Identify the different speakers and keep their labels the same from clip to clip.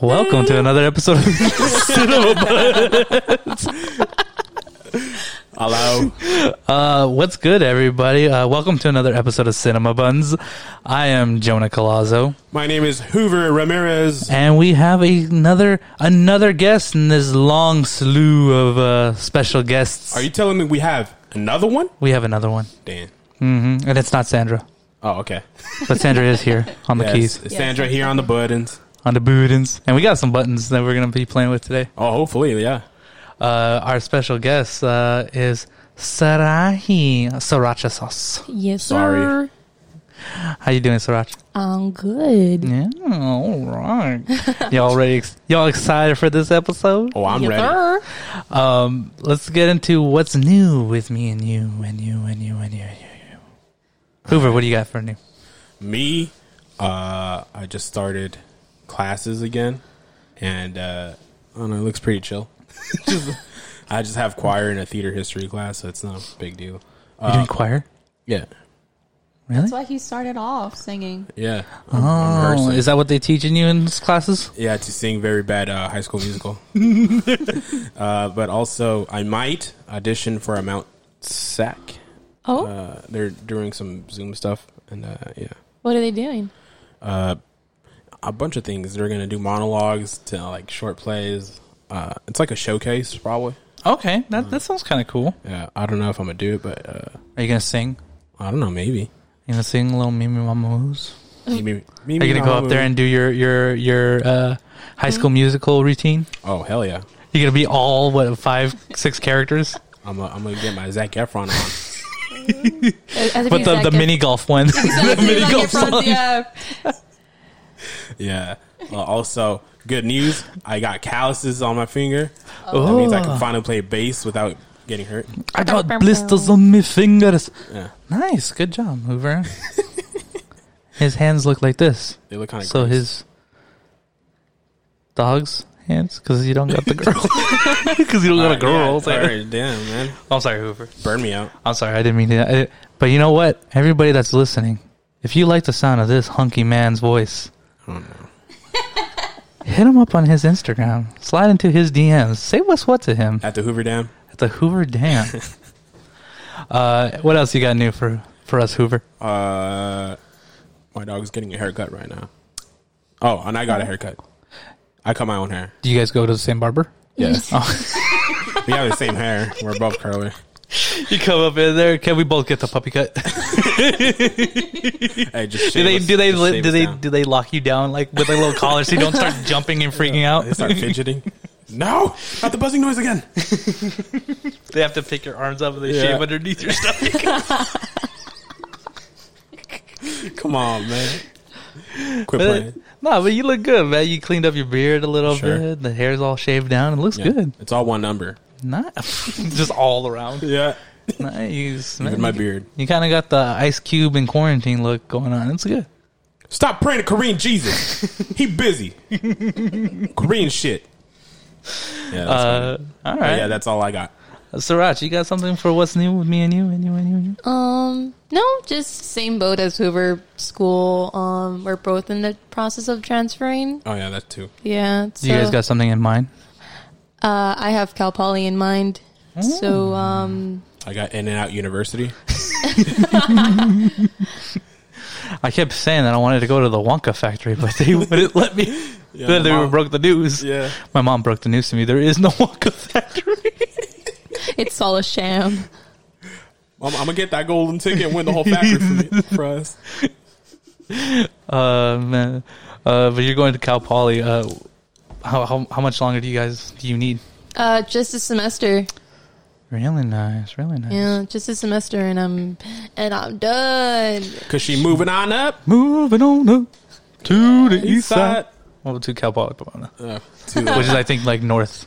Speaker 1: Welcome to another episode of Cinema Buds.
Speaker 2: Hello.
Speaker 1: Uh, what's good, everybody? Uh, welcome to another episode of Cinema Buns. I am Jonah Colazzo,
Speaker 2: My name is Hoover Ramirez.
Speaker 1: and we have another another guest in this long slew of uh, special guests.
Speaker 2: Are you telling me we have another one?
Speaker 1: we have another one,
Speaker 2: Dan.
Speaker 1: Mm, and it's not Sandra,
Speaker 2: Oh, okay.
Speaker 1: but Sandra is here on the
Speaker 2: Yes,
Speaker 1: keys,
Speaker 2: it's Sandra here on the buttons.
Speaker 1: on the buttons, and we got some buttons that we're gonna be playing with today.
Speaker 2: Oh, hopefully, yeah.
Speaker 1: Uh, our special guest uh, is Sarahi Sriracha sauce.
Speaker 3: Yes,
Speaker 2: Sorry.
Speaker 3: sir.
Speaker 1: How you doing, Sriracha?
Speaker 3: I'm good.
Speaker 1: Yeah, all right. y'all ready? Ex- y'all excited for this episode?
Speaker 2: Oh, I'm
Speaker 3: yes,
Speaker 2: ready.
Speaker 3: Sir.
Speaker 1: Um, let's get into what's new with me and you and you and you and you and you. And you. Hoover, what do you got for new?
Speaker 2: Me, uh, I just started classes again, and uh, I don't know. It looks pretty chill. Just- I just have choir and a theater history class, so it's not a big deal.
Speaker 1: You doing choir?
Speaker 2: Yeah,
Speaker 1: Really?
Speaker 4: That's why he started off singing.
Speaker 2: yeah.
Speaker 1: Oh, is that what they teaching you in these classes?
Speaker 2: Yeah, to sing very bad uh, High School Musical. uh, but also, I might audition for a Mount Sac.
Speaker 3: Oh,
Speaker 2: Uh, they're doing some Zoom stuff, and uh, yeah,
Speaker 3: what are they doing?
Speaker 2: uh, a bunch of things. They're gonna do monologues to like short plays. Uh, it's like a showcase, probably.
Speaker 1: Okay,
Speaker 3: Mm-hmm.
Speaker 1: that that sounds kind of cool.
Speaker 2: Yeah, I don't know if I'm gonna do it, but uh,
Speaker 1: Are you gonna sing?
Speaker 2: I don't know. Maybe.
Speaker 1: You gonna sing little Mimi Mama Moos?
Speaker 2: maybe,
Speaker 1: Are
Speaker 2: maybe
Speaker 1: you gonna go up there and do your your your uh, high
Speaker 3: Mm-hmm.
Speaker 1: school musical routine?
Speaker 2: Oh hell yeah!
Speaker 1: You're gonna be all what five six characters,
Speaker 2: I'm gonna, I'm gonna get my Zach Efron on.
Speaker 3: As- as if
Speaker 1: but
Speaker 3: you
Speaker 1: the,
Speaker 3: said,
Speaker 1: the
Speaker 3: get-
Speaker 1: mini golf one. the mini golf song.
Speaker 4: yeah.
Speaker 2: yeah. Uh, also, good news. I got calluses on my finger. That means I
Speaker 1: Oh,
Speaker 2: can finally play bass without getting hurt.
Speaker 1: I got blisters on my fingers.
Speaker 2: Yeah,
Speaker 1: Nice, good job, Hoover. his hands look like this,
Speaker 2: they look kind of
Speaker 1: so his dog's hands because you don't got the girl. Because you don't got a girl. It's like-
Speaker 2: Uh, damn man,
Speaker 1: I'm sorry, Hoover.
Speaker 2: burn me out.
Speaker 1: I'm sorry, I didn't mean to. I- but you know what? Everybody that's listening, if you like the sound of this hunky man's voice, hit him up on his Instagram. Slide into his DMs. Say what's what to him
Speaker 2: At the Hoover Dam,
Speaker 1: at the Hoover Dam. uh, what else you got new for for us, Hoover?
Speaker 2: uh, my dog's getting a haircut right now. Oh, and I got a haircut. I cut my own hair.
Speaker 1: Do you guys go to the same barber?
Speaker 2: Yes, we have the same hair. We're both curly.
Speaker 1: You come up in there. Can we both get the puppy cut?
Speaker 2: Hey, just
Speaker 1: Do they
Speaker 2: shave us-
Speaker 1: do they
Speaker 2: just
Speaker 1: li-
Speaker 2: shave
Speaker 1: do
Speaker 2: us
Speaker 1: they
Speaker 2: down.
Speaker 1: do they lock you down like with a little collar so you don't start jumping and freaking out?
Speaker 2: They start fidgeting. No, not the buzzing noise again.
Speaker 1: They have to pick your arms up and they
Speaker 2: Yeah.
Speaker 1: shave underneath your stomach.
Speaker 2: Come on, man. Quit
Speaker 1: But,
Speaker 2: playing.
Speaker 1: no, but you look good, man. You cleaned up your beard a little
Speaker 2: Sure.
Speaker 1: bit. The hair's all shaved down. It looks
Speaker 2: Yeah,
Speaker 1: good.
Speaker 2: It's all one number.
Speaker 1: Not just all around.
Speaker 2: Yeah.
Speaker 1: Nice.
Speaker 2: Even
Speaker 1: man.
Speaker 2: my beard.
Speaker 1: You kind of got the ice cube and quarantine look going on. It's good.
Speaker 2: Stop praying to Korean Jesus. he busy. Korean shit. Yeah, that's,
Speaker 1: Uh, all right.
Speaker 2: yeah, that's all I got.
Speaker 1: Sriracha, Uh, you got something for what's new with me and you and you and you and you?
Speaker 3: Um, no, just same boat as Hoover School. Um, we're both in the process of transferring.
Speaker 2: Oh yeah, that too.
Speaker 3: Yeah. So,
Speaker 1: Do you guys got something in mind?
Speaker 3: Uh, I have Cal Poly in mind. So, um,
Speaker 2: I got In and Out University.
Speaker 1: I kept saying that I wanted to go to the Wonka factory, but they wouldn't let me. Then
Speaker 2: my
Speaker 1: they
Speaker 2: mom-
Speaker 1: broke the news.
Speaker 2: Yeah.
Speaker 1: My mom broke the news to me. There is no Wonka factory.
Speaker 3: it's all a sham.
Speaker 2: I'm, I'm gonna get that golden ticket and win the whole factory for, me, for us.
Speaker 1: Uh, man. Uh, but you're going to Cal Poly. Uh, how, how how much longer do you guys do you need?
Speaker 3: Uh, just a semester.
Speaker 1: Really nice, really nice.
Speaker 3: Yeah, just a semester, and I'm and I'm done.
Speaker 2: Cause she moving on up
Speaker 1: Moving on up to the
Speaker 2: east side.
Speaker 1: Well, to Cal Poly, Pomona,
Speaker 2: Uh, to the-
Speaker 1: which is I think like north.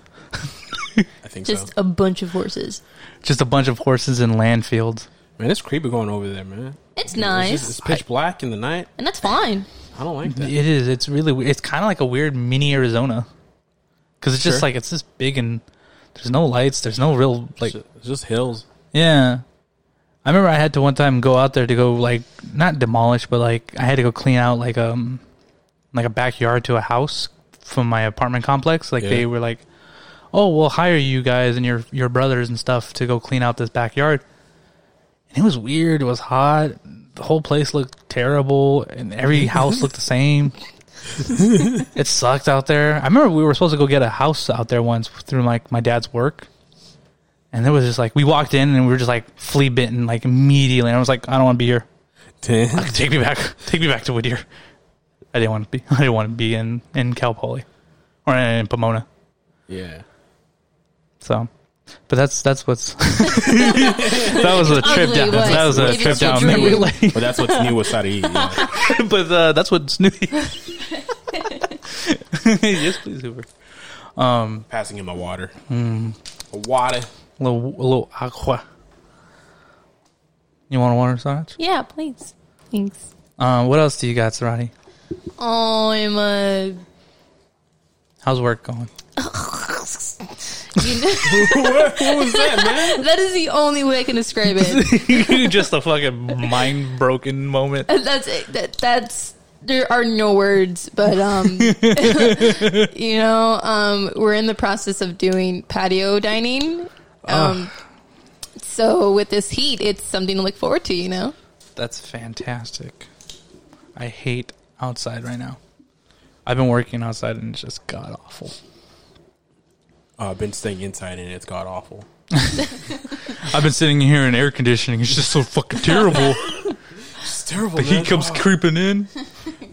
Speaker 2: I think
Speaker 3: Just
Speaker 2: so.
Speaker 3: a bunch of horses.
Speaker 1: Just a bunch of horses and land fields.
Speaker 2: Man, it's creepy going over there, man.
Speaker 3: It's
Speaker 2: It's,
Speaker 3: nice,
Speaker 2: just, it's pitch black in the night.
Speaker 3: and that's fine.
Speaker 2: I don't like that.
Speaker 1: It is. It's really. we- It's kind of like a weird mini Arizona, because it's just
Speaker 2: Sure.
Speaker 1: like it's just big and there's no lights. There's no real like.
Speaker 2: It's just hills.
Speaker 1: Yeah, I remember I had to one time go out there to go like not demolish, but like I had to go clean out like um like a backyard to a house from my apartment complex. Like they
Speaker 2: Yeah.
Speaker 1: were like, "Oh, we'll hire you guys and your your brothers and stuff to go clean out this backyard." And it was weird. It was hot. The whole place looked terrible, and every house looked the same. it sucked out there. I remember we were supposed to go get a house out there once through like my dad's work. And there was just like we walked in and we were just like flea bitten like immediately. And I was like, I don't want to be here.
Speaker 2: Damn.
Speaker 1: Take me back. Take me back to Whittier. I didn't want to be. I didn't want to be in in Cal Poly or in Pomona.
Speaker 2: Yeah.
Speaker 1: So, but that's that's what's that was a trip
Speaker 3: Ugly
Speaker 1: down.
Speaker 3: was-
Speaker 1: That was a
Speaker 3: it
Speaker 1: trip
Speaker 3: was
Speaker 1: down
Speaker 3: dreamy.
Speaker 1: memory lane.
Speaker 2: But that's what's new with Sari. Yeah.
Speaker 1: but uh, that's what Snoopy. yes, please, Hoover.
Speaker 2: Passing him a water. A water.
Speaker 1: A little, a little aqua. You want a water, Sarge?
Speaker 3: Yeah, please. Thanks.
Speaker 1: Uh, what else do you got, Sarati?
Speaker 3: Oh, I'm a.
Speaker 1: How's work going?
Speaker 3: You know,
Speaker 2: what, what was that, man?
Speaker 3: that is the only way I can describe it.
Speaker 1: Just a fucking mind broken moment.
Speaker 3: That's it. That, that's there are no words, but um, you know, um, we're in the process of doing patio dining.
Speaker 1: Ah.
Speaker 3: Um, so with this heat, it's something to look forward to. You know,
Speaker 1: That's fantastic. I hate outside right now. I've been working outside and it's just god awful.
Speaker 2: Uh, I've been staying inside and it's god awful.
Speaker 1: I've been sitting here in air conditioning. It's just so fucking terrible.
Speaker 2: It's terrible. Oh.
Speaker 1: the heat comes creeping in.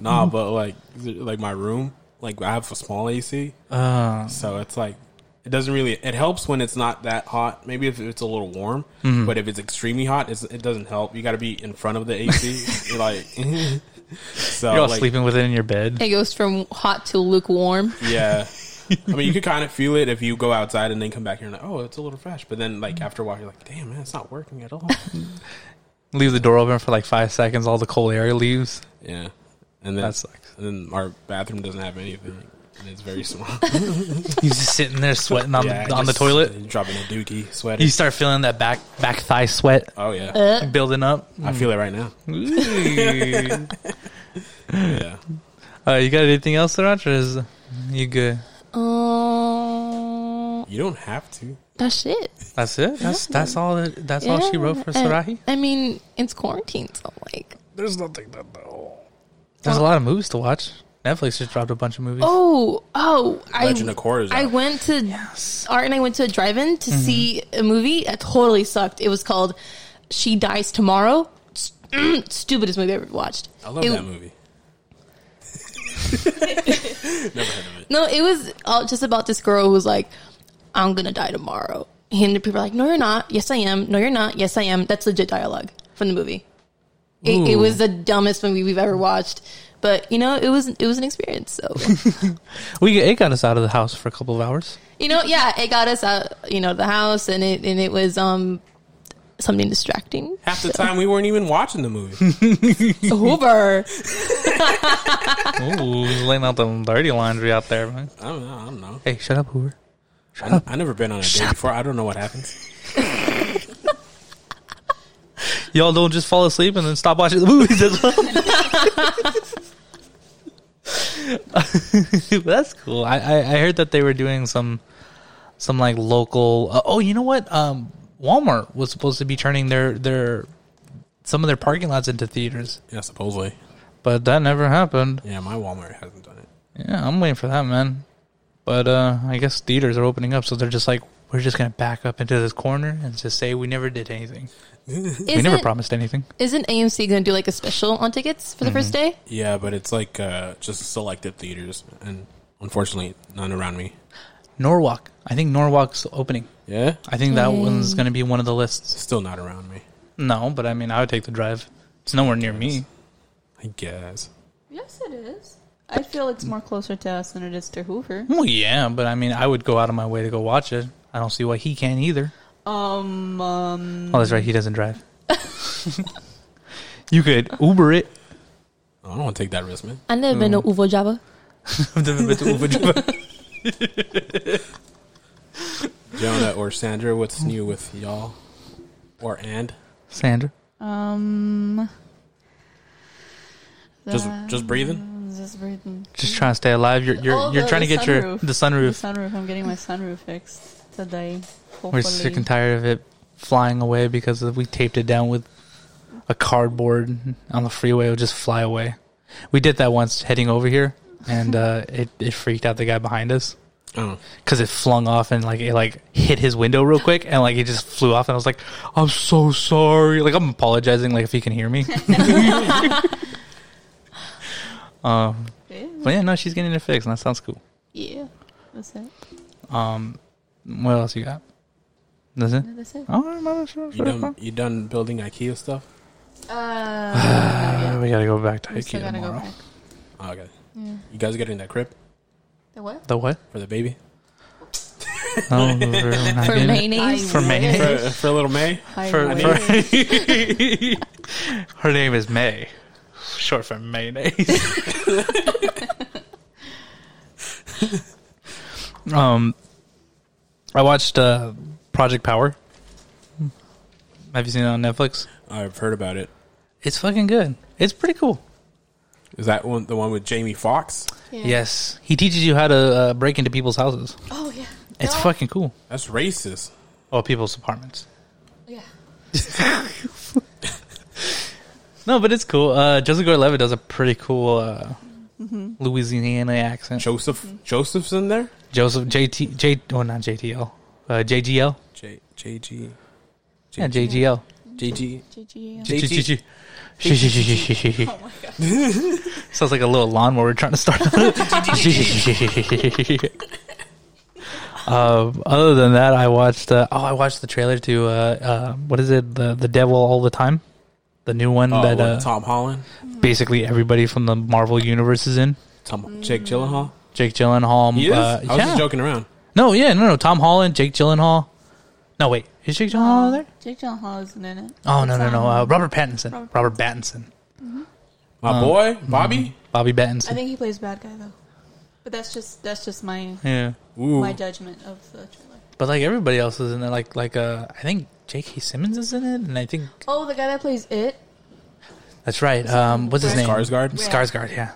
Speaker 2: Nah, but like, like my room, like I have a small AC,
Speaker 1: Uh,
Speaker 2: so it's like it doesn't really. It helps when it's not that hot. Maybe if it's a little warm, but if it's extremely hot, it's, it doesn't help. You got to be in front of the AC, You're like. so
Speaker 1: you're all
Speaker 2: like,
Speaker 1: sleeping with it in your bed.
Speaker 3: it goes from hot to lukewarm.
Speaker 2: Yeah. I mean, you could kind of feel it if you go outside and then come back here and like, oh, it's a little fresh. But then, like after a while, you're like, damn, man, it's not working at all.
Speaker 1: Leave the door open for like five seconds. All the cold air leaves.
Speaker 2: yeah, and then
Speaker 1: That sucks.
Speaker 2: And then our bathroom doesn't have anything, and it's very small.
Speaker 1: He's just sitting there sweating on
Speaker 2: Yeah,
Speaker 1: the on the
Speaker 2: just
Speaker 1: toilet.
Speaker 2: dropping a dookie sweater.
Speaker 1: You start feeling that back back thigh sweat
Speaker 2: oh yeah,
Speaker 3: Uh,
Speaker 1: building up.
Speaker 2: I feel it right now.
Speaker 1: Ooh.
Speaker 2: Yeah,
Speaker 1: uh, you got anything else, Saraj, or is you good?
Speaker 3: um,
Speaker 2: you don't have to.
Speaker 3: that's it.
Speaker 1: That's it. That's that's all. That, that's all she wrote for
Speaker 3: Yeah, I-
Speaker 1: Sarahi.
Speaker 3: I mean, it's quarantine, so like,
Speaker 2: There's nothing that though.
Speaker 1: There's a lot of movies to watch. Netflix just dropped a bunch of movies.
Speaker 3: oh, oh,
Speaker 2: Legend
Speaker 3: I,
Speaker 2: of Korra. is
Speaker 3: I
Speaker 2: out.
Speaker 3: went to Art and I went to a drive-in to see a movie. It totally sucked. It was called "She Dies Tomorrow." S- Stupidest movie I ever watched.
Speaker 2: I love
Speaker 3: It-
Speaker 2: that movie. Never heard of it.
Speaker 3: No, it was all just about this girl who was like, "I'm gonna die tomorrow," and the people are like, "No, you're not. Yes, I am. No, you're not. Yes, I am." That's legit dialogue from the movie. It, it
Speaker 1: Ooh.
Speaker 3: was the dumbest movie we've ever watched, but you know, it was it was an experience. So.
Speaker 1: We it got us out of the house for a couple of hours.
Speaker 3: you know yeah it got us out you know the house and it and it was um something distracting
Speaker 2: Half the time we weren't even watching the movie.
Speaker 3: over
Speaker 1: Ooh, laying out the dirty laundry out there. Man.
Speaker 2: I don't know. I don't know.
Speaker 1: Hey, shut up, Hoover.
Speaker 2: I, I never been on a date before. I don't know what happens.
Speaker 1: Y'all don't just fall asleep and then stop watching the movies as well. That's cool. I, I, I heard that they were doing some some like local. Uh, oh, you know what? Um, Walmart was supposed to be turning their their some of their parking lots into theaters,
Speaker 2: Yeah, supposedly.
Speaker 1: but that never happened.
Speaker 2: Yeah, my Walmart hasn't done it.
Speaker 1: Yeah, I'm waiting for that, man. But uh, I guess theaters are opening up, so they're just like, we're just gonna back up into this corner and just say we never did anything. we never
Speaker 3: isn't,
Speaker 1: promised anything.
Speaker 3: isn't amc gonna do like a special on tickets for the first day
Speaker 2: Yeah, but it's like uh, just selective theaters, and unfortunately, none around me.
Speaker 1: Norwalk. I think Norwalk's opening.
Speaker 2: Yeah,
Speaker 1: I think that one's gonna be one of the lists.
Speaker 2: still not around me.
Speaker 1: No, but I mean, I would take the drive. It's nowhere near me.
Speaker 2: I guess.
Speaker 4: Yes, it is. I feel it's more closer to us than it is to Hoover.
Speaker 1: Well, yeah, but I mean, I would go out of my way to go watch it. I don't see why he can't either.
Speaker 4: Um, um,
Speaker 1: Oh, that's right. He doesn't drive. you could Uber it.
Speaker 2: I don't want to take that risk, man.
Speaker 3: i never been
Speaker 2: Mm-hmm.
Speaker 3: to uvo java
Speaker 1: I've never been to Uber drive.
Speaker 2: Jonah or Sandra, what's new with y'all? Or and?
Speaker 1: Sandra.
Speaker 4: Um.
Speaker 2: Just
Speaker 4: the-
Speaker 2: just breathing.
Speaker 4: Just breathing.
Speaker 1: Just trying to stay alive. You're you're,
Speaker 4: Oh,
Speaker 1: you're
Speaker 4: the-
Speaker 1: trying to
Speaker 4: the
Speaker 1: get your
Speaker 4: sunroof.
Speaker 1: the
Speaker 4: The
Speaker 1: sunroof.
Speaker 4: sunroof. I'm getting my sunroof fixed today. Hopefully.
Speaker 1: We're sick and tired of it flying away because we taped it down with a cardboard on the freeway. It would just fly away. We did that once heading over here, and uh, it it freaked out the guy behind us.
Speaker 2: Oh,
Speaker 1: because it flung off and like it like hit his window real quick and like it just flew off and I was like, I'm so sorry. Like I'm apologizing. Like if he can hear me. um,
Speaker 4: Yeah.
Speaker 1: but yeah, no, she's getting it fixed and that sounds cool.
Speaker 4: yeah. That's it.
Speaker 1: Um, what else you got? That's it.
Speaker 4: No, that's it.
Speaker 1: Oh, I'm not sure.
Speaker 2: you done you done building IKEA stuff?
Speaker 1: Uh, we gotta go back to
Speaker 3: We still
Speaker 1: IKEA
Speaker 3: gotta
Speaker 1: tomorrow.
Speaker 3: go back.
Speaker 2: Oh, okay.
Speaker 3: Yeah.
Speaker 2: You guys getting that crib
Speaker 3: The what?
Speaker 1: The what?
Speaker 2: for the baby?
Speaker 1: No, we're not
Speaker 3: For
Speaker 1: getting it.
Speaker 3: mayonnaise.
Speaker 1: For mayonnaise.
Speaker 2: For, uh, for little May?
Speaker 4: I
Speaker 1: For,
Speaker 4: wish.
Speaker 1: for- her name is May, short for mayonnaise. um, I watched uh, Project Power. Have you seen it on Netflix?
Speaker 2: I've heard about it.
Speaker 1: It's fucking good. It's pretty cool.
Speaker 2: Is that one the one with Jamie Fox?
Speaker 3: Yeah.
Speaker 1: Yes, he teaches you how to uh, break into people's houses.
Speaker 3: Oh yeah.
Speaker 1: It's
Speaker 3: No.
Speaker 1: fucking cool.
Speaker 2: That's racist.
Speaker 1: Or people's apartments.
Speaker 3: Yeah.
Speaker 1: No, but it's cool. Uh, Joseph Gordon-Levitt does a pretty cool uh,
Speaker 3: Mm-hmm.
Speaker 1: Louisiana accent.
Speaker 2: Joseph Joseph's in there?
Speaker 1: Joseph JT J oh not JTL uh, JGL
Speaker 2: J JG
Speaker 1: yeah JGL
Speaker 2: JG
Speaker 4: GG.
Speaker 1: J-
Speaker 2: JT.
Speaker 1: J- J- Sh- sh- sh- sh- sh-
Speaker 4: Oh
Speaker 1: sh- sounds like a little lawnmower trying to start. Um, other than that, I watched. Uh, oh, I watched the trailer to uh, uh, what is it? The the Devil All the Time, the new one
Speaker 2: Oh,
Speaker 1: that
Speaker 2: with
Speaker 1: uh,
Speaker 2: Tom Holland,
Speaker 1: basically everybody from the Marvel universe is in.
Speaker 2: Tom Jake Gyllenhaal.
Speaker 1: Jake Gyllenhaal.
Speaker 2: He is.
Speaker 1: Uh,
Speaker 2: I was
Speaker 1: yeah.
Speaker 2: just joking around.
Speaker 1: No, yeah, no, no. Tom Holland, Jake Gyllenhaal. No, wait, is Jake Gyllenhaal there?
Speaker 4: Jake Gyllenhaal isn't in it.
Speaker 1: Oh no, no,
Speaker 3: It's,
Speaker 1: no.
Speaker 3: um,
Speaker 1: Uh, Robert Pattinson. Robert,
Speaker 4: Robert
Speaker 1: Pattinson.
Speaker 2: My
Speaker 1: Uh,
Speaker 2: boy
Speaker 1: mm-hmm.
Speaker 2: Bobby.
Speaker 1: Bobby
Speaker 4: I
Speaker 1: Pattinson.
Speaker 4: think he plays bad guy though. But that's just that's just my
Speaker 1: yeah.
Speaker 2: Ooh,
Speaker 4: my judgment of the trailer.
Speaker 1: But like everybody else is in there. Like like uh, I think J.K. Simmons is in it, and I think
Speaker 4: Oh, the guy that plays it.
Speaker 1: that's right. Um, what's his name?
Speaker 2: Skarsgård.
Speaker 4: Yeah.
Speaker 1: Skarsgård. Yeah,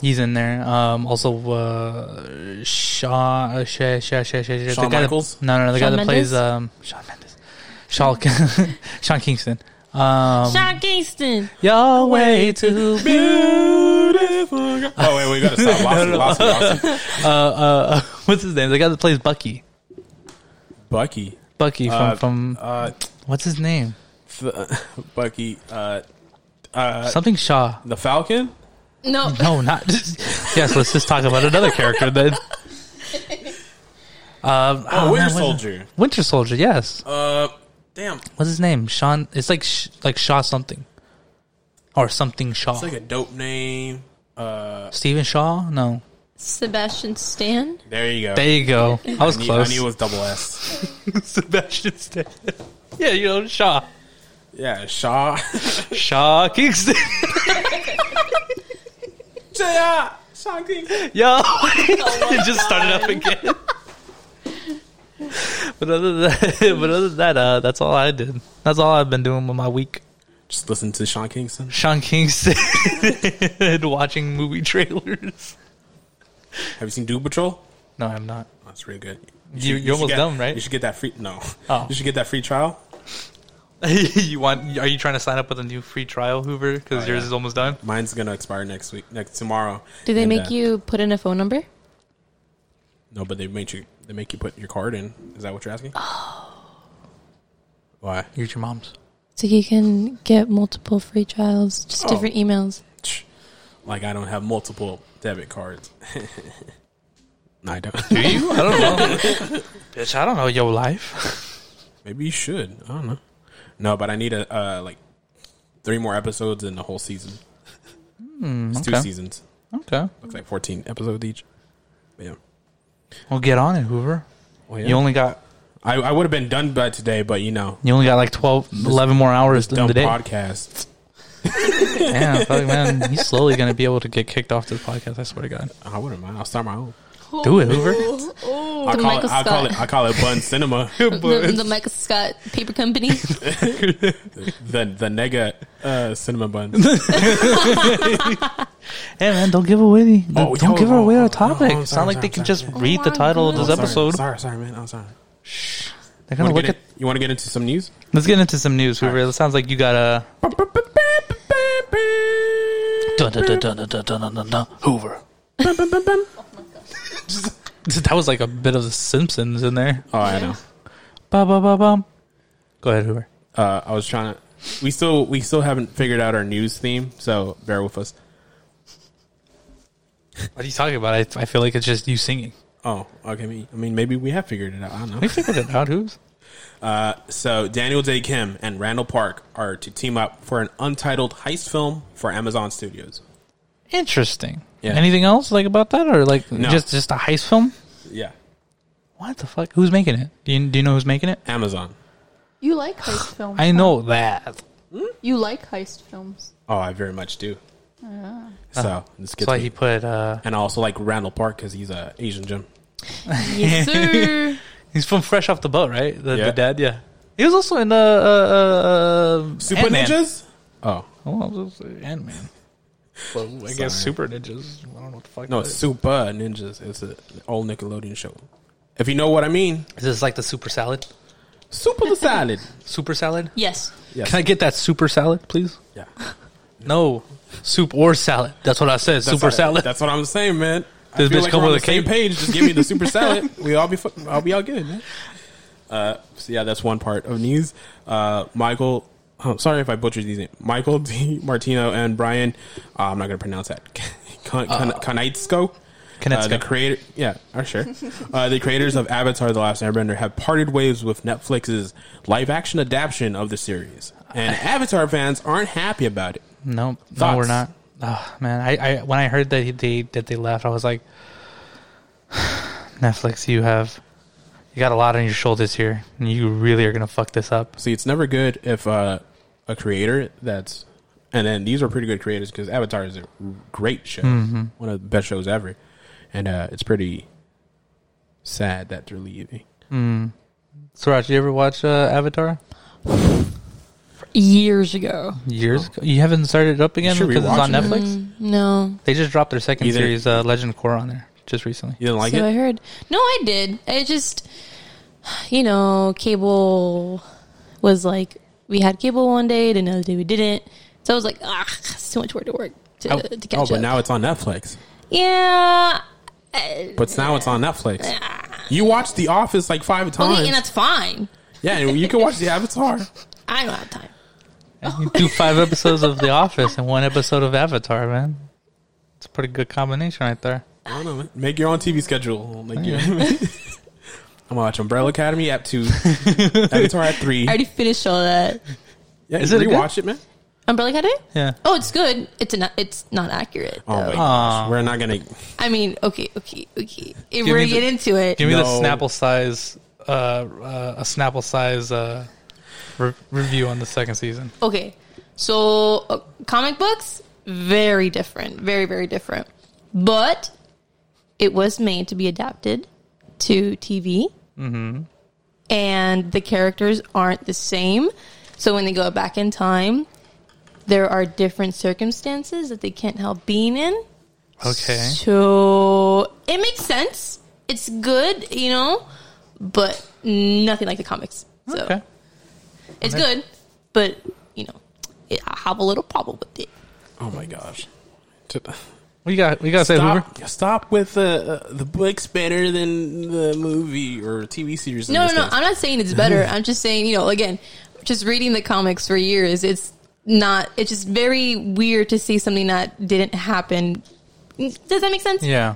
Speaker 1: he's in there. Um, also uh, Shaw, uh, Sha, Sha, Sha, Sha, Sha, the
Speaker 2: Shawn
Speaker 1: guy that-
Speaker 2: Michaels?
Speaker 1: no, no, no, the
Speaker 3: Shawn
Speaker 1: guy that
Speaker 3: Mendes?
Speaker 1: plays um, Shawn Mendes, Shawn, Sean Kingston. Um,
Speaker 3: Sean Kingston.
Speaker 1: your way to
Speaker 2: Beautiful. girl. Oh wait, we gotta stop. Lost, it, lost, it, lost it.
Speaker 1: uh, uh, what's his name? The guy that plays Bucky.
Speaker 2: Bucky.
Speaker 1: Bucky from
Speaker 2: Uh,
Speaker 1: from
Speaker 2: Uh,
Speaker 1: what's his name?
Speaker 2: th- Bucky. Uh, uh,
Speaker 1: Something Shaw.
Speaker 2: the Falcon.
Speaker 3: No.
Speaker 1: No, not yes. Let's just talk about another character then. Um,
Speaker 2: Oh,
Speaker 1: oh,
Speaker 2: Winter
Speaker 1: man, what-
Speaker 2: Soldier.
Speaker 1: Winter Soldier. Yes.
Speaker 2: Uh, damn. It's
Speaker 1: What's his name? Sean. It's like sh- like Shaw something, or something Shaw.
Speaker 2: like a dope name. Uh,
Speaker 1: Stephen Shaw. No.
Speaker 3: Sebastian Stan.
Speaker 2: there you go.
Speaker 1: There you go. I was
Speaker 2: I, knew, I
Speaker 1: close.
Speaker 2: knew it was double S.
Speaker 1: Sebastian Stan. Yeah, you know Shaw.
Speaker 2: Yeah, Shaw.
Speaker 1: Shaw Kingston.
Speaker 2: Shaw. Shaw Kingston.
Speaker 1: Yo, it just started up again. but other than that, but other than that, uh, that's all I did. That's all I've been doing with my week.
Speaker 2: Just listen to Sean Kingston.
Speaker 1: Sean Kingston and watching movie trailers.
Speaker 2: Have you seen Doom Patrol? Oh,
Speaker 1: No, I'm not.
Speaker 2: That's really good.
Speaker 1: You-
Speaker 2: should-
Speaker 1: you're
Speaker 2: should
Speaker 1: almost
Speaker 2: get-
Speaker 1: done, right?
Speaker 2: You should get that free. No.
Speaker 1: Oh.
Speaker 2: You should get that free trial.
Speaker 1: you want? Are you trying to sign up with a new free trial, Hoover? Because
Speaker 2: Oh,
Speaker 1: yours
Speaker 2: yeah.
Speaker 1: is almost done.
Speaker 2: Mine's gonna expire next week, next tomorrow.
Speaker 3: Do they
Speaker 2: And,
Speaker 3: make
Speaker 2: uh,
Speaker 3: you put in a phone number?
Speaker 2: No, but they make you. They make you put your card in. Is that what you're asking?
Speaker 3: Oh.
Speaker 2: Why?
Speaker 1: You're your mom's.
Speaker 3: So you can get multiple free trials, just
Speaker 2: Oh.
Speaker 3: different emails.
Speaker 2: Tch. Like I don't have multiple debit cards. no, I don't.
Speaker 1: Do you? I don't know. Bitch, I don't know your life.
Speaker 2: Maybe you should. I don't know. No, but I need a uh, like three more episodes in the whole season. it's two
Speaker 1: okay.
Speaker 2: seasons.
Speaker 1: Okay,
Speaker 2: Looks like fourteen episodes each. But yeah.
Speaker 1: well, get on it, Hoover.
Speaker 2: Well, yeah.
Speaker 1: You only got
Speaker 2: I, I would have been done by today, but you know,
Speaker 1: you only got like 12, 11 more hours in
Speaker 2: dumb
Speaker 1: the day.
Speaker 2: podcast.
Speaker 1: Damn, fuck, man, he's slowly gonna be able to get kicked off this podcast. I swear to God.
Speaker 2: I wouldn't mind. I'll start my own.
Speaker 1: Do it, Hoover.
Speaker 3: Oh,
Speaker 2: I
Speaker 3: the
Speaker 2: call, it,
Speaker 3: Michael
Speaker 2: I call
Speaker 3: Scott,
Speaker 2: it. I call it Bun Cinema.
Speaker 3: the, the Michael Scott Paper Company.
Speaker 2: the the nega uh, cinema bun.
Speaker 1: Hey man, don't give away the
Speaker 2: Oh,
Speaker 1: don't
Speaker 2: yo,
Speaker 1: give
Speaker 2: oh,
Speaker 1: away
Speaker 2: oh,
Speaker 1: our
Speaker 2: oh,
Speaker 1: topic.
Speaker 2: oh, I'm
Speaker 1: it's
Speaker 2: sorry,
Speaker 1: not like
Speaker 2: sorry,
Speaker 1: they can
Speaker 2: sorry,
Speaker 1: just
Speaker 2: sorry.
Speaker 1: read the
Speaker 3: my
Speaker 1: title of
Speaker 3: God.
Speaker 2: Oh,
Speaker 1: this
Speaker 2: Sorry,
Speaker 1: episode.
Speaker 2: Sorry, sorry, man. I'm sorry.
Speaker 1: They're
Speaker 2: You
Speaker 1: gonna
Speaker 2: wanna
Speaker 1: look
Speaker 2: get
Speaker 1: at.
Speaker 2: in- you want to get into some news?
Speaker 1: Let's get into some news, Hoover. It sounds like you got a dun dun dun dun dun dun dun dun, dun, dun Hoover. that was like a bit of the Simpsons in there.
Speaker 2: Oh, I know.
Speaker 1: Ba ba ba bum. Go ahead, Hoover.
Speaker 2: Uh, I was trying to. We still we still haven't figured out our news theme, so bear with us.
Speaker 1: What are you talking about? I, I feel like it's just you singing.
Speaker 2: Oh, okay. me- I mean, maybe we have figured it out. I don't know.
Speaker 1: We figured it out. Who's?
Speaker 2: So Daniel Day Kim and Randall Park are to team up for an untitled heist film for Amazon Studios.
Speaker 1: Interesting.
Speaker 2: Yeah.
Speaker 1: Anything else like about that, or like
Speaker 2: No.
Speaker 1: just just a heist film?
Speaker 2: Yeah,
Speaker 1: What the fuck? Who's making it? Do you, do you know who's making it?
Speaker 2: Amazon.
Speaker 4: You like heist films.
Speaker 1: I
Speaker 4: huh?
Speaker 1: know that.
Speaker 4: You like heist films.
Speaker 2: Oh, I very much do. So this
Speaker 1: That's
Speaker 2: gets me.
Speaker 1: why Uh-huh. he put. uh
Speaker 2: and I also like Randall Park because he's a Asian gym.
Speaker 3: yes, sir.
Speaker 1: He's from Fresh Off the Boat, right? The,
Speaker 2: Yeah.
Speaker 1: the dad, yeah. He was also in uh, uh, uh,
Speaker 2: Super
Speaker 1: Ant-Man.
Speaker 2: ninjas. Oh
Speaker 1: Oh, I was gonna say Ant-Man. Well, I guess Super Ninjas. I don't know what the fuck.
Speaker 2: no,
Speaker 1: that is.
Speaker 2: Super Ninjas. It's an old Nickelodeon show. If you know what I mean,
Speaker 1: is this like the Super Salad?
Speaker 2: Super the Salad.
Speaker 1: Super Salad?
Speaker 3: Yes.
Speaker 2: Yes.
Speaker 1: Can I get that Super Salad, please?
Speaker 2: yeah.
Speaker 1: No, soup or salad. That's what I said.
Speaker 2: That's
Speaker 1: super
Speaker 2: what-
Speaker 1: salad.
Speaker 2: That's what I'm saying, man. I
Speaker 1: This
Speaker 2: feel
Speaker 1: bitch
Speaker 2: like
Speaker 1: come
Speaker 2: we're on
Speaker 1: with
Speaker 2: the
Speaker 1: a
Speaker 2: same
Speaker 1: cape.
Speaker 2: page. Just give me the super salad. We all be, fu- I'll be all good, man. Uh, so yeah, that's one part of news. Uh, Michael, oh, sorry if I butchered these names. Michael D. Martino and Brian. Uh, I'm not gonna pronounce that. Con- Con- Konitsko. Uh, the
Speaker 1: Konitsko.
Speaker 2: creator, yeah, oh, sure. Uh, the creators of Avatar: The Last Airbender have parted ways with Netflix's live-action adaptation of the series, and Avatar fans aren't happy about it.
Speaker 1: No,
Speaker 2: Thoughts?
Speaker 1: no, we're not. Oh, man, I, I when I heard that he- they that they left, I was like, Netflix, you have you got a lot on your shoulders here, and you really are gonna fuck this up.
Speaker 2: See, it's never good if uh, a creator that's, and then these are pretty good creators because Avatar is a great show,
Speaker 1: Mm-hmm.
Speaker 2: one of the best shows ever, and uh, it's pretty sad that they're leaving.
Speaker 1: Suraj, you ever watch uh, Avatar
Speaker 3: Years ago.
Speaker 1: years? ago? You haven't started it up again
Speaker 2: should
Speaker 1: because it's on
Speaker 2: rewatch it.
Speaker 1: Netflix.
Speaker 3: Mm. No.
Speaker 1: They just dropped their second
Speaker 2: Either-
Speaker 1: series, uh, Legend of Korra, on there just recently.
Speaker 2: You didn't like
Speaker 3: so I
Speaker 2: it?
Speaker 3: heard. No, I did. I just, you know, cable was like we had cable one day, then another day we didn't. So I was like, ah, it's too much work to work to, to catch
Speaker 2: Oh, but
Speaker 3: up.
Speaker 2: now it's on Netflix.
Speaker 3: yeah. uh,
Speaker 2: But now it's on Netflix. You watched The Office like five times.
Speaker 3: Okay, and that's fine.
Speaker 2: yeah, and you can watch The Avatar.
Speaker 3: I don't have time.
Speaker 1: You do five episodes of The Office and one episode of Avatar, man. It's a pretty good combination right there.
Speaker 2: I don't know. man. Make your own TV schedule. Like, you- I'm gonna watch Umbrella Academy at two, Avatar at three.
Speaker 3: I already finished all that.
Speaker 2: Yeah,
Speaker 1: Is
Speaker 2: you
Speaker 1: it a good-
Speaker 2: rewatch it, man?
Speaker 3: Umbrella Academy?
Speaker 1: Yeah.
Speaker 3: Oh, it's good. It's not. It's not accurate.
Speaker 2: Oh my
Speaker 3: though.
Speaker 2: gosh, we're not gonna.
Speaker 3: I mean, okay, okay, okay. If
Speaker 1: me
Speaker 3: we're gonna
Speaker 1: the-
Speaker 3: get into it,
Speaker 1: Give me the
Speaker 2: No.
Speaker 1: Snapple size, uh, uh, a Snapple size uh, re- review on the second season.
Speaker 3: Okay. So uh, comic books, very different. Very, very different. But it was made to be adapted to TV.
Speaker 1: Mm-hmm.
Speaker 3: And the characters aren't the same. So when they go back in time, there are different circumstances that they can't help being in.
Speaker 1: Okay.
Speaker 3: So it makes sense. It's good, you know, but nothing like the comics. So
Speaker 1: Okay.
Speaker 3: it's good, but you know, it, I have a little problem with it.
Speaker 2: Oh my gosh. T-
Speaker 1: We got we got to say Hoover.
Speaker 2: Stop, stop with the uh, the book's better than the movie or TV series. in
Speaker 3: No, no,
Speaker 2: this
Speaker 3: no.
Speaker 2: case.
Speaker 3: I'm not saying it's better. I'm just saying, you know, again, just reading the comics for years, it's not. It's just very weird to see something that didn't happen. Does that make sense?
Speaker 1: Yeah.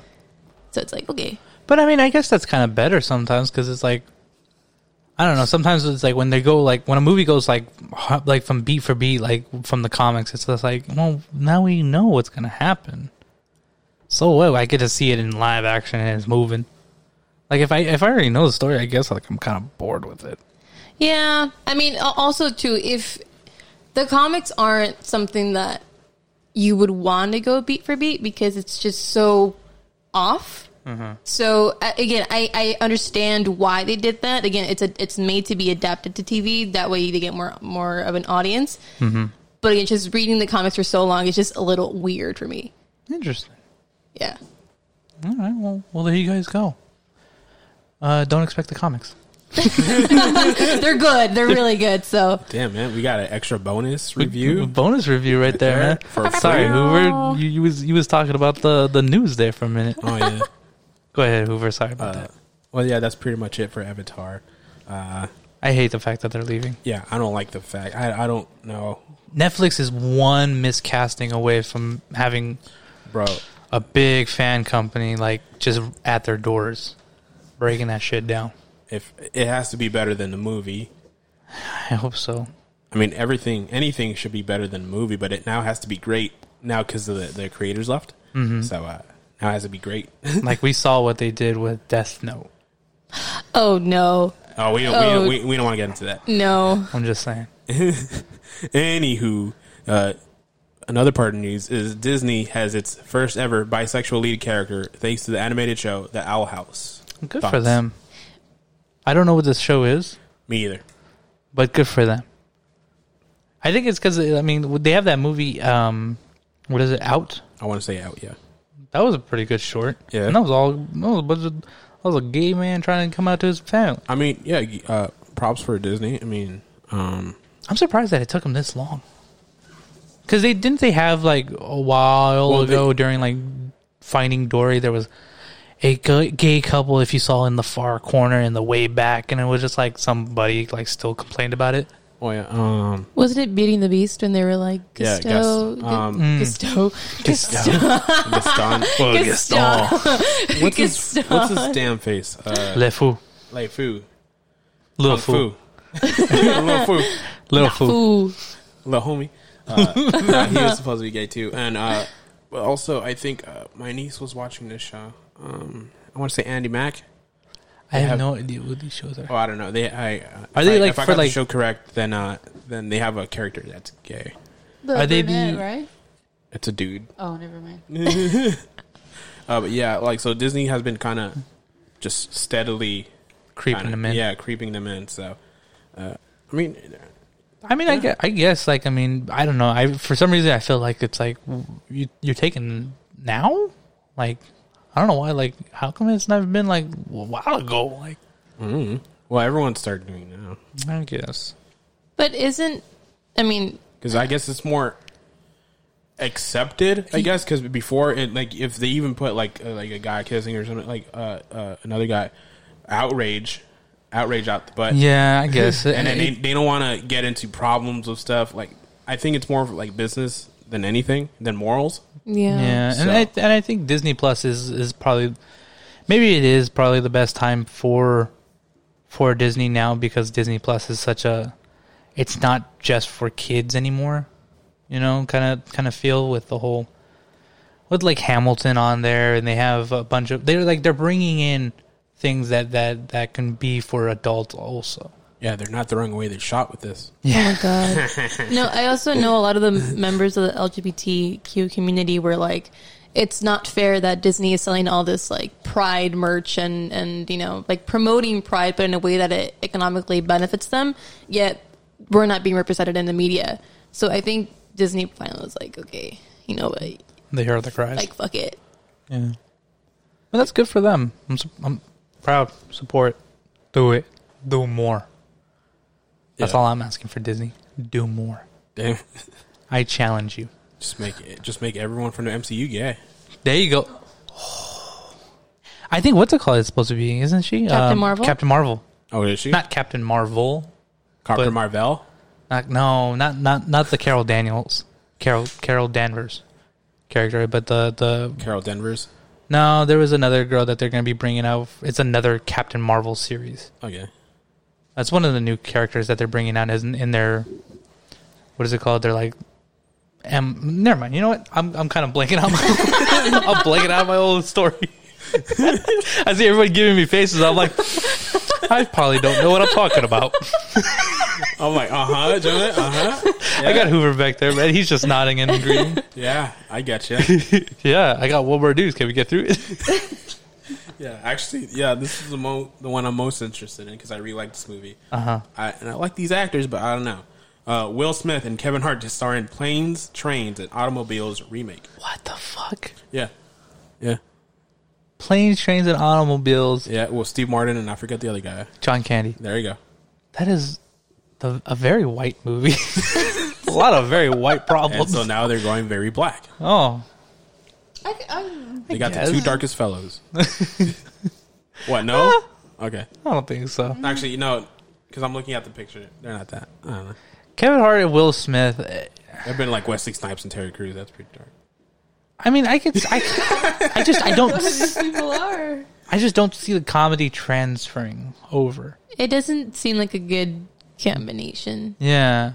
Speaker 3: So it's like okay,
Speaker 1: But I mean, I guess that's kind of better sometimes because it's like, I don't know. Sometimes it's like when they go like when a movie goes like h- like from beat for beat like from the comics. It's just like, well, now we know what's gonna happen. So what? I get to see it in live action and it's moving. Like if I if I already know the story, I guess like I'm kind of bored with it.
Speaker 3: Yeah, I mean, al- also too, if the comics aren't something that you would want to go beat for beat because it's just so off So a- again, I, I understand why they did that. Again, it's a it's made to be adapted to TV. That way, they get more more of an audience. But again, just reading the comics for so long, it's just a little weird for me.
Speaker 1: Interesting.
Speaker 3: Yeah.
Speaker 1: All right. Well, well, there you guys go. Uh, don't expect the comics.
Speaker 3: They're good. They're really good. So
Speaker 2: Damn, man, we got an extra bonus review.
Speaker 1: bonus review right there, man.
Speaker 2: For
Speaker 1: Sorry,
Speaker 2: free.
Speaker 1: Hoover. You, you was you was talking about the the news there for a minute.
Speaker 2: Oh yeah.
Speaker 1: Go ahead, Hoover. Sorry about
Speaker 2: Uh,
Speaker 1: that.
Speaker 2: well, yeah, that's pretty much it for Avatar. Uh,
Speaker 1: I hate the fact that they're leaving.
Speaker 2: yeah, I don't like the fact. I I don't know,
Speaker 1: Netflix is one miscasting away from having
Speaker 2: bro.
Speaker 1: a big fan company like just at their doors, breaking that shit down.
Speaker 2: If it has to be better than the movie,
Speaker 1: I hope so.
Speaker 2: I mean, everything, anything should be better than the movie, but it now has to be great now because the the creators left. So uh, now it has to be great.
Speaker 1: Like we saw what they did with Death Note.
Speaker 3: oh no
Speaker 2: oh, we don't,
Speaker 3: Oh.
Speaker 2: we, we, we don't want to get into that.
Speaker 3: no
Speaker 1: I'm just saying.
Speaker 2: Anywho, uh, another part of news is Disney has its first ever bisexual lead character thanks to the animated show The Owl House.
Speaker 1: Good for
Speaker 2: Thoughts?
Speaker 1: them. I don't know what this show is,
Speaker 2: Me either.
Speaker 1: but good for them. I think it's because I mean they have that movie. Um, what is it? Out.
Speaker 2: I want to say out. Yeah.
Speaker 1: That was a pretty good short.
Speaker 2: Yeah.
Speaker 1: and that was all. That was a bunch of. That was a gay man trying to come out to his family.
Speaker 2: I mean, yeah. Uh, props for Disney. I mean, um,
Speaker 1: I'm surprised that it took him this long. Because they didn't they have like a while
Speaker 2: Well,
Speaker 1: ago
Speaker 2: they-
Speaker 1: during like Finding Dory there was a g- gay couple if you saw in the far corner in the way back and it was just like somebody like still complained about it.
Speaker 2: oh yeah. Um,
Speaker 3: wasn't it beating the beast when they were like
Speaker 2: Yeah,
Speaker 3: Gusto
Speaker 2: Gus- um,
Speaker 3: Gusto
Speaker 2: Gaston. Gaston. Well, oh.
Speaker 3: Gaston.
Speaker 2: What's his,
Speaker 3: Gaston.
Speaker 2: what's his damn face? Uh,
Speaker 1: Le Fou.
Speaker 2: like foo.
Speaker 1: Little
Speaker 2: Little
Speaker 1: Fou.
Speaker 2: foo. Little foo.
Speaker 1: Little Fou.
Speaker 3: Ooh.
Speaker 2: Little homie. Uh, no, he was supposed to be gay too. And uh, but also, I think uh, my niece was watching this show. Um, I want to say Andy Mack.
Speaker 1: I have
Speaker 2: have-
Speaker 1: no idea what these shows are.
Speaker 2: Oh, I don't know. They I uh,
Speaker 1: Are
Speaker 2: if
Speaker 1: they,
Speaker 2: I-
Speaker 1: like,
Speaker 2: if I
Speaker 1: for,
Speaker 2: got
Speaker 1: like-
Speaker 2: the show correct? Then uh, then they have a character that's gay.
Speaker 4: The
Speaker 1: Are they
Speaker 4: brunette,
Speaker 1: the-
Speaker 4: right?
Speaker 2: It's a dude.
Speaker 4: Oh, never mind.
Speaker 2: Uh, but yeah, like so Disney has been kind of just steadily
Speaker 1: Creeping
Speaker 2: kinda-
Speaker 1: them in.
Speaker 2: Yeah, creeping them in. So, uh, I mean,
Speaker 1: I mean, I, gue- I guess like I mean I don't know. I for some reason I feel like it's like w- you you're taking now. Like I don't know why. Like how come it's never been like a while ago? Like
Speaker 2: mm, well, everyone started doing it now
Speaker 1: I guess
Speaker 3: but isn't I mean
Speaker 2: because I guess it's more accepted. I guess because before it, like, if they even put like uh, like a guy kissing or something, like uh, uh, another guy, outrage, outrage out the butt.
Speaker 1: Yeah, I guess.
Speaker 2: and then they,
Speaker 1: It-
Speaker 2: they don't want to get into problems of stuff. Like, I think it's more of like business than anything than morals.
Speaker 3: yeah
Speaker 1: yeah, and
Speaker 2: So-
Speaker 1: I and I think Disney Plus is is probably maybe it is probably the best time for for Disney now because Disney Plus is such a it's not just for kids anymore. You know, kind of kind of feel with the whole with like Hamilton on there and they have a bunch of they're like they're bringing in things that that that can be for adults also.
Speaker 2: Yeah, they're not throwing away their shot with this.
Speaker 3: Oh my god. no, I also know a lot of the members of the LGBTQ community were like it's not fair that Disney is selling all this like pride merch and and you know, like promoting pride but in a way that it economically benefits them, yet we're not being represented in the media. So I think Disney finally was like, okay, you know what?
Speaker 1: They hear the cries.
Speaker 3: Like fuck it.
Speaker 1: yeah. But that's good for them. I'm su- I'm proud support. Do it. Do more. That's
Speaker 2: Yeah.
Speaker 1: all I'm asking for Disney. Do more.
Speaker 2: Damn.
Speaker 1: I challenge you.
Speaker 2: Just make it. Just make everyone from the MCU gay.
Speaker 1: There you go. I think what's it called? It's supposed to be, isn't she? Um,
Speaker 3: Captain Marvel?
Speaker 1: Captain Marvel.
Speaker 2: Oh, is she?
Speaker 1: Not Captain Marvel.
Speaker 2: Copper
Speaker 1: But-
Speaker 2: Marvell.
Speaker 1: Not, no, not not not the Carol Daniels. Carol Carol Danvers character, but the the
Speaker 2: Carol Denvers.
Speaker 1: no, there was another girl that they're going to be bringing out. It's another Captain Marvel series.
Speaker 2: Okay.
Speaker 1: That's one of the new characters that they're bringing out in, in their what is it called? They're like, M. Never mind. You know what? I'm I'm kind of blanking out. My, I'm blanking out my old story. I see everybody giving me faces. I'm like, I probably don't know what I'm talking about.
Speaker 2: I'm like, uh huh, Jonah, uh huh.
Speaker 1: I got Hoover back there, man. He's just nodding and agreeing.
Speaker 2: Yeah, I got you.
Speaker 1: yeah, I got one more news. Can we get through it?
Speaker 2: Yeah, actually, yeah, this is the mo- the one I'm most interested in because I really like this movie.
Speaker 1: Uh-huh.
Speaker 2: I, and I like these actors, but I don't know. Uh, Will Smith and Kevin Hart just star in Planes, Trains, and Automobiles remake.
Speaker 1: What the fuck?
Speaker 2: Yeah, yeah,
Speaker 1: Planes, trains, and automobiles.
Speaker 2: yeah. Well, Steve Martin and I forget the other guy.
Speaker 1: John Candy.
Speaker 2: There you go.
Speaker 1: That is the, a very white movie. a lot of very white
Speaker 2: And
Speaker 1: problems.
Speaker 2: so now they're going very black.
Speaker 1: oh,
Speaker 3: I, I,
Speaker 2: They got the
Speaker 1: guess.
Speaker 2: two darkest fellows. what? No. Okay.
Speaker 1: I don't think so.
Speaker 2: Actually, you know, because I'm looking at the picture, they're not that. I don't know.
Speaker 1: Kevin Hart and Will Smith. eh,
Speaker 2: They've been like Wesley Snipes and Terry Crews. That's pretty dark.
Speaker 1: I mean, I could. I, I just. I don't.
Speaker 4: These people are.
Speaker 1: I just don't see the comedy transferring over.
Speaker 3: it doesn't seem like a good combination.
Speaker 1: Yeah.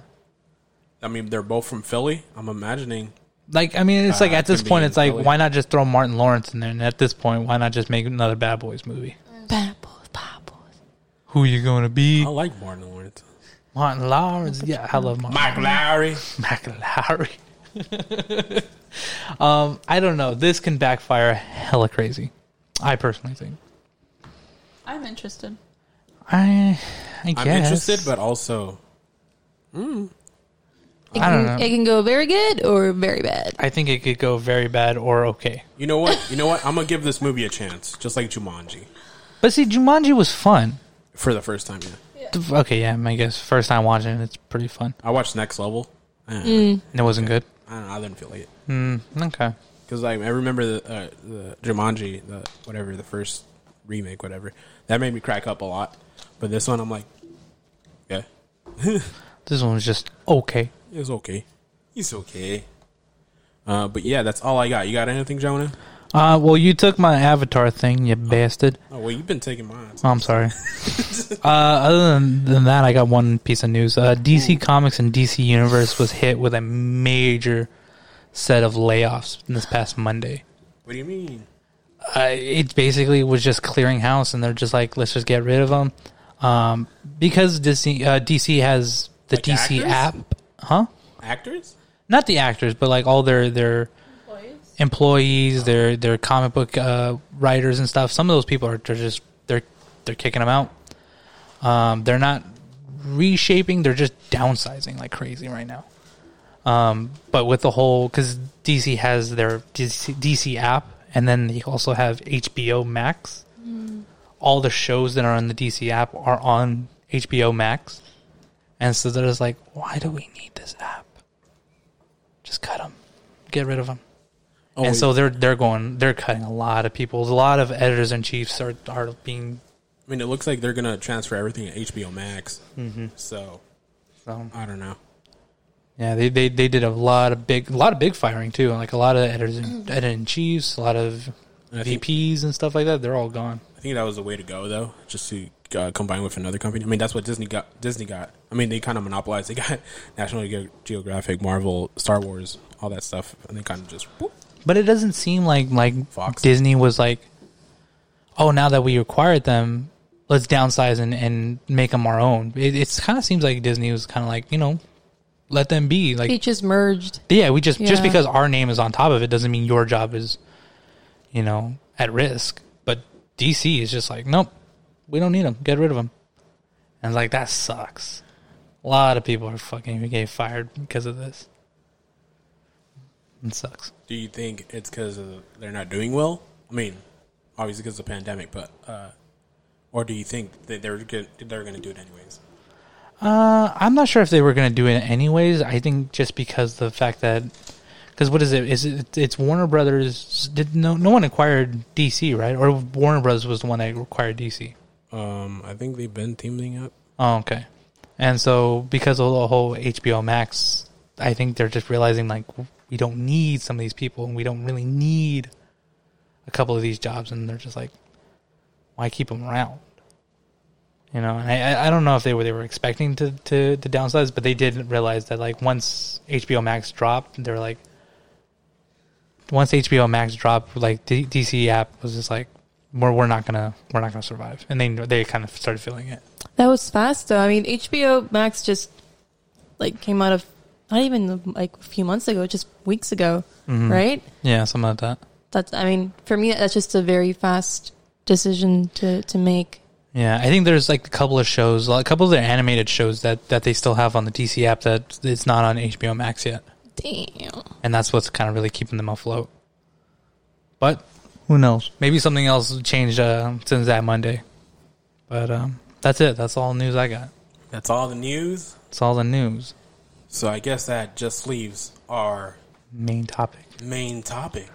Speaker 2: I mean, they're both from Philly. I'm imagining.
Speaker 1: Like I mean, it's
Speaker 2: Uh,
Speaker 1: like at this
Speaker 2: could be
Speaker 1: point,
Speaker 2: in
Speaker 1: it's like
Speaker 2: Philly.
Speaker 1: why not just throw Martin Lawrence in there? And at this point, why not just make another Bad Boys movie?
Speaker 3: Bad boys, bad boys.
Speaker 1: Who you going to be,
Speaker 2: I like Martin Lawrence.
Speaker 1: Martin Lawrence? Yeah, I love Martin.
Speaker 2: Mike Lowry.
Speaker 1: McLaren. um, I don't know. This can backfire hella crazy. I personally think.
Speaker 4: I'm interested.
Speaker 1: I, I guess.
Speaker 2: I'm interested, but also
Speaker 3: It
Speaker 1: I don't
Speaker 3: can-
Speaker 1: know.
Speaker 3: It can go very good or very bad.
Speaker 1: I think it could go very bad or okay.
Speaker 2: You know what? You know what? I'm gonna give this movie a chance, just like Jumanji,
Speaker 1: But see, Jumanji was fun.
Speaker 2: for the first time. Yeah,
Speaker 1: Th- Okay, yeah, I guess first time watching it, it's pretty fun.
Speaker 2: I watched Next Level. Eh,
Speaker 1: And it wasn't good.
Speaker 2: I don't know. I didn't feel like it
Speaker 1: Okay.
Speaker 2: because I, I remember the, uh, the Jumanji, the whatever the first remake, whatever that made me crack up a lot. But this one, I'm like, yeah,
Speaker 1: This one was just okay.
Speaker 2: it's okay. It's okay. Uh, but yeah, that's all I got. You got anything, Jonah?
Speaker 1: Uh, well, you took my avatar thing, you bastard.
Speaker 2: Oh well, you've been taking mine.
Speaker 1: Oh, I'm sorry. uh, other than, than that, I got one piece of news. Uh, DC Comics and DC Universe was hit with a major set of layoffs this past Monday.
Speaker 2: What do you mean?
Speaker 1: Uh, it basically was just clearing house, and they're just like, let's just get rid of them. Um, because DC, uh, DC has the
Speaker 2: Like
Speaker 1: DC
Speaker 2: actors?
Speaker 1: app, huh?
Speaker 2: Actors?
Speaker 1: Not the actors, but like all their their
Speaker 4: Employees.
Speaker 1: employees, their their comic book uh, writers and stuff. Some of those people are they're just they're they're kicking them out. Um, they're not reshaping; they're just downsizing like crazy right now. Um, but with the whole because DC has their DC, DC app, and then they also have HBO Max. All the shows that are on the DC app are on HBO Max, and so they're just like, why do we need this app? Just cut them, get rid of them
Speaker 2: Oh,
Speaker 1: and so they're they're going they're cutting a lot of people. A lot of editors and chiefs are are being
Speaker 2: I mean, it looks like they're gonna transfer everything to HBO Max. Mm-hmm. So
Speaker 1: um,
Speaker 2: I don't know.
Speaker 1: yeah they, they they did a lot of big a lot of big firing too. Like a lot of editors and editor in chiefs, a lot of
Speaker 2: And I think-
Speaker 1: VPs and stuff like that. They're all gone.
Speaker 2: I think that was the way to go, though, just to uh, combine with another company. I mean, that's what Disney got. Disney got. I mean, they kind of monopolized. They got National Ge- Geographic, Marvel, Star Wars, all that stuff, and they kind of just. whoop.
Speaker 1: But it doesn't seem like like
Speaker 2: Fox.
Speaker 1: Disney was like, oh, now that we acquired them, let's downsize and and make them our own. It it's kind of seems like Disney was kind of like you know, let them be like
Speaker 3: They just merged.
Speaker 1: Yeah, we just just
Speaker 3: Yeah.
Speaker 1: because our name is on top of it doesn't mean your job is, you know, at risk. But DC is just like, nope, we don't need them. Get rid of them. And like that sucks. A lot of people are fucking getting fired because of this. It sucks.
Speaker 2: Do you think it's because they're not doing well? I mean, obviously because of the pandemic, but uh, or do you think that they're go- they're going to do it anyways?
Speaker 1: Uh, I'm not sure if they were going to do it anyways. I think just because the fact that, because what is it? Is it? It's Warner Brothers. Did no no one acquired DC right? Or Warner Brothers was the one that acquired DC.
Speaker 2: Um, I think they've been teaming up.
Speaker 1: Oh, okay. And so because of the whole HBO Max, I think they're just realizing like we don't need some of these people and we don't really need a couple of these jobs and they're just like why keep them around? You know, and I- I, I don't know if they were they were expecting to, to, to downsize, but they did realize that like once HBO Max dropped, they were like once HBO Max dropped, like D- DC app was just like we're, we're not gonna we're not gonna survive, and they they kind of started feeling it.
Speaker 3: That was fast though. I mean, HBO Max just like came out of not even like a few months ago, just weeks ago, right?
Speaker 1: Mm-hmm. Yeah, something like that.
Speaker 3: That's I mean, for me, that's just a very fast decision to, to make.
Speaker 1: Yeah, I think there's like a couple of shows, a couple of their animated shows that that they still have on the DC app that it's not on HBO Max yet,
Speaker 3: Damn.
Speaker 1: and that's what's kind of really keeping them afloat. But who knows? Maybe something else changed uh, since that Monday. But um, that's it. That's all news I got.
Speaker 2: That's all the news.
Speaker 1: That's all the news.
Speaker 2: So I guess that just leaves our
Speaker 1: Main topic.
Speaker 2: main topic.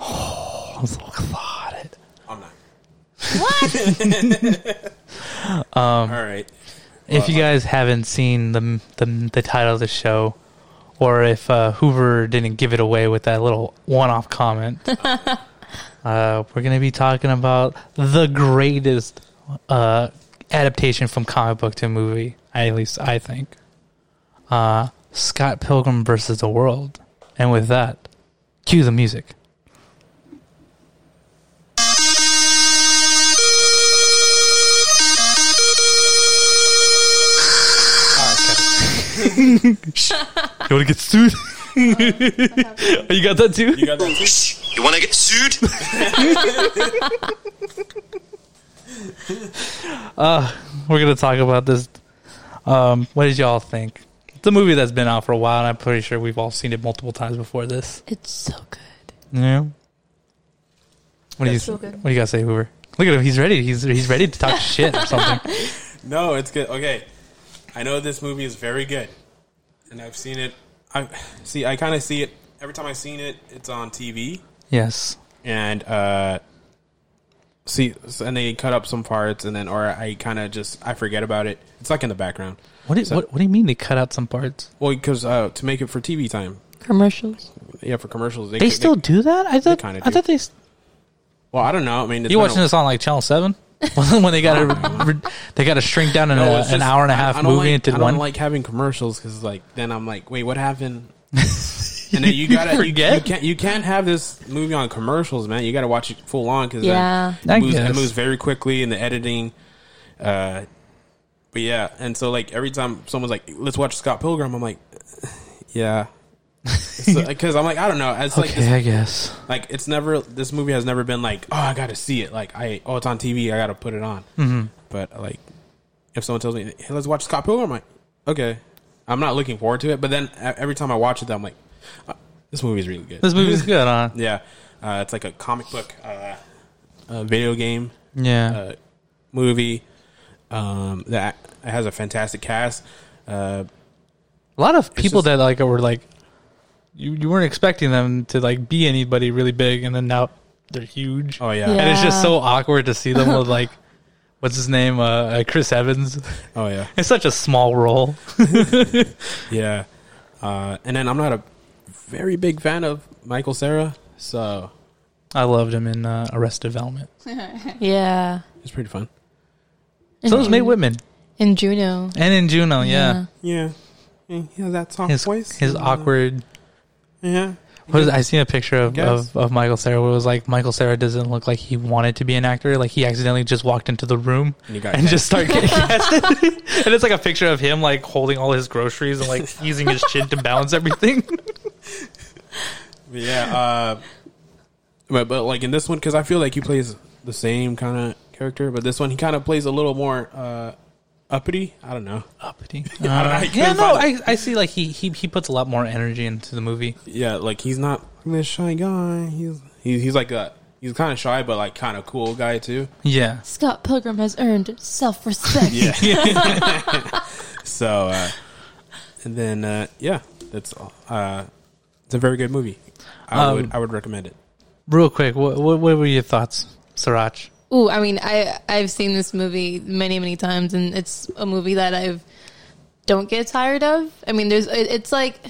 Speaker 1: I'm so excited.
Speaker 2: I'm not.
Speaker 3: What?
Speaker 1: Um,
Speaker 2: all right.
Speaker 1: If you guys haven't seen the, the the title of the show, or if uh, Hoover didn't give it away with that little one-off comment, uh, we're going to be talking about the greatest uh, adaptation from comic book to movie. At least I think. Uh, Scott Pilgrim versus the World, and with that, cue the music.
Speaker 2: Uh,
Speaker 1: You want to get sued? Oh, you got that too?
Speaker 2: You got that too?
Speaker 5: You want to get sued?
Speaker 1: we're gonna talk about this. Um, what did y'all think? It's a movie that's been out for a while, and I'm pretty sure we've all seen it multiple times before this.
Speaker 3: it's so good.
Speaker 1: Yeah. What do you
Speaker 4: That's so good.
Speaker 1: What do you gotta say, Hoover? Look at him. He's ready. He's he's ready to talk shit or something.
Speaker 2: No, it's good. Okay, I know this movie is very good, and I've seen it. I see. I kind of see it every time I've seen it. It's on TV,
Speaker 1: Yes.
Speaker 2: and uh, see, and they cut up some parts, and then or I kind of just I forget about it. It's like in the background.
Speaker 1: What do, what what do you mean they cut out some parts?
Speaker 2: Well, because uh, to make it for TV time,
Speaker 3: Commercials.
Speaker 2: yeah, for commercials,
Speaker 1: They still do that? I thought
Speaker 2: kinda
Speaker 1: I
Speaker 2: do.
Speaker 1: thought they. s-
Speaker 2: well, I don't know. I mean, it's
Speaker 1: You
Speaker 2: been
Speaker 1: watching
Speaker 2: a-
Speaker 1: this on like Channel Seven? when they got to they got to shrink down in
Speaker 2: No,
Speaker 1: a,
Speaker 2: it's
Speaker 1: an
Speaker 2: just-
Speaker 1: hour and a
Speaker 2: I-
Speaker 1: half
Speaker 2: I don't
Speaker 1: movie
Speaker 2: like,
Speaker 1: into
Speaker 2: I don't
Speaker 1: one.
Speaker 2: like having commercials because like then I'm like, wait, what happened? and then you gotta you-
Speaker 1: forget?
Speaker 2: You, can't you can't have this movie on commercials, man. You gotta watch it full on because
Speaker 3: Yeah.
Speaker 1: I
Speaker 2: it moves, it
Speaker 1: guess.
Speaker 2: moves very quickly in the editing. Uh, but yeah, and so like every time someone's like, let's watch Scott Pilgrim, I'm like, yeah. Because I'm like I don't know. It's like
Speaker 1: okay,
Speaker 2: this,
Speaker 1: I guess.
Speaker 2: like it's never this movie has never been like oh I gotta see it like I oh it's on TV I gotta put it on. But like if someone tells me hey let's watch Scott Pilgrim, I'm like okay, I'm not looking forward to it. But then e- every time I watch it, I'm like uh, this movie is really good.
Speaker 1: This movie's good, huh?
Speaker 2: yeah, uh, it's like a comic book, uh, a video game
Speaker 1: Yeah.
Speaker 2: uh, movie um, that has a fantastic cast. Uh,
Speaker 1: A lot of people
Speaker 2: just-
Speaker 1: that like were like, you you weren't expecting them to like be anybody really big, and then now they're huge.
Speaker 2: oh yeah.
Speaker 3: Yeah.
Speaker 1: And it's just so awkward to see them with like, what's his name, uh, uh, Chris Evans.
Speaker 2: oh yeah.
Speaker 1: It's such a small role.
Speaker 2: Yeah. Uh, and then I'm not a very big fan of Michael Sarah, so
Speaker 1: I loved him in uh, Arrested Development.
Speaker 3: Yeah.
Speaker 2: it's pretty fun.
Speaker 1: So was May Whitman
Speaker 3: And Juno.
Speaker 1: and in Juno. Yeah,
Speaker 2: Yeah. Yeah, that soft
Speaker 1: his his awkward.
Speaker 2: Yeah.
Speaker 1: What is, I seen a picture of,
Speaker 2: Yes.
Speaker 1: of, of Michael Sarah where it was like Michael Sarah doesn't look like he wanted to be an actor. Like he accidentally just walked into the room
Speaker 2: And he
Speaker 1: and,
Speaker 2: got catch.
Speaker 1: just started getting casted. and it's like a picture of him like holding all his groceries and like using his chin to balance everything.
Speaker 2: But yeah. Uh, but but like in this one, because I feel like he plays the same kind of character, but this one he kind of plays a little more uh, uppity. I don't know.
Speaker 1: Uppity.
Speaker 2: don't know, I
Speaker 1: Uh, yeah,
Speaker 2: couldn't
Speaker 1: no, I,
Speaker 2: find
Speaker 1: I see. Like he, he he puts a lot more energy into the movie.
Speaker 2: Yeah, like he's not this shy guy. He's he, he's like a he's kind of shy, but like kind of cool guy too.
Speaker 1: Yeah,
Speaker 3: Scott Pilgrim has earned self respect.
Speaker 2: So uh, and then uh, yeah, that's all. Uh, it's a very good movie. I
Speaker 1: Um,
Speaker 2: would I would recommend it.
Speaker 1: real quick, what what, what were your thoughts, Sirach?
Speaker 3: Ooh, I mean, I I've seen this movie many many times, and it's a movie that I've don't get tired of. I mean, there's it, it's like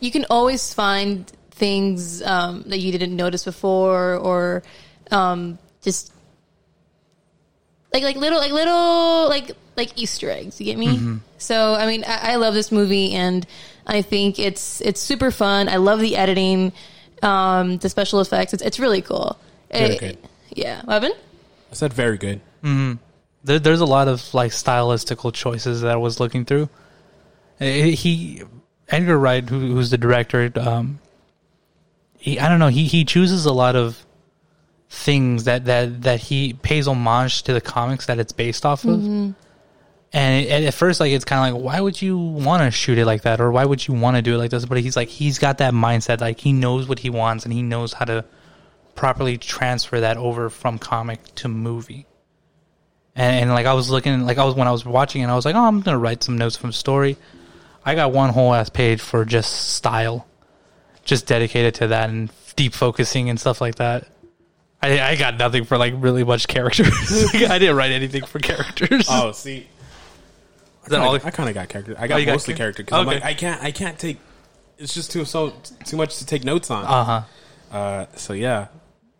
Speaker 3: you can always find things um, that you didn't notice before, or um, just like like little like little like like Easter eggs. You get me? So I mean, I, I love this movie, and I think it's it's super fun. I love the editing, um, the special effects. It's it's really cool.
Speaker 2: Very
Speaker 3: It-
Speaker 2: good.
Speaker 3: yeah, Evan.
Speaker 2: I said very good.
Speaker 1: There, there's a lot of like stylistical choices that I was looking through. Eh, He Edgar Wright, who, who's the director, um, he I don't know. He he chooses a lot of things that that that he pays homage to the comics that it's based off of. And it, and at first, like it's kind of like, why would you want to shoot it like that, or why would you want to do it like this? But he's like, he's got that mindset, like he knows what he wants, and he knows how to properly transfer that over from comic to movie. And, and like I was looking, like I was when I was watching, and I was like, oh, I'm gonna write some notes from story. I got one whole ass page for just style, just dedicated to that and deep focusing and stuff like that. I I got nothing for like really much characters. Like, I didn't write anything for characters.
Speaker 2: Oh, see,
Speaker 1: Is that all the-
Speaker 2: I kind of got character. I got
Speaker 1: you got
Speaker 2: mostly
Speaker 1: char-
Speaker 2: character because
Speaker 1: Okay.
Speaker 2: I'm like, I can't, I can't take. It's just too so too much to take notes on.
Speaker 1: Uh huh.
Speaker 2: Uh, so yeah.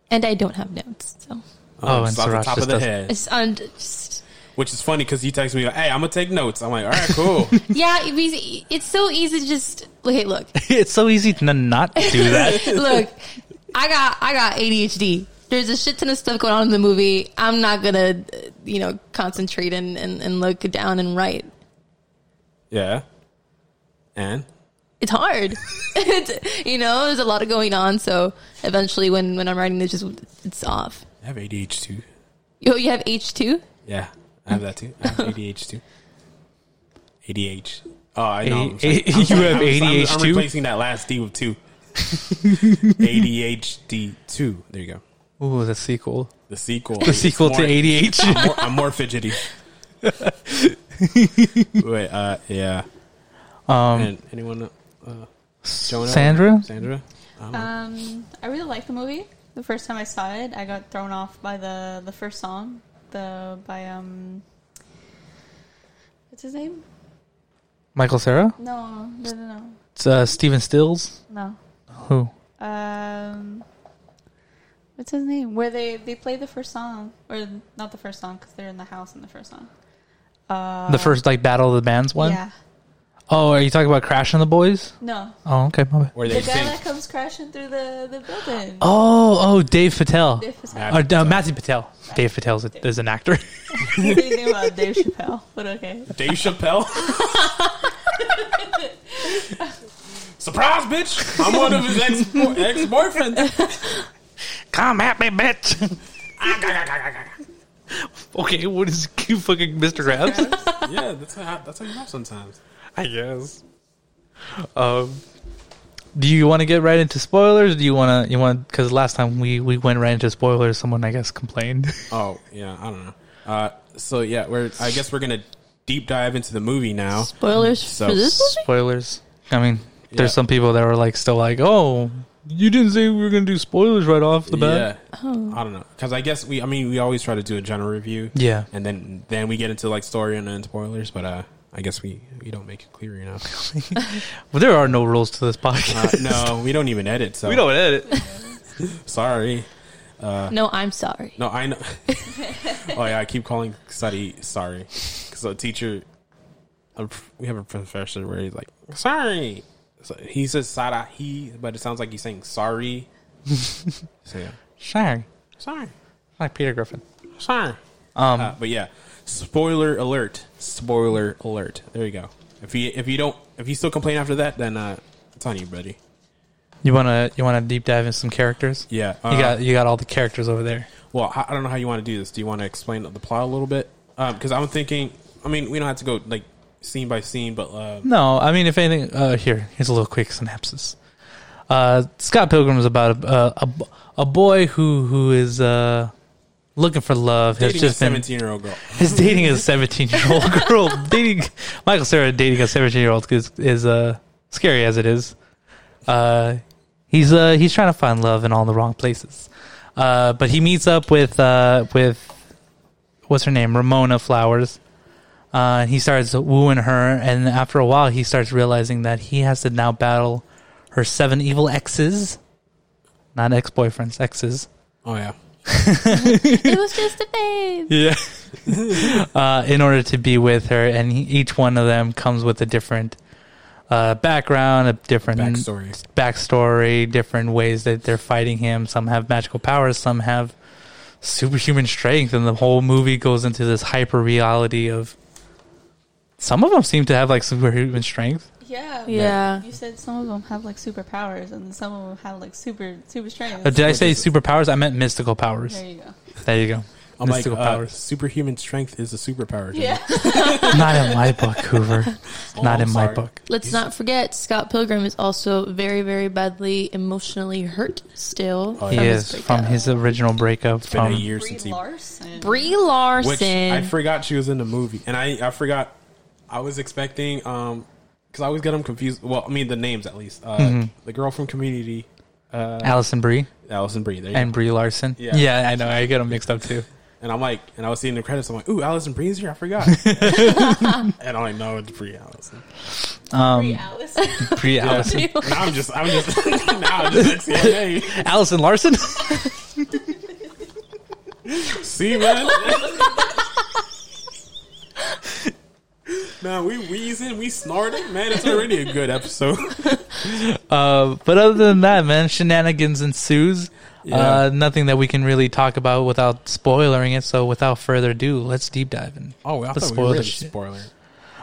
Speaker 3: And I don't have notes, so
Speaker 1: Oh, and
Speaker 2: Just off the
Speaker 1: Sirach
Speaker 2: top of
Speaker 1: just
Speaker 2: the
Speaker 1: doesn't-
Speaker 2: head,
Speaker 3: it's on. Just,
Speaker 2: which is funny because he texts me like, "Hey, I'm gonna take notes." I'm like, "All right, cool."
Speaker 3: yeah, it'd be- it's so easy to just hey, look,
Speaker 1: it's so easy to not do that.
Speaker 3: look. I got I got ADHD. There's a shit ton of stuff going on in the movie. I'm not gonna, uh, you know, concentrate and, and, and look down and write.
Speaker 2: yeah. And
Speaker 3: It's hard. it's, you know, there's a lot of going on. So eventually, when when I'm writing, it's just it's off.
Speaker 2: I have ADH too.
Speaker 3: Yo, you have H two.
Speaker 2: Yeah, I have that too. I have ADH too. ADH. Oh, I know. I'm
Speaker 1: A-
Speaker 2: sorry.
Speaker 1: A-
Speaker 2: I'm
Speaker 1: you
Speaker 2: sorry.
Speaker 1: have
Speaker 2: I'm- I'm-
Speaker 1: ADH
Speaker 2: I'm
Speaker 1: too?
Speaker 2: replacing that last D with two. ADHD two. There you go.
Speaker 1: Ooh, the sequel.
Speaker 2: The sequel.
Speaker 1: The sequel to ADH.
Speaker 2: I'm more, I'm more fidgety. Wait, uh, yeah.
Speaker 1: Um,
Speaker 2: And anyone? Uh, Jonah?
Speaker 1: Sandra?
Speaker 2: Sandra.
Speaker 4: Um, I really liked the movie. The first time I saw it, I got thrown off by the the first song, the by um, what's his name?
Speaker 1: Michael Sarah.
Speaker 4: No, no, no,
Speaker 1: It's uh, Steven Stills.
Speaker 4: no.
Speaker 1: Who?
Speaker 4: no. Um, what's his name? Where they they play the first song, or not the first song because they're in the house in the first song. Uh,
Speaker 1: the first like battle of the bands one.
Speaker 4: Yeah.
Speaker 1: Oh, are you talking about Crash and the Boys?
Speaker 4: No,
Speaker 1: Oh, okay, my bad.
Speaker 2: Where
Speaker 4: the
Speaker 2: they
Speaker 4: guy
Speaker 2: think?
Speaker 4: that comes crashing through the the building.
Speaker 1: Oh, oh, Dave Patel.
Speaker 4: Dave Chappelle.
Speaker 1: Or, uh, Matthew Patel. Dave Patel is, a- is an actor.
Speaker 4: Anything about Dave Chappelle, but okay.
Speaker 2: Dave Chappelle. Surprise, bitch! I'm one of his ex ex boyfriends.
Speaker 1: Come at me, bitch. okay, what is you fucking Mr. Krabs?
Speaker 2: yeah, that's how, that's how you laugh sometimes.
Speaker 1: I guess. Um, do you want to get right into spoilers? Do you want to? You want because last time we we went right into spoilers. Someone I guess complained.
Speaker 2: Oh yeah, I don't know. Uh, so yeah, we're I guess we're gonna deep dive into the movie now.
Speaker 3: Spoilers
Speaker 2: So-
Speaker 3: for this movie.
Speaker 1: spoilers. I mean, there's
Speaker 2: Yeah.
Speaker 1: some people that were like still like, oh, you didn't say we were gonna do spoilers right off the bat.
Speaker 2: Yeah, I don't know because I guess we I mean we always try to do a general review.
Speaker 1: Yeah.
Speaker 2: and then then we get into like story and then spoilers, but uh, I guess we we don't make it clear enough.
Speaker 1: Well, there are no rules to this podcast.
Speaker 2: Uh, no, we don't even edit. So
Speaker 1: We don't edit.
Speaker 2: Sorry.
Speaker 3: No, I'm sorry.
Speaker 2: No, I know. oh yeah, I keep calling study sorry because a teacher, a pr- we have a professor where he's like sorry. So he says sada he, but it sounds like he's saying sorry. so yeah,
Speaker 1: Sorry,
Speaker 2: sorry,
Speaker 1: like Peter Griffin.
Speaker 2: sorry.
Speaker 1: Um,
Speaker 2: Uh, but yeah, spoiler alert! Spoiler alert! There you go. If you if you don't if you still complain after that, then uh, it's on you, buddy.
Speaker 1: you wanna you wanna deep dive into some characters?
Speaker 2: Yeah.
Speaker 1: you
Speaker 2: uh,
Speaker 1: got you got all the characters over there.
Speaker 2: Well, I I don't know how you want to do this. Do you want to explain the plot a little bit? Because I'm thinking, I mean, we don't have to go like scene by scene, but uh,
Speaker 1: No, I mean, if anything, uh, here here's a little quick synopsis. Uh, Scott Pilgrim is about a, a, a boy who who is uh, looking for love. has
Speaker 2: dating a
Speaker 1: just been-
Speaker 2: 17 year old girl.
Speaker 1: Is dating a 17 year old girl. dating Michael Sarah dating a 17 year old is is uh, scary as it is. Uh, he's uh, he's trying to find love in all the wrong places. Uh, but he meets up with uh, with what's her name Ramona Flowers. Uh, and he starts wooing her, and after a while, he starts realizing that he has to now battle her seven evil exes, not ex boyfriends, exes.
Speaker 2: Oh yeah,
Speaker 3: it was just a phase.
Speaker 1: Yeah. uh, in order to be with her, and he, each one of them comes with a different uh, background, a different
Speaker 2: backstory.
Speaker 1: backstory, different ways that they're fighting him. Some have magical powers, some have superhuman strength, and the whole movie goes into this hyper reality of Some of them seem to have like superhuman strength.
Speaker 4: Yeah.
Speaker 3: Yeah.
Speaker 4: You said some of them have like superpowers, and some of them have like super super strength.
Speaker 1: But Uh, did I say superpowers? I meant mystical powers.
Speaker 4: there you go.
Speaker 1: There you go.
Speaker 2: I'm like,
Speaker 1: mystical
Speaker 2: uh,
Speaker 1: powers.
Speaker 2: superhuman strength is a superpower. Jimmy.
Speaker 4: Yeah.
Speaker 1: Not in my book, Hoover.
Speaker 2: Oh,
Speaker 1: Not
Speaker 2: I'm
Speaker 1: in my
Speaker 2: sorry.
Speaker 1: book.
Speaker 3: Let's not forget Scott Pilgrim is also very, very badly emotionally hurt still
Speaker 2: Oh,
Speaker 1: He
Speaker 3: from
Speaker 1: is
Speaker 3: his
Speaker 1: from
Speaker 3: breakup.
Speaker 1: his original breakup.
Speaker 2: It's been
Speaker 1: From
Speaker 2: a year
Speaker 4: Brie
Speaker 2: since he
Speaker 4: Larson.
Speaker 3: Brie
Speaker 2: Which
Speaker 3: Larson.
Speaker 2: I forgot she was in the movie, and I I forgot I was expecting um because I always get them confused. Well, I mean the names at least. Uh,
Speaker 1: Mm-hmm.
Speaker 2: The girl from Community,
Speaker 1: Allison Brie
Speaker 2: Allison Brie, there you
Speaker 1: and
Speaker 2: go.
Speaker 1: Brie Larson.
Speaker 2: Yeah.
Speaker 1: Yeah. I know. I get them mixed up too.
Speaker 2: and I'm like, and I was seeing the credits, I'm like, ooh, Allison Brie's here, I forgot, and I'm like, no, it's Brie Allison.
Speaker 1: Um,
Speaker 4: Brie Allison.
Speaker 1: Brie Allison.
Speaker 2: now I'm just, I'm just, now I'm just like, yeah, hey,
Speaker 1: Allison Larson.
Speaker 2: see, man. Man, we wheezing, we snorting. Man, it's already a good episode.
Speaker 1: Uh, but other than that, man, shenanigans ensues.
Speaker 2: Yeah.
Speaker 1: Uh, nothing that we can really talk about without spoilering it. So, without further ado, let's deep dive in.
Speaker 2: Oh, I
Speaker 1: Let's
Speaker 2: thought we were
Speaker 1: spoil
Speaker 2: the
Speaker 1: the shit.
Speaker 2: spoiler.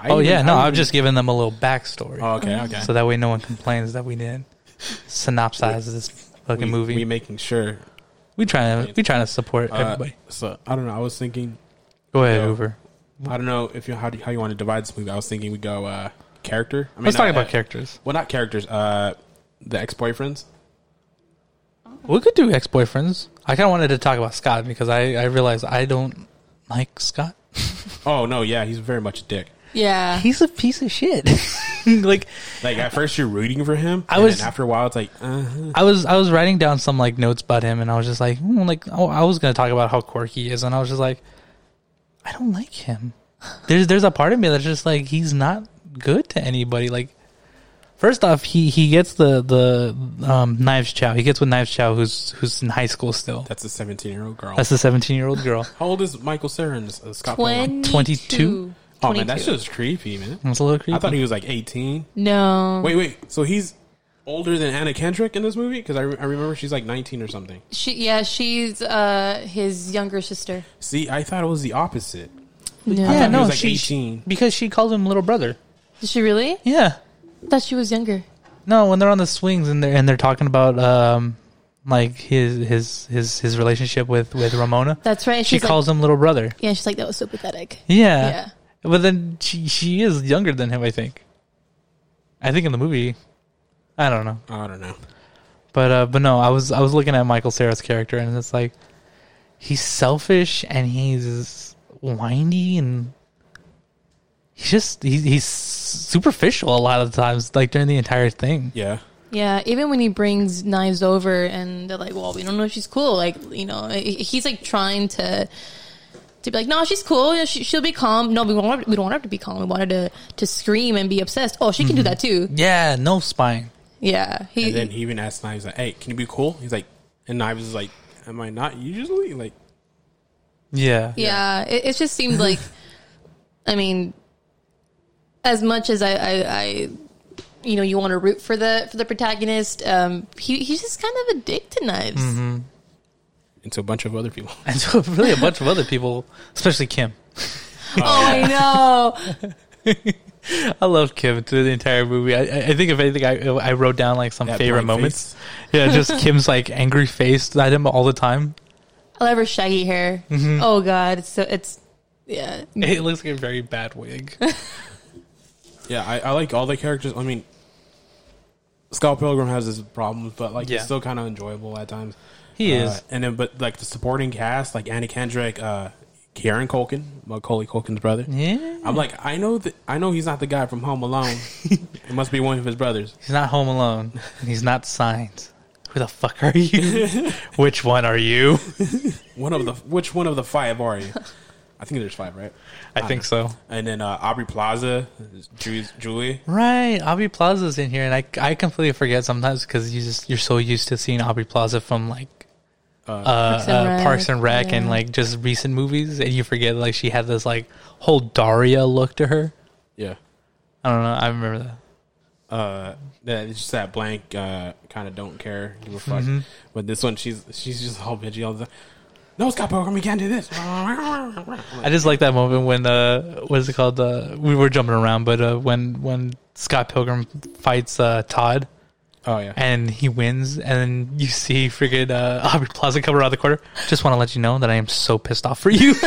Speaker 2: I
Speaker 1: Oh
Speaker 2: even-
Speaker 1: yeah,
Speaker 2: I
Speaker 1: no, I'm
Speaker 2: even-
Speaker 1: just giving them a little backstory,
Speaker 2: Oh, okay, okay.
Speaker 1: so that way no one complains that we didn't synopsize this fucking
Speaker 2: we,
Speaker 1: movie.
Speaker 2: We
Speaker 1: We,
Speaker 2: making sure.
Speaker 1: trying to we trying to support
Speaker 2: Uh,
Speaker 1: everybody.
Speaker 2: So I don't know. I was thinking.
Speaker 1: Go ahead,
Speaker 2: yo.
Speaker 1: Hoover.
Speaker 2: I don't know if you how do, how you want to divide this movie. I was thinking we go uh, character. I mean,
Speaker 1: Let's talk
Speaker 2: uh,
Speaker 1: about
Speaker 2: uh,
Speaker 1: characters.
Speaker 2: Well, not characters. Uh, the ex boyfriends.
Speaker 1: We could do ex boyfriends. I kind of wanted to talk about Scott because I I realized I don't like Scott.
Speaker 2: Oh no, yeah, he's very much a dick.
Speaker 3: yeah.
Speaker 1: He's a piece of shit. like
Speaker 2: Like at first you're rooting for him,
Speaker 1: I
Speaker 2: and
Speaker 1: was-
Speaker 2: then after a while it's like, uh-huh.
Speaker 1: I was I was writing down some like notes about him, and I was just like, hmm, like oh, I was gonna talk about how quirky he is, and I was just like, I don't like him. There's there's a part of me that's just like he's not good to anybody. Like, first off, he he gets the the um, knives chow. He gets with knives chow, who's who's in high school still.
Speaker 2: that's a 17 year old girl.
Speaker 1: That's the seventeen year old girl.
Speaker 2: how old is Michael Cera and uh, Scott? Pilgrim?
Speaker 3: 22.
Speaker 1: 22?
Speaker 2: Oh man, that's
Speaker 3: 22.
Speaker 2: just creepy, man.
Speaker 1: That's a little creepy.
Speaker 2: I thought he was like 18.
Speaker 3: No.
Speaker 2: Wait, wait. So he's older than Anna Kendrick in this movie because I, re- I remember she's like 19 or something.
Speaker 3: She, yeah, she's uh, his younger sister.
Speaker 2: See, I thought it was the opposite.
Speaker 3: No.
Speaker 2: thought
Speaker 1: yeah,
Speaker 2: he
Speaker 1: no,
Speaker 2: was, like,
Speaker 1: she
Speaker 2: 18.
Speaker 1: because she called him little brother.
Speaker 3: Did she really?
Speaker 1: Yeah,
Speaker 3: thought she was younger.
Speaker 1: No, when they're on the swings and they're and they're talking about um like his his his his relationship with with Ramona.
Speaker 3: That's right.
Speaker 1: she
Speaker 3: She's like-
Speaker 1: calls him little brother.
Speaker 3: Yeah, she's like, that was so pathetic.
Speaker 1: Yeah.
Speaker 3: Yeah.
Speaker 1: But then she she is younger than him, I think. I think in the movie I don't know.
Speaker 2: I don't know.
Speaker 1: But uh but no, I was I was looking at Michael Sarah's character and it's like he's selfish and he's whiny and he's just he's, he's superficial a lot of the times like during the entire thing.
Speaker 2: Yeah.
Speaker 3: Yeah, even when he brings knives over and they're like, well, we don't know if she's cool. Like, you know, he- he's like trying to to be like, no, she's cool. Yeah, She, she'll be calm. No, we don't want, we don't want her to be calm. We wanted to to scream and be obsessed. Oh, she can do that too.
Speaker 1: Yeah, no spine.
Speaker 3: Yeah, he,
Speaker 2: And then he even asked Knives, like, hey, can you be cool? He's like, and Knives is like, am I not usually? Like,
Speaker 1: Yeah.
Speaker 3: yeah, It, it just seemed like, I mean, as much as I, I, I you know, you want to root for the for the protagonist. Um, he he's just kind of a dick to knives.
Speaker 2: and to a bunch of other people.
Speaker 1: and so really a bunch of other people, especially Kim.
Speaker 3: Oh, I know.
Speaker 1: I love Kim through the entire movie. I, I- I think if anything, I, I wrote down like some
Speaker 2: That
Speaker 1: favorite
Speaker 2: blank
Speaker 1: moments. Yeah, just Kim's like angry face at him all the time.
Speaker 3: I love her shaggy hair. Oh God, it's so it's yeah.
Speaker 1: It looks like a very bad wig.
Speaker 2: Yeah, I, I like all the characters. I mean, Scott Pilgrim has his problems, but like,
Speaker 1: Yeah.
Speaker 2: he's still kind of enjoyable at times.
Speaker 1: He
Speaker 2: Uh,
Speaker 1: is.
Speaker 2: And then, but like the supporting cast, like Anna Kendrick, uh, Kieran Culkin, Macaulay Culkin's brother.
Speaker 1: Yeah,
Speaker 2: I'm like, I know that I know he's not the guy from Home Alone. it must be one of his brothers.
Speaker 1: he's not home alone, and he's not signed. Who the fuck are you? Which one are you?
Speaker 2: One of the which one of the five are you? I think there's five, right?
Speaker 1: I think so.
Speaker 2: And then uh, Aubrey Plaza, Julie, Julie.
Speaker 1: Right, Aubrey Plaza's in here, and I, I completely forget sometimes because you just you're so used to seeing Aubrey Plaza from like uh,
Speaker 3: Parks and
Speaker 1: uh,
Speaker 3: Rec,
Speaker 1: Parks and Rec and
Speaker 3: yeah.
Speaker 1: like just recent movies, and you forget like she had this like whole Daria look to her.
Speaker 2: Yeah.
Speaker 1: I don't know. I remember that.
Speaker 2: Uh, that it's just that Mm-hmm. blank uh, kind of don't care, give a fuck. But this one, she's she's just all bitchy all the time. No, Scott Pilgrim, we can't do this.
Speaker 1: I just like that moment when uh, what is it called? Uh, we were jumping around, but uh, when when Scott Pilgrim fights uh, Todd
Speaker 2: Oh yeah.
Speaker 1: and he wins, and then you see freaking uh, Aubrey Plaza come around the corner. Just want to let you know that I am so pissed off for you.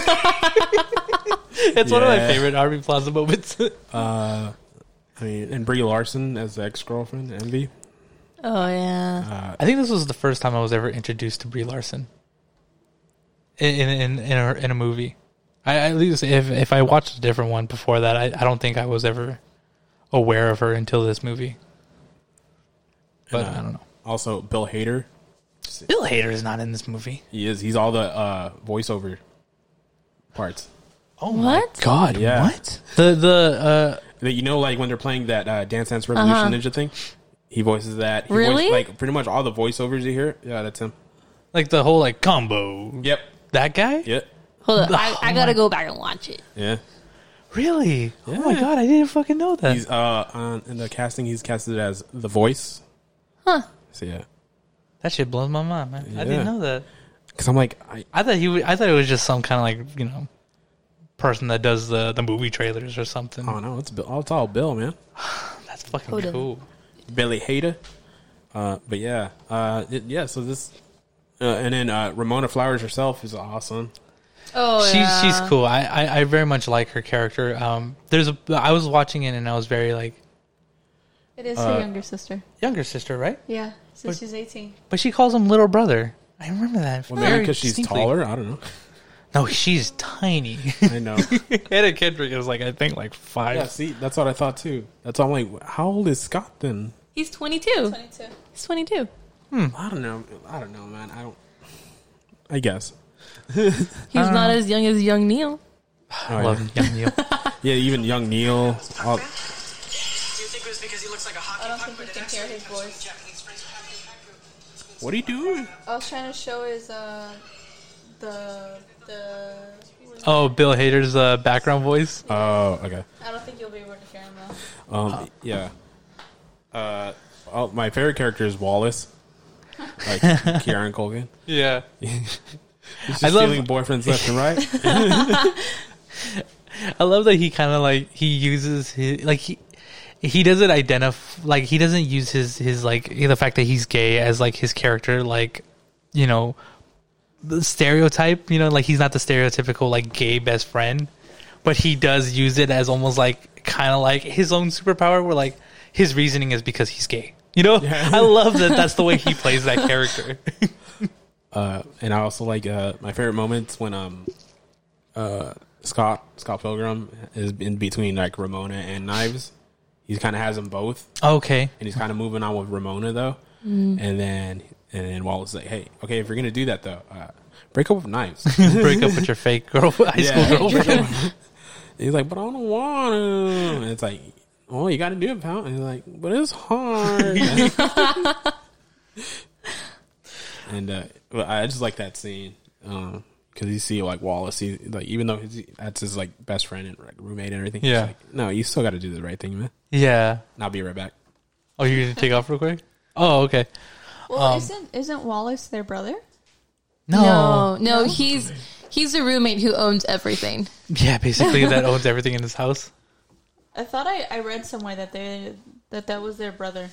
Speaker 1: it's one of my
Speaker 2: Yeah.
Speaker 1: favorite Aubrey Plaza moments.
Speaker 2: Uh, I mean, and Brie Larson as the ex-girlfriend Envy.
Speaker 3: Oh yeah.
Speaker 2: Uh,
Speaker 1: I think this was the first time I was ever introduced to Brie Larson in in in, in, a, in a movie. I at least if if I watched a different one before that, I, I don't think I was ever aware of her until this movie. But
Speaker 2: And, uh,
Speaker 1: I don't know.
Speaker 2: also, Bill Hader.
Speaker 1: Bill Hader is not in this movie.
Speaker 2: He is. He's all the uh, voiceover parts.
Speaker 1: Oh
Speaker 3: What?
Speaker 1: God!
Speaker 2: Yeah.
Speaker 1: What the uh, the
Speaker 2: That you know, like when they're playing that uh, Dance Dance Revolution
Speaker 3: Uh-huh.
Speaker 2: Ninja thing. He voices that. He
Speaker 3: Really?
Speaker 2: Voices, like pretty much all the voiceovers you hear. Yeah, that's him.
Speaker 1: uh like the whole like combo?
Speaker 2: Yep.
Speaker 1: That guy?
Speaker 2: Yep.
Speaker 3: Hold up.
Speaker 1: Oh,
Speaker 3: I, I gotta go back and watch it.
Speaker 2: Yeah.
Speaker 1: Really? Oh my
Speaker 2: Yeah.
Speaker 1: God! I didn't fucking know that.
Speaker 2: He's uh on, in the casting. He's casted as the voice.
Speaker 3: Huh.
Speaker 2: So yeah.
Speaker 1: that shit blows my mind, man. I
Speaker 2: Yeah.
Speaker 1: didn't know that.
Speaker 2: Because I'm like, I,
Speaker 1: I thought he. w- I thought it was just some kind of like you know, person that does the the movie trailers or something.
Speaker 2: oh no, it's Bill. Oh, it's all Bill, man.
Speaker 1: That's fucking
Speaker 3: Hold on.
Speaker 1: cool.
Speaker 2: Billy Hader. Uh, but yeah, uh, it- yeah. So this, uh, and then uh, Ramona Flowers herself is awesome.
Speaker 3: Oh
Speaker 1: She's she's cool. I, I I very much like her character. Um, there's a. I was watching it and I was very like
Speaker 4: It is her younger sister.
Speaker 1: younger sister, right?
Speaker 4: Yeah, since
Speaker 1: but-
Speaker 4: she's 18.
Speaker 1: But she calls him little brother. I remember that.
Speaker 2: Well, maybe
Speaker 1: very
Speaker 2: because she's
Speaker 1: distinctly.
Speaker 2: taller. I don't know.
Speaker 1: No, she's tiny.
Speaker 2: I know.
Speaker 1: Anna Kendrick is like I think like five.
Speaker 2: yeah, see, that's what I thought too. That's why I'm like, how old is Scott then?
Speaker 3: He's 22.
Speaker 4: 22.
Speaker 3: He's 22.
Speaker 2: I don't know. I don't know, man. I don't. I guess.
Speaker 3: He's not as young as young Neil.
Speaker 1: I love young Neil.
Speaker 2: Yeah, even young Neil. all-
Speaker 5: Do you think it was because he looks like a hockey
Speaker 4: I don't
Speaker 5: puck,
Speaker 4: think
Speaker 5: but
Speaker 4: we
Speaker 5: it
Speaker 4: can hear
Speaker 5: actually
Speaker 4: his
Speaker 5: comes from
Speaker 4: voice.
Speaker 5: Japanese phrase for happy hacker.
Speaker 2: what are you doing?
Speaker 4: I was trying to show his, uh, the, the,
Speaker 1: Oh, Bill Hader's uh, background voice.
Speaker 2: Oh, okay.
Speaker 4: I don't think you'll be able to hear him though.
Speaker 2: Um, yeah. Uh, oh, my favorite character is Wallace, like Kieran Colgan.
Speaker 1: Yeah.
Speaker 2: He's just
Speaker 1: I love-
Speaker 2: stealing boyfriends left and right.
Speaker 1: I love that he kind of like he uses his like he he doesn't identify like he doesn't use his his like the fact that he's gay as like his character like you know the stereotype you know like he's not the stereotypical like gay best friend but he does use it as almost like kind of like his own superpower where like his reasoning is because he's gay you know
Speaker 2: Yeah.
Speaker 1: i love that that's the way he plays that character
Speaker 2: Uh, and I also like uh, my favorite moments when um, uh, Scott Scott Pilgrim is in between like Ramona and Knives. He kind of has them both,
Speaker 1: okay
Speaker 2: and he's kind of moving on with Ramona though.
Speaker 1: Mm.
Speaker 2: And then and then Wallace is like, "Hey, okay, if you're gonna do that though, uh, break up with Knives."
Speaker 1: break up with your fake girl high
Speaker 2: Yeah.
Speaker 1: school girlfriend
Speaker 2: he's like, "But I don't want to." And it's like, "Well, you got to do it, pal." And he's like, "But it's hard." and uh, well, I just like that scene because you see like Wallace, he, like even though he's, that's his like best friend and like, roommate and everything. he's
Speaker 1: Yeah.
Speaker 2: like, no, you still got to do the right thing, man.
Speaker 1: yeah
Speaker 2: And I'll be right back.
Speaker 1: Oh, you're gonna take off real quick? Oh, okay.
Speaker 4: Well,
Speaker 2: Um,
Speaker 4: isn't, isn't Wallace their brother?
Speaker 1: No.
Speaker 3: no, no, he's he's a roommate who owns everything.
Speaker 1: Yeah, basically that owns everything in this house.
Speaker 4: I thought I, I read somewhere that they that that was their brother.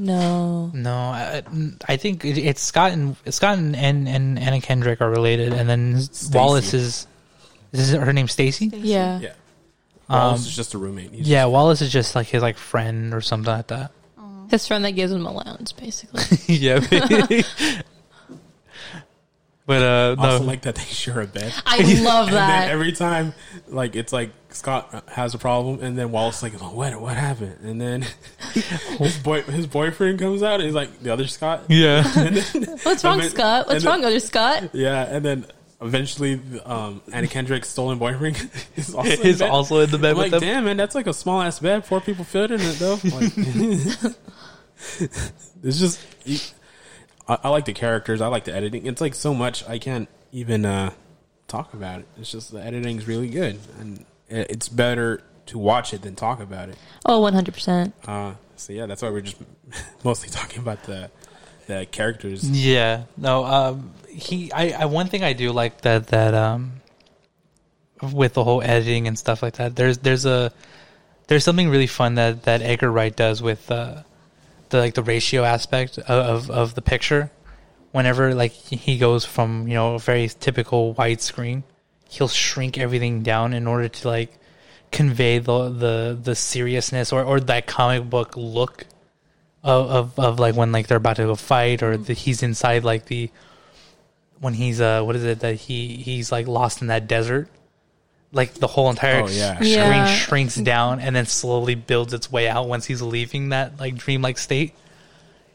Speaker 3: No.
Speaker 1: No, I, I think it, it's Scott and Scott and, and and Anna Kendrick are related, and then Wallace is. Is her name Stacy?
Speaker 3: Yeah.
Speaker 2: Yeah, Wallace is just a roommate. He's
Speaker 1: Um, Yeah, Wallace is just like his like friend or something like that.
Speaker 3: His friend that gives him allowance, basically.
Speaker 1: yeah. but uh, no.
Speaker 2: Also, like that they share a bed.
Speaker 3: I love
Speaker 2: And then
Speaker 3: that.
Speaker 2: every time, like it's like Scott has a problem, and then Wallace is like, "Oh, "What? What happened?" And then his boy, his boyfriend comes out, and he's like, "The other Scott."
Speaker 1: yeah.
Speaker 2: And then,
Speaker 3: What's wrong,
Speaker 2: and then-
Speaker 3: Scott? What's
Speaker 2: and then-
Speaker 3: wrong, other Scott?
Speaker 2: Yeah, and then eventually, um, Anna Kendrick's stolen boyfriend is also in
Speaker 1: He's
Speaker 2: bed.
Speaker 1: also in the bed
Speaker 2: I'm
Speaker 1: with
Speaker 2: like,
Speaker 1: them.
Speaker 2: damn, man, that's like a small ass bed. Four people fit in it though. Like, it's just, you- I, I like the characters. I like the editing. It's like so much I can't even uh, talk about it. It's just the editing's really good, and it, it's better to watch it than talk about it.
Speaker 3: Oh, 100%.
Speaker 2: Uh, so yeah, that's why we're just mostly talking about the the characters.
Speaker 1: Yeah. No. Um. he I, I one thing I do like that that um with the whole editing and stuff like that. There's there's a there's something really fun that that Edgar Wright does with uh, the like the ratio aspect of, of of the picture. Whenever like he goes from you know a very typical wide screen, he'll shrink everything down in order to like convey the the the seriousness or or that comic book look of of, of like when like they're about to go fight or the, he's inside like the when he's uh what is it that he he's like lost in that desert like the whole entire
Speaker 2: Oh, yeah.
Speaker 1: screen
Speaker 3: Yeah.
Speaker 1: shrinks down and then slowly builds its way out once he's leaving that like dreamlike state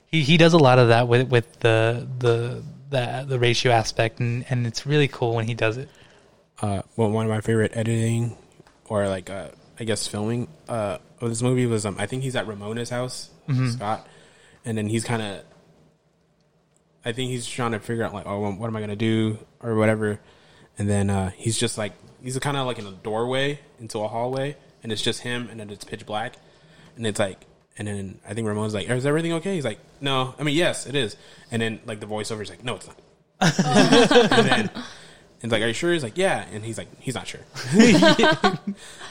Speaker 1: he he does a lot of that with with the the the, the ratio aspect and, and it's really cool when he does it
Speaker 2: uh, well, one of my favorite editing or like uh, I guess filming uh, of this movie was um, I think he's at Ramona's house, Scott, and then he's kind of I think he's trying to figure out like oh what am I gonna do or whatever, and then uh, he's just like he's kind of like in a doorway into a hallway, and it's just him, and then it's pitch black, and it's like. And then I think Ramon's like, "Is everything okay?" He's like, "No, I mean, yes, it is." And then like the voiceover's like, "No, it's not." and then and like, are you sure? He's like, yeah. And he's like, he's not sure.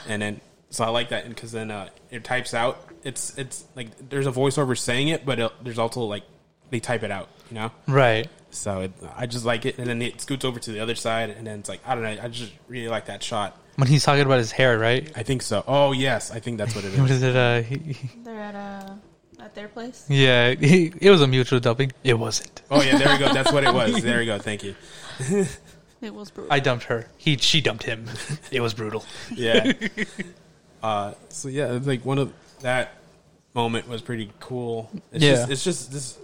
Speaker 2: and then, so I like that because then uh, it types out. It's it's like there's a voiceover saying it, but it, there's also like they type it out, you know.
Speaker 1: right
Speaker 2: So it, I just like it, and then it scoots over to the other side, and then it's like I don't know. I just really like that shot.
Speaker 1: when he's talking about his hair right
Speaker 2: I think so. Oh yes, I think that's what it
Speaker 1: what
Speaker 2: is.
Speaker 1: is it uh he, he-
Speaker 4: They're at uh at their place.
Speaker 1: yeah he, it was a mutual dumping it wasn't
Speaker 2: Oh yeah, there we go. That's what it was. There we go. Thank you.
Speaker 4: It was brutal.
Speaker 1: i dumped her he she dumped him it was brutal
Speaker 2: yeah. Uh, so yeah, it's like one of that moment was pretty cool. It's
Speaker 1: Yeah.
Speaker 2: just it's just this.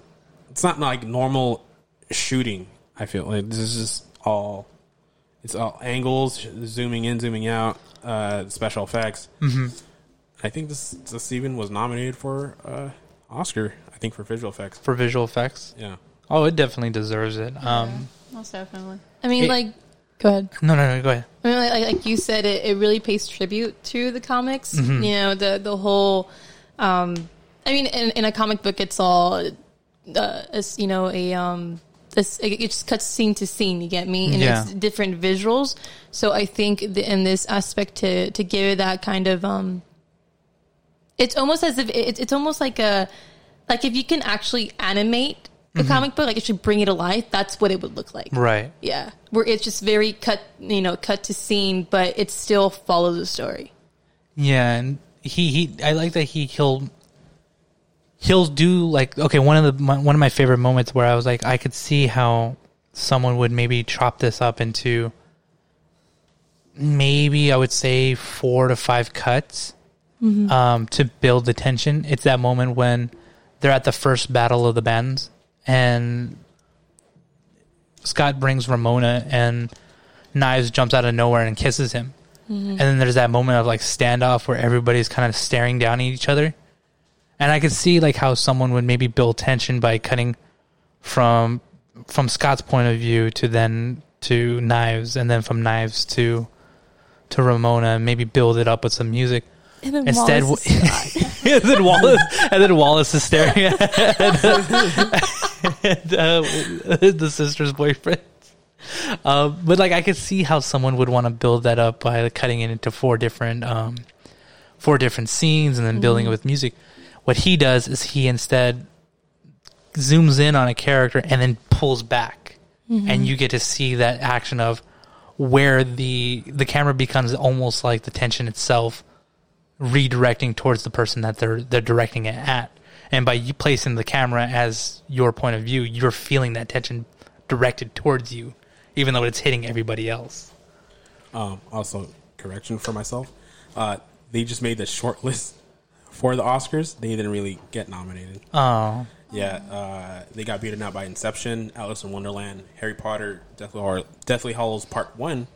Speaker 2: It's not like normal shooting. I feel like this is just all. It's all angles, zooming in, zooming out, uh, special effects. Mm-hmm. I think this, this even was nominated for uh, Oscar. I think for visual effects.
Speaker 1: for visual effects
Speaker 2: Yeah.
Speaker 1: oh it definitely deserves it um
Speaker 4: Most definitely.
Speaker 3: I mean,
Speaker 1: It-
Speaker 3: like, go ahead.
Speaker 1: no no no go ahead
Speaker 3: I mean, like, like- like you said, it, it really pays tribute to the comics. You know, the the whole. Um, I mean, in, in a comic book, it's all, uh, it's, you know, a um, this it, it just cuts scene to scene. You get me, and
Speaker 1: Yeah.
Speaker 3: it's different visuals. So I think the, in this aspect, to to give it that kind of, um, it's almost as if it, it's almost like a, like if you can actually animate the comic book, like actually bring it to life. That's what it would look like.
Speaker 1: right
Speaker 3: Yeah, where it's just very cut, you know, cut to scene, but it still follows the story.
Speaker 1: Yeah, and he he I like that he he'll he'll do like okay one of the my, one of my favorite moments where I was like I could see how someone would maybe chop this up into maybe I would say four to five cuts um, to build the tension. It's that moment when they're at the first battle of the bands and Scott brings Ramona and Knives jumps out of nowhere and kisses him. And then there's that moment of like standoff where everybody's kind of staring down at each other. And I could see like how someone would maybe build tension by cutting from from Scott's point of view to then to Knives and then from Knives to to Ramona and maybe build it up with some music.
Speaker 3: And then
Speaker 1: Instead,
Speaker 3: Wallace
Speaker 1: w- and then Wallace and then Wallace is staring at and, uh, the sister's boyfriend. Uh, but like, I could see how someone would want to build that up by cutting it into four different, um, four different scenes, and then building it with music. What he does is he instead zooms in on a character and then pulls back, and you get to see that action of where the the camera becomes almost like the tension itself redirecting towards the person that they're they're directing it at. And by you placing the camera as your point of view, you're feeling that tension directed towards you, even though it's hitting everybody else.
Speaker 2: Um, also, correction for myself. Uh, they just made the short list for the Oscars. They didn't really get nominated.
Speaker 1: Oh,
Speaker 2: Yeah, uh, they got beaten out by Inception, Alice in Wonderland, Harry Potter, Deathly, Hor- Deathly Hollows Part One,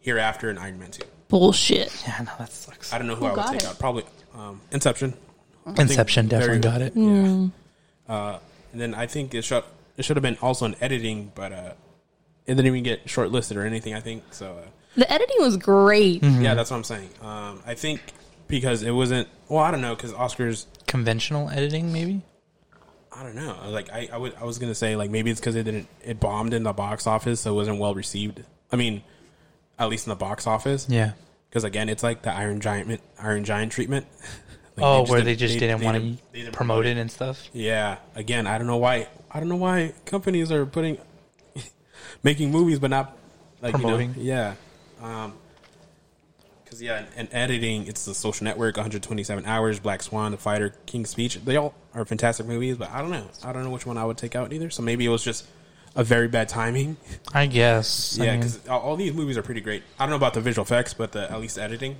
Speaker 2: Hereafter, and Iron Man Two.
Speaker 3: bullshit.
Speaker 1: yeah, no, that sucks.
Speaker 2: I don't know who
Speaker 4: Who
Speaker 2: I would
Speaker 4: got
Speaker 2: take
Speaker 4: it?
Speaker 2: out. Probably um, Inception. I think
Speaker 1: Inception
Speaker 2: very-
Speaker 1: definitely
Speaker 2: Mm.
Speaker 1: got it.
Speaker 2: Yeah.
Speaker 4: Hmm.
Speaker 2: Uh, and then I think it should it should have been also in editing, but uh, it didn't even get shortlisted or anything. I think so. Uh,
Speaker 3: The editing was great.
Speaker 2: Yeah,
Speaker 1: Mm-hmm.
Speaker 2: that's what I'm saying. Um, I think because it wasn't. Well, I don't know because Oscars.
Speaker 1: Conventional editing, maybe.
Speaker 2: I don't know. Like I, I was, I was gonna say like maybe it's because it didn't it bombed in the box office, so it wasn't well received. I mean, at least in the box office.
Speaker 1: Yeah.
Speaker 2: Because again, it's like the Iron Giant Iron Giant treatment. Like,
Speaker 1: Oh, where
Speaker 2: didn't-
Speaker 1: they just didn't want
Speaker 2: didn't- they
Speaker 1: to
Speaker 2: didn't
Speaker 1: promote it and stuff.
Speaker 2: Yeah. Again, I don't know why. I don't know why companies are putting making movies but not like you know,
Speaker 1: Promoting.
Speaker 2: yeah. Um 'cause because yeah, and, and editing, it's the social network, 127 hours, Black Swan, The Fighter, King's Speech. They all are fantastic movies, but I don't know. I don't know which one I would take out either. So maybe it was just a very bad timing.
Speaker 1: I guess. I
Speaker 2: Yeah,
Speaker 1: mean,
Speaker 2: because all, all these movies are pretty great. I don't know about the visual effects, but the at least the editing.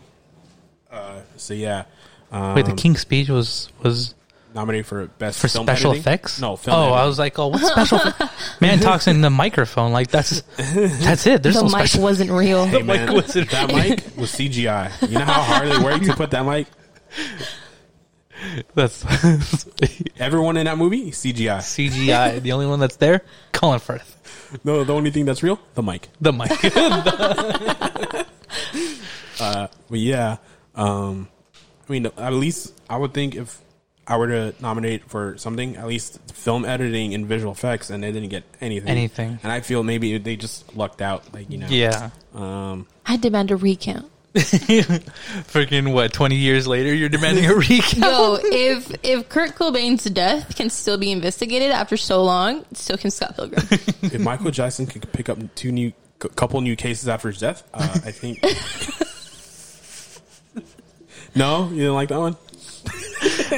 Speaker 2: Uh, so yeah, um,
Speaker 1: wait, the King's Speech was was
Speaker 2: nominated for best
Speaker 1: for
Speaker 2: film
Speaker 1: special
Speaker 2: editing?
Speaker 1: effects.
Speaker 2: No, film.
Speaker 1: oh,
Speaker 2: editing.
Speaker 1: I was like, oh, what special? Man talks in the microphone like that's that's it. There's
Speaker 3: The
Speaker 1: no
Speaker 3: mic
Speaker 1: special.
Speaker 3: wasn't real.
Speaker 2: Hey, man,
Speaker 1: mic was in-
Speaker 2: that mic was CGI. You know how hard they worked to put that mic.
Speaker 1: That's
Speaker 2: Everyone in that movie CGI.
Speaker 1: CGI. The only one that's there, Colin Firth.
Speaker 2: No, the only thing that's real, the mic.
Speaker 1: The mic.
Speaker 2: But yeah, um, I mean, at least I would think if I were to nominate for something, at least film editing and visual effects, and they didn't get anything.
Speaker 1: Anything.
Speaker 2: And I feel maybe they just lucked out, like you know.
Speaker 1: yeah.
Speaker 2: Um,
Speaker 3: I demand a recount.
Speaker 1: Freaking what? Twenty years later, you're demanding a recount.
Speaker 3: Yo, if if Kurt Cobain's death can still be investigated after so long, so can Scott Pilgrim.
Speaker 2: if Michael Jackson could pick up two new, c- couple new cases after his death, uh, I think. no, you didn't like that one.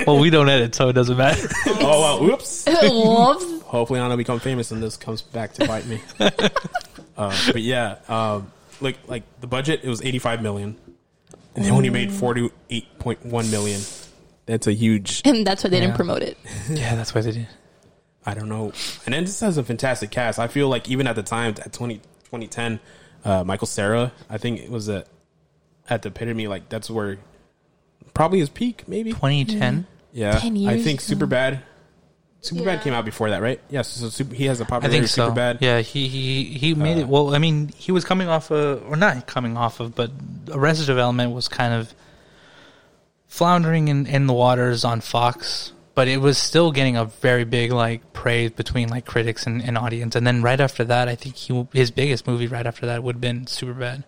Speaker 1: well, we don't edit, so it doesn't matter.
Speaker 2: Oh well, whoops.
Speaker 3: Wolves.
Speaker 2: Hopefully, I don't become famous, and this comes back to bite me. uh, but yeah, um, like like the budget, it was eighty five million, and they only made
Speaker 1: Mm.
Speaker 2: forty eight point one million. That's a huge.
Speaker 3: And that's why they
Speaker 1: Yeah.
Speaker 3: didn't promote it.
Speaker 1: yeah, that's why they did.
Speaker 2: I don't know. And then this has a fantastic cast. I feel like even at the time, at 20, 2010, uh, Michael Sarah, I think it was a, at the epitome, like that's where probably his peak, maybe.
Speaker 1: 2010.
Speaker 2: Yeah.
Speaker 3: 10
Speaker 2: I
Speaker 3: years
Speaker 2: think
Speaker 3: ago.
Speaker 2: Superbad. Superbad
Speaker 4: Yeah.
Speaker 2: came out before that, right? Yes. so super, he has a
Speaker 1: I
Speaker 2: popularity
Speaker 1: think so.
Speaker 2: Superbad.
Speaker 1: Yeah, he he he made it. Well, I mean, he was coming off of, or not coming off of, but Arrested Development was kind of floundering in in the waters on Fox, but it was still getting a very big like praise between like critics and, and audience. And then right after that, I think he his biggest movie right after that would have been Superbad, and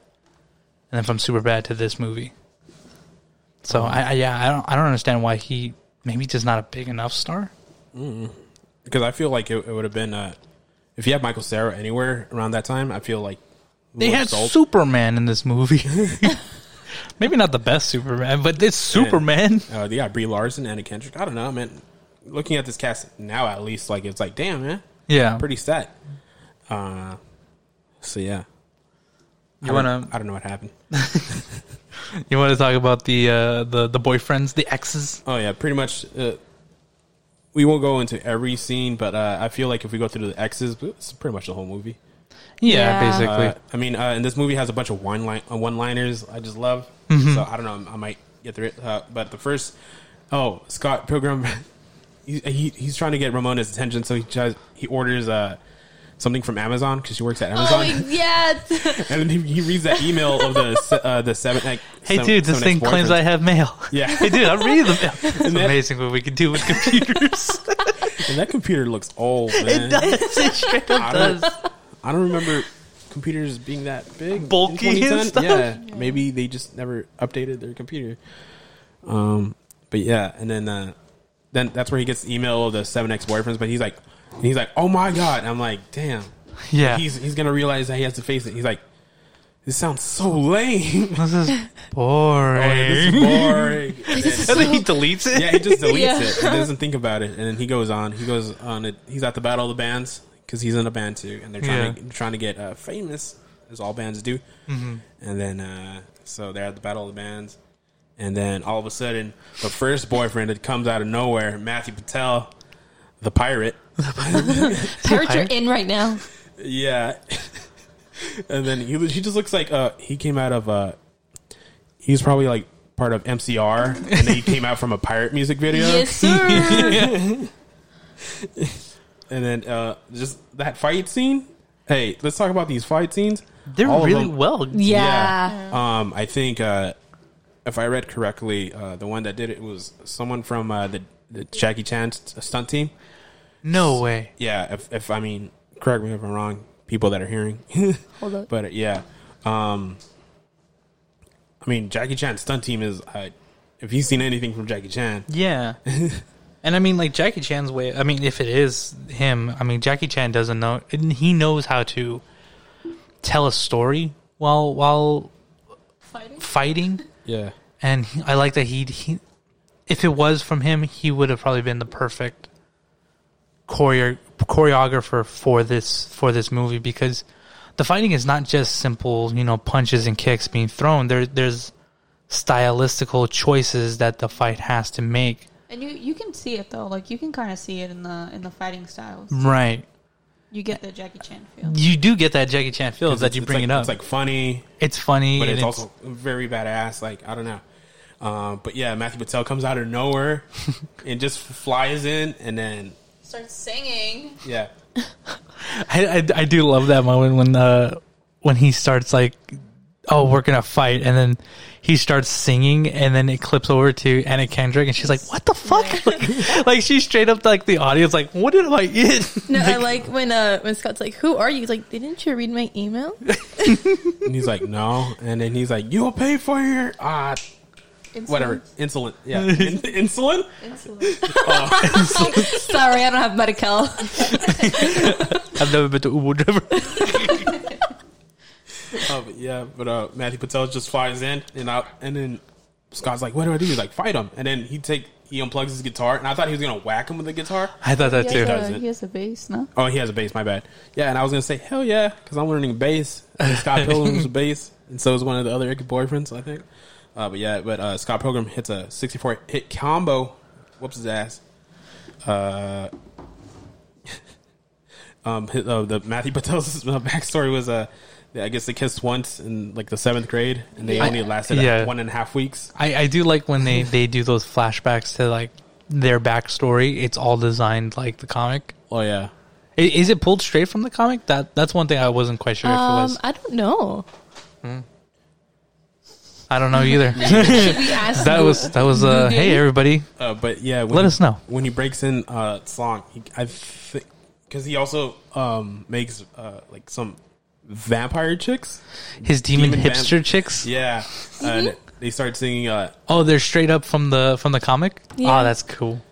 Speaker 1: then from Superbad to this movie. So I, I yeah I don't I don't understand why he maybe just not a big enough star.
Speaker 2: Because I feel like it, it would have been, uh, if you had Michael Sarah anywhere around that time, I feel like it
Speaker 1: They
Speaker 2: would've
Speaker 1: had
Speaker 2: sold.
Speaker 1: Superman in this movie. Maybe not the best Superman, but it's Superman.
Speaker 2: Uh, yeah, Brie Larson, Anna Kendrick. I don't know, man. Looking at this cast now, at least, like it's like, damn, man,
Speaker 1: Yeah.
Speaker 2: pretty set. Uh, so yeah,
Speaker 1: you
Speaker 2: I don't-
Speaker 1: wanna
Speaker 2: I don't know what happened.
Speaker 1: you wanna talk about the uh, the the boyfriends, the exes?
Speaker 2: Oh yeah, pretty much. Uh, we won't go into every scene, but uh, I feel like if we go through the X's, it's pretty much the whole movie.
Speaker 1: Yeah,
Speaker 3: Yeah.
Speaker 1: basically.
Speaker 2: Uh, I mean, uh, and this movie has a bunch of one line uh, one liners. I just love.
Speaker 1: Mm-hmm.
Speaker 2: So I don't know. I might get through it. Uh, but the first, oh Scott Pilgrim, he, he he's trying to get Ramona's attention, so he tries, he orders uh, something from Amazon because she works at
Speaker 3: Oh
Speaker 2: Amazon,
Speaker 3: my- yeah.
Speaker 2: and then he, he reads that email of the se- uh, the seven. Like,
Speaker 1: hey dude, this thing claims I have mail.
Speaker 2: Yeah.
Speaker 1: Hey dude, I'm reading the mail. It's
Speaker 2: that-
Speaker 1: amazing what we can do with computers.
Speaker 2: and that computer looks old. Man.
Speaker 1: it straight up
Speaker 2: I don't, I don't remember computers being that big in
Speaker 1: Bulky and
Speaker 2: 2010.
Speaker 1: stuff.
Speaker 2: Yeah, maybe they just never updated their computer. Um, but yeah, and then uh, then that's where he gets the email of the seven ex boyfriends. But he's like, and he's like, oh my god! And I'm like, damn.
Speaker 1: Yeah.
Speaker 2: He's he's gonna realize that he has to face it. He's like, this sounds so lame.
Speaker 1: this is
Speaker 2: Oh, this is
Speaker 1: boring.
Speaker 2: boring. And then-
Speaker 1: and then he deletes it.
Speaker 2: yeah, he just deletes
Speaker 3: Yeah.
Speaker 2: it. He doesn't think about it, and then he goes on. He goes on. It, he's at the Battle of the Bands because he's in a band too, and they're trying to trying to get uh, famous, as all bands do. And then uh, so they're at the Battle of the Bands, and then all of a sudden, the first boyfriend that comes out of nowhere, Matthew Patel, the pirate.
Speaker 3: Pirates are in right now.
Speaker 2: Yeah. and then he he just looks like uh he came out of uh he was probably like part of MCR and then he came out from a pirate music video.
Speaker 3: Yes, sir.
Speaker 2: And then uh just that fight scene. Hey, let's talk about these fight scenes.
Speaker 1: They're
Speaker 2: All of
Speaker 1: really
Speaker 2: them-
Speaker 1: well.
Speaker 3: Yeah.
Speaker 2: Um, I think uh, if I read correctly, uh, the one that did it was someone from uh, the, the Jackie Chan st- stunt team.
Speaker 1: No way.
Speaker 2: yeah, if, if I mean, correct me if I'm wrong, people that are hearing.
Speaker 3: Hold up.
Speaker 2: but uh, yeah, um, I mean, Jackie Chan's stunt team is, uh, if you've seen anything from Jackie Chan,
Speaker 1: Yeah. and I mean, like Jackie Chan's way. I mean, if it is him, I mean Jackie Chan doesn't know. and He knows how to tell a story while while
Speaker 4: Fighting?
Speaker 1: fighting.
Speaker 2: yeah,
Speaker 1: And he, I like that he he. If it was from him, he would have probably been the perfect choreo- choreographer for this for this movie because the fighting is not just simple, you know, punches and kicks being thrown. There there's stylistical choices that the fight has to make.
Speaker 4: And you you can see it though, like you can kind of see it in the in the fighting styles.
Speaker 1: Right.
Speaker 4: You get the Jackie Chan feel.
Speaker 1: You do get that Jackie Chan feel that
Speaker 2: It's-
Speaker 1: you
Speaker 2: it's
Speaker 1: bring
Speaker 2: like-
Speaker 1: it up.
Speaker 2: It's
Speaker 1: It's,
Speaker 2: like funny,
Speaker 1: funny,
Speaker 2: but
Speaker 1: and
Speaker 2: it's, also very badass. Like I don't know. Um, but yeah, Matthew Patel comes out of nowhere and just flies in, and then
Speaker 4: Starts singing.
Speaker 2: yeah,
Speaker 1: I, I, I do love that moment when uh when he starts like oh we're gonna fight and then he starts singing and then it clips over to Anna Kendrick and she's like what the fuck like, like she's straight up like the audience like what did I in
Speaker 3: No, I like when uh when Scott's like, "Who are you?" He's like, "Didn't you read my email?"
Speaker 2: and he's like no, and then he's like you'll pay for your ah whatever insulin yeah In- insulin
Speaker 3: Sorry, I don't have medical.
Speaker 1: I've never been to Ubu River
Speaker 2: Oh, but yeah, but uh, Matthew Patel just flies in and out, and then Scott's like, "What do I do?" He's like, "Fight him!" And then he take he unplugs his guitar, and I thought he was gonna whack him with the guitar.
Speaker 1: I thought that
Speaker 4: He
Speaker 1: too
Speaker 4: has,
Speaker 2: Does
Speaker 4: a,
Speaker 2: it?
Speaker 4: he has a bass, no?
Speaker 2: Oh, he has a bass. My bad. Yeah, and I was gonna say, "Hell yeah," because I'm learning bass. And Scott Pilgrim was a bass, and so is one of the other Icky boyfriends, I think. Uh, but yeah, but uh, Scott Pilgrim hits a 64 hit combo, whoops his ass. Uh, um, his, uh, the Matthew Patel's uh, backstory was uh, I guess they kissed once in like the seventh grade, and they only lasted uh,
Speaker 1: Yeah.
Speaker 2: one and a half weeks.
Speaker 1: I, I do like when they they do those flashbacks to like their backstory it's all designed like the comic
Speaker 2: Oh yeah,
Speaker 1: I- is it pulled straight from the comic that that's one thing I wasn't quite sure if it
Speaker 3: Um,
Speaker 1: was
Speaker 3: I don't know.
Speaker 1: I don't know either
Speaker 3: Should we ask?
Speaker 1: that was that was uh
Speaker 3: Google?
Speaker 1: hey everybody
Speaker 2: Uh, but yeah, when
Speaker 1: Let
Speaker 2: he-
Speaker 1: us know.
Speaker 2: when he breaks in uh, song. He, I think because he also um, makes uh, like some vampire chicks.
Speaker 1: his demon,
Speaker 2: Demon vamp-
Speaker 1: hipster chicks.
Speaker 2: Yeah, and they start singing. Uh,
Speaker 1: Oh, they're straight up from the from the comic.
Speaker 3: Yeah.
Speaker 1: Oh, that's cool.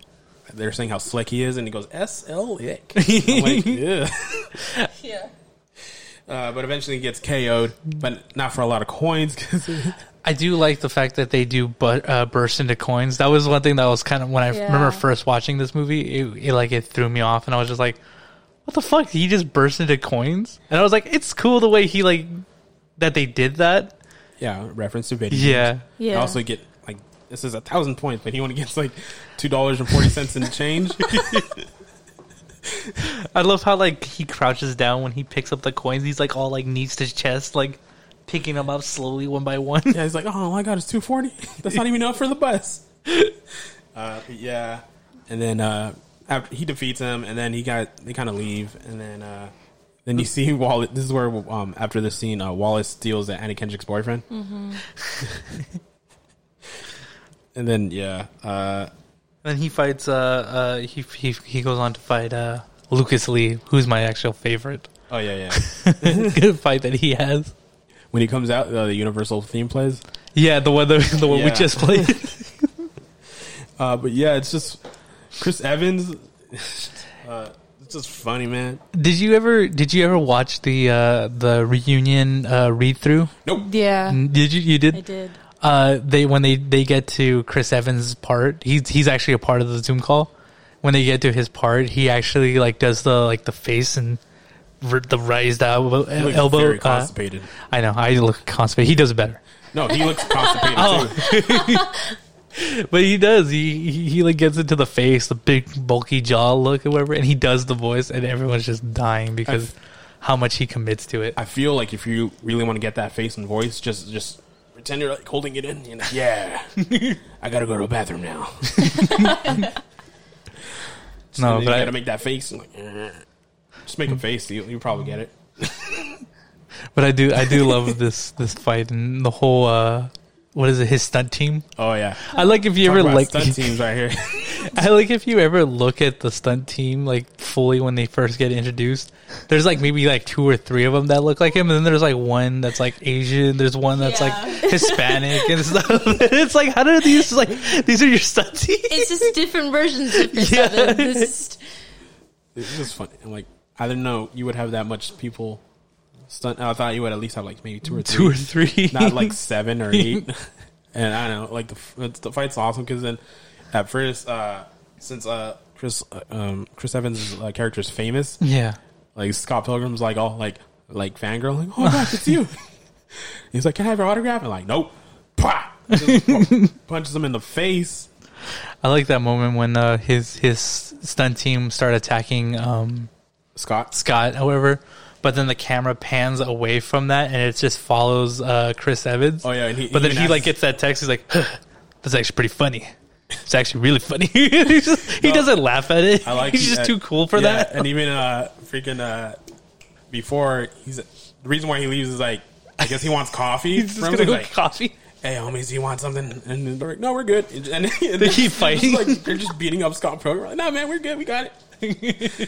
Speaker 2: they're saying how slick he is, and he goes S L ick. I'm like, "Ew."
Speaker 4: Yeah.
Speaker 2: uh, but eventually he gets KO'd, but not for a lot of coins. 'cause-
Speaker 1: I do like the fact that they do but uh, burst into coins. That was one thing that was kind of when I
Speaker 3: Yeah.
Speaker 1: remember first watching this movie. It, it like it threw me off, and I was just like, "What the fuck? He just burst into coins?" And I was like, "It's cool the way he like that they did that."
Speaker 2: yeah, reference to video.
Speaker 1: Yeah,
Speaker 2: You
Speaker 3: Yeah.
Speaker 2: also get like this is a thousand points, but he only gets like two dollars and forty cents in change.
Speaker 1: I love how like he crouches down when he picks up the coins. He's like all like knees to chest, like picking them up slowly one by one.
Speaker 2: Yeah, he's like, oh, all I got is two forty. That's not even enough for the bus. Uh, but yeah, and then uh, after he defeats him, and then he got they kind of leave, and then uh, then you see Wallace. This is where um, after this scene, uh, Wallace steals the Annie Kendrick's boyfriend, and then yeah, uh,
Speaker 1: Then he fights. Uh, uh, he he he goes on to fight uh, Lucas Lee, who's my actual favorite
Speaker 2: oh yeah, yeah.
Speaker 1: Good fight that he has.
Speaker 2: when he comes out, uh, the Universal theme plays.
Speaker 1: Yeah, the one the, the one we
Speaker 2: Yeah.
Speaker 1: just played.
Speaker 2: Uh, but yeah, it's just Chris Evans. uh, it's just funny, man.
Speaker 1: did you ever did you ever watch the uh, the reunion uh, read through?
Speaker 3: yeah,
Speaker 1: Did you you
Speaker 3: I
Speaker 1: did?
Speaker 3: did.
Speaker 1: Uh, they when they they get to Chris Evans' part, he's he's actually a part of the Zoom call. When they get to his part, he actually like does the like the face and r- the raised elbow.
Speaker 2: He looks
Speaker 1: elbow
Speaker 2: very
Speaker 1: uh,
Speaker 2: constipated.
Speaker 1: I know. I look constipated. He does it better.
Speaker 2: no, he looks constipated
Speaker 1: Oh.
Speaker 2: too.
Speaker 1: But he does. He, he he like gets into the face, the big bulky jaw look, or whatever, and he does the voice, and everyone's just dying because how much he commits to it.
Speaker 2: I feel like if you really want to get that face and voice, just just pretend you're like holding it in. You know? Yeah, I gotta go to the bathroom now.
Speaker 1: no,
Speaker 2: you
Speaker 1: but
Speaker 2: gotta
Speaker 1: I,
Speaker 2: make that face. And like, "Eh." just make a face. You you probably get it.
Speaker 1: but I do I do love this this fight and the whole uh what is it? His stunt team.
Speaker 2: Oh yeah.
Speaker 1: I like if you
Speaker 2: Talk
Speaker 1: ever
Speaker 2: about
Speaker 1: like
Speaker 2: stunt teams right here.
Speaker 1: I like if you ever look at the stunt team like fully when they first get introduced. There's like maybe like two or three of them that look like him, and then there's like one that's like Asian. There's one that's
Speaker 4: Yeah.
Speaker 1: like Hispanic and stuff. it's like how do these like these are your stunt team?
Speaker 3: It's just different versions of each
Speaker 1: Yeah.
Speaker 3: other. This is-
Speaker 2: It's just funny. I'm like, I didn't know you would have that much people stunt. I thought you would at least have like maybe two or three,
Speaker 1: Two or three,
Speaker 2: not like seven or eight. and I don't know, like the f- it's- the fight's awesome because then at first, uh, since uh, Chris uh, um, Chris Evans' uh, character is famous,
Speaker 1: yeah.
Speaker 2: like Scott Pilgrim's like all like like fangirl, like oh my gosh, it's you. He's like, can I have your autograph? And like, nope. Pwah! Just punches him in the face.
Speaker 1: I like that moment when uh, his his stunt team start attacking um,
Speaker 2: Scott.
Speaker 1: Scott, however, but then the camera pans away from that and it just follows uh, Chris Evans.
Speaker 2: Oh, yeah, and he-
Speaker 1: but then
Speaker 2: he
Speaker 1: he like
Speaker 2: asks-
Speaker 1: gets that text. He's like, huh, "That's actually pretty funny. It's actually really funny." He's just- he
Speaker 2: No.
Speaker 1: doesn't laugh at it.
Speaker 2: I like.
Speaker 1: he's just
Speaker 2: uh,
Speaker 1: too cool for
Speaker 2: yeah,
Speaker 1: that.
Speaker 2: And even uh, freaking uh, before he's the reason why he leaves is like I guess he wants coffee.
Speaker 1: he's just
Speaker 2: Remember,
Speaker 1: gonna go
Speaker 2: he's like,
Speaker 1: coffee.
Speaker 2: hey homies, do you want something? And they're like, no, we're good. And, and they
Speaker 1: keep fighting.
Speaker 2: Like they're just beating up Scott Pilgrim. Like, no, man, we're good. We got it.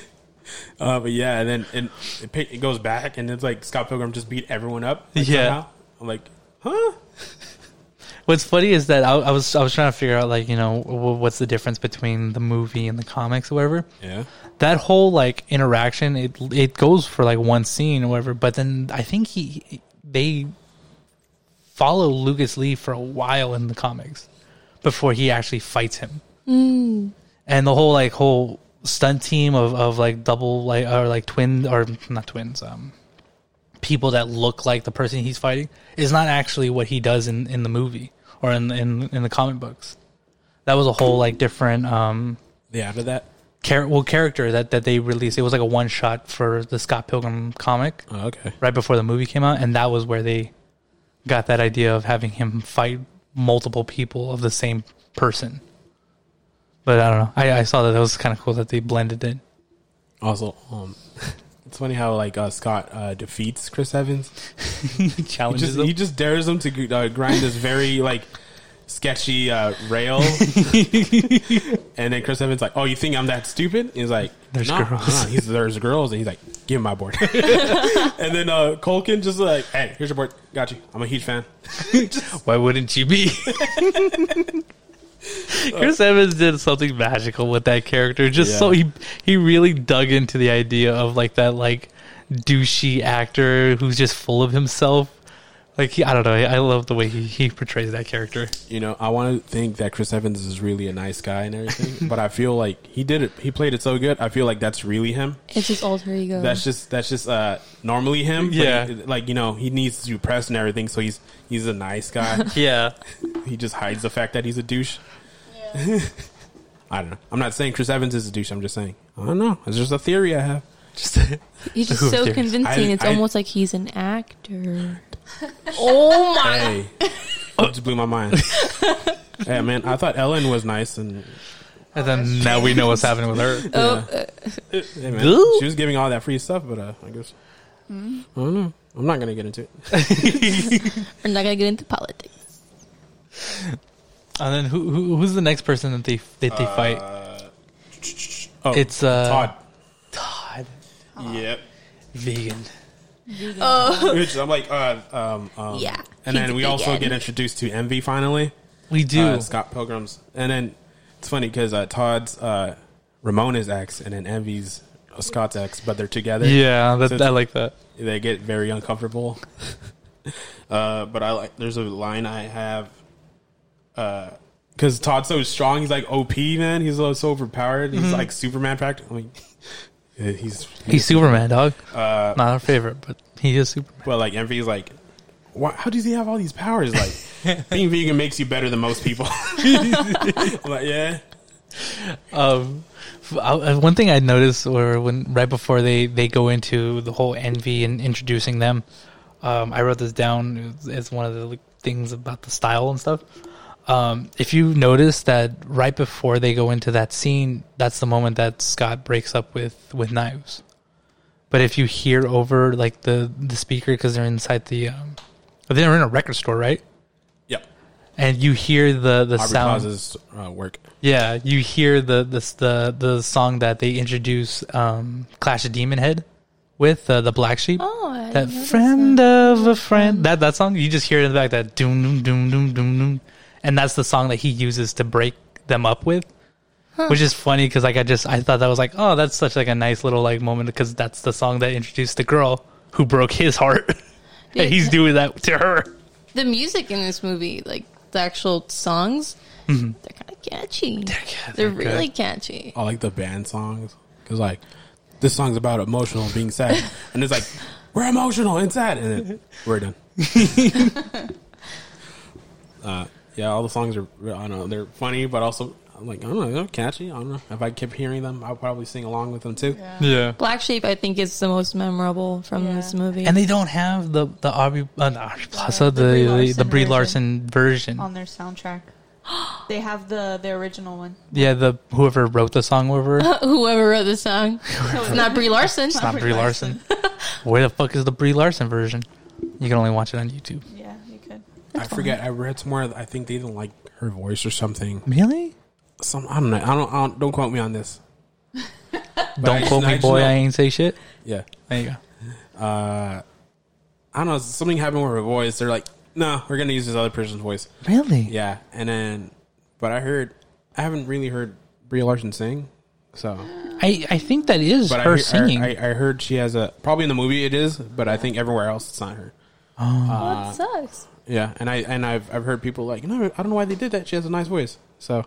Speaker 2: uh, but yeah, and then and it, pa- it goes back, and it's like Scott Pilgrim just beat everyone up. like,
Speaker 1: Yeah.
Speaker 2: somehow. I'm like, huh?
Speaker 1: What's funny is that I, I was I was trying to figure out like you know w- what's the difference between the movie and the comics, or whatever.
Speaker 2: Yeah.
Speaker 1: that whole like interaction it it goes for like one scene or whatever but then i think he they follow lucas lee for a while in the comics before he actually fights him and the whole like whole stunt team of, of like double like or like twin or not twins um people that look like the person he's fighting is not actually what he does in in the movie or in in, in the comic books that was a whole like different um
Speaker 2: Yeah. After that.
Speaker 1: char- well character that that they released. It was like a one shot for the Scott Pilgrim comic
Speaker 2: Oh, okay.
Speaker 1: right before the movie came out, and that was where they got that idea of having him fight multiple people of the same person. But I don't know. I, I saw that that was kind of cool that they blended it.
Speaker 2: Also, um, it's funny how like uh, Scott uh, defeats Chris Evans. He
Speaker 1: Challenges
Speaker 2: just, he just dares them to uh, grind this very like sketchy uh, rail, and then Chris Evans like, "Oh, you think I'm that stupid?" He's like,
Speaker 1: There's
Speaker 2: "No,
Speaker 1: girls."
Speaker 2: no." He's there's girls, and he's like, "Give me my board." and then uh, Colkin just like, "Hey, here's your board. Got you. I'm a huge fan."
Speaker 1: Why wouldn't you be? Chris Evans did something magical with that character. Just so
Speaker 2: Yeah.
Speaker 1: he he really dug into the idea of like that like douchey actor who's just full of himself. Like he, I don't know. I, I love the way he, he portrays that character.
Speaker 2: You know, I want to think that Chris Evans is really a nice guy and everything, but I feel like he did it. He played it so good. I feel like that's really him.
Speaker 3: it's just alter ego.
Speaker 2: That's just that's just uh normally him. but
Speaker 1: Yeah.
Speaker 2: he- like you know, he needs to do press and everything, so he's he's a nice guy.
Speaker 1: Yeah,
Speaker 2: he just hides the fact that he's a douche. I don't know. I'm not saying Chris Evans is a douche. I'm just saying I don't know. It's just a theory I have.
Speaker 1: just
Speaker 3: He's just
Speaker 1: Who
Speaker 3: so
Speaker 1: cares?
Speaker 3: convincing.
Speaker 2: I-
Speaker 3: it's
Speaker 2: I-
Speaker 3: almost like he's an actor. oh my!
Speaker 2: Hey, that just blew my mind. yeah, man. I thought Ellen was nice, and
Speaker 1: and then now we know what's happening with her.
Speaker 3: Oh,
Speaker 2: hey, man,
Speaker 1: Ooh.
Speaker 2: she was giving all that free stuff, but uh, I guess I don't know. I'm not gonna get into it.
Speaker 3: we're not gonna get into politics.
Speaker 1: And then who, who who's the next person that they that they fight?
Speaker 2: Oh,
Speaker 1: It's, uh,
Speaker 2: Todd.
Speaker 1: Todd
Speaker 2: Yep.
Speaker 1: Vegan.
Speaker 3: Oh.
Speaker 2: Which I'm like, uh, um, um,
Speaker 3: Yeah,
Speaker 2: And
Speaker 3: he's
Speaker 2: then we
Speaker 3: big
Speaker 2: also
Speaker 3: Ed.
Speaker 2: get introduced to Envy finally.
Speaker 1: We do.
Speaker 2: uh, Scott Pilgrim's, and then it's funny because uh, Todd's uh, Ramona's ex, and then Envy's uh, Scott's ex, but they're together.
Speaker 1: yeah, that,
Speaker 2: So it's-
Speaker 1: I like that.
Speaker 2: they get very uncomfortable. uh, but I like. There's a line I have. Because Todd's so strong, he's like OP man. He's so so overpowered. He's like Superman practically. I mean, yeah, he's
Speaker 1: He's Superman, dog. Not our favorite, but he is Superman.
Speaker 2: but like Envy's like, why, how does he have all these powers? Like being vegan makes you better than most people. I'm like yeah,
Speaker 1: Um, f- I- I- one thing I noticed, or when right before they they go into the whole envy and introducing them, um, I wrote this down as- as one of the like, things about the style and stuff. Um, if you notice that right before they go into that scene, that's the moment that Scott breaks up with with knives. But if you hear over like the the speaker because they're inside the, um, they're in a record store, right?
Speaker 2: yep.
Speaker 1: and you hear the the
Speaker 2: Aubrey
Speaker 1: sound.
Speaker 2: Plaza's uh, work.
Speaker 1: Yeah, you hear the the the, the song that they introduce um, Clash of Demon Head with uh, the Black Sheep.
Speaker 3: Oh, I
Speaker 1: that
Speaker 3: didn't know that
Speaker 1: friend of a friend. That that song you just hear it in the back that doom doom doom doom doom doom, and that's the song that he uses to break them up with. Which is funny because like I just I thought that was like oh that's such like a nice little like moment because that's the song that introduced the girl who broke his heart
Speaker 3: Dude,
Speaker 1: and he's doing that to her.
Speaker 3: the music in this movie, like the actual songs, they're kind of catchy. They're,
Speaker 1: Mm-hmm. they're
Speaker 3: really
Speaker 1: good.
Speaker 3: catchy.
Speaker 2: I like the band songs because like this song's about emotional being sad, and it's like we're emotional and sad, and then we're done. uh, yeah, all the songs are I don't know they're funny, but also like I don't know they're catchy. I don't know if I kept hearing them, I'd probably sing along with them too.
Speaker 4: Yeah.
Speaker 1: Yeah.
Speaker 3: Black Sheep, I think, is the most memorable from
Speaker 4: Yeah.
Speaker 3: this movie.
Speaker 1: And they don't have the the Aubrey, uh, not Aubrey Plaza,
Speaker 4: the
Speaker 1: the
Speaker 4: Brie
Speaker 1: the, the
Speaker 4: Larson
Speaker 1: Brie Larson
Speaker 4: version.
Speaker 1: version. Um,
Speaker 4: on their soundtrack. they have the the original one.
Speaker 1: Yeah, the whoever wrote the song, whoever it's
Speaker 3: Whoever wrote the song, it's not Brie Larson.
Speaker 1: not Brie Larson. Where the fuck is the Brie Larson version? You can only watch it on YouTube.
Speaker 4: Yeah, you could.
Speaker 2: I forget. I read somewhere. that I think they didn't like her voice or something.
Speaker 1: Really?
Speaker 2: Some I don't know. I don't. I don't, don't quote me on this. But I
Speaker 1: don't
Speaker 2: just-
Speaker 1: quote
Speaker 2: I
Speaker 1: me,
Speaker 2: just
Speaker 1: boy.
Speaker 2: know-
Speaker 1: I ain't say shit.
Speaker 2: Yeah.
Speaker 1: There you go.
Speaker 2: I don't know. Something happened with her voice. They're like, no, we're gonna use this other person's voice.
Speaker 1: Really?
Speaker 2: Yeah, and then, but I heard, I haven't really heard Brie Larson sing, so.
Speaker 1: I, I think that is
Speaker 2: But I
Speaker 1: her
Speaker 2: hear- I,
Speaker 1: singing.
Speaker 2: I, I, heard she has a probably in the movie it is, but I think everywhere else it's not her.
Speaker 3: That sucks.
Speaker 2: Yeah, and I and I've I've heard people like, no, I don't know why they did that. She has a nice voice, so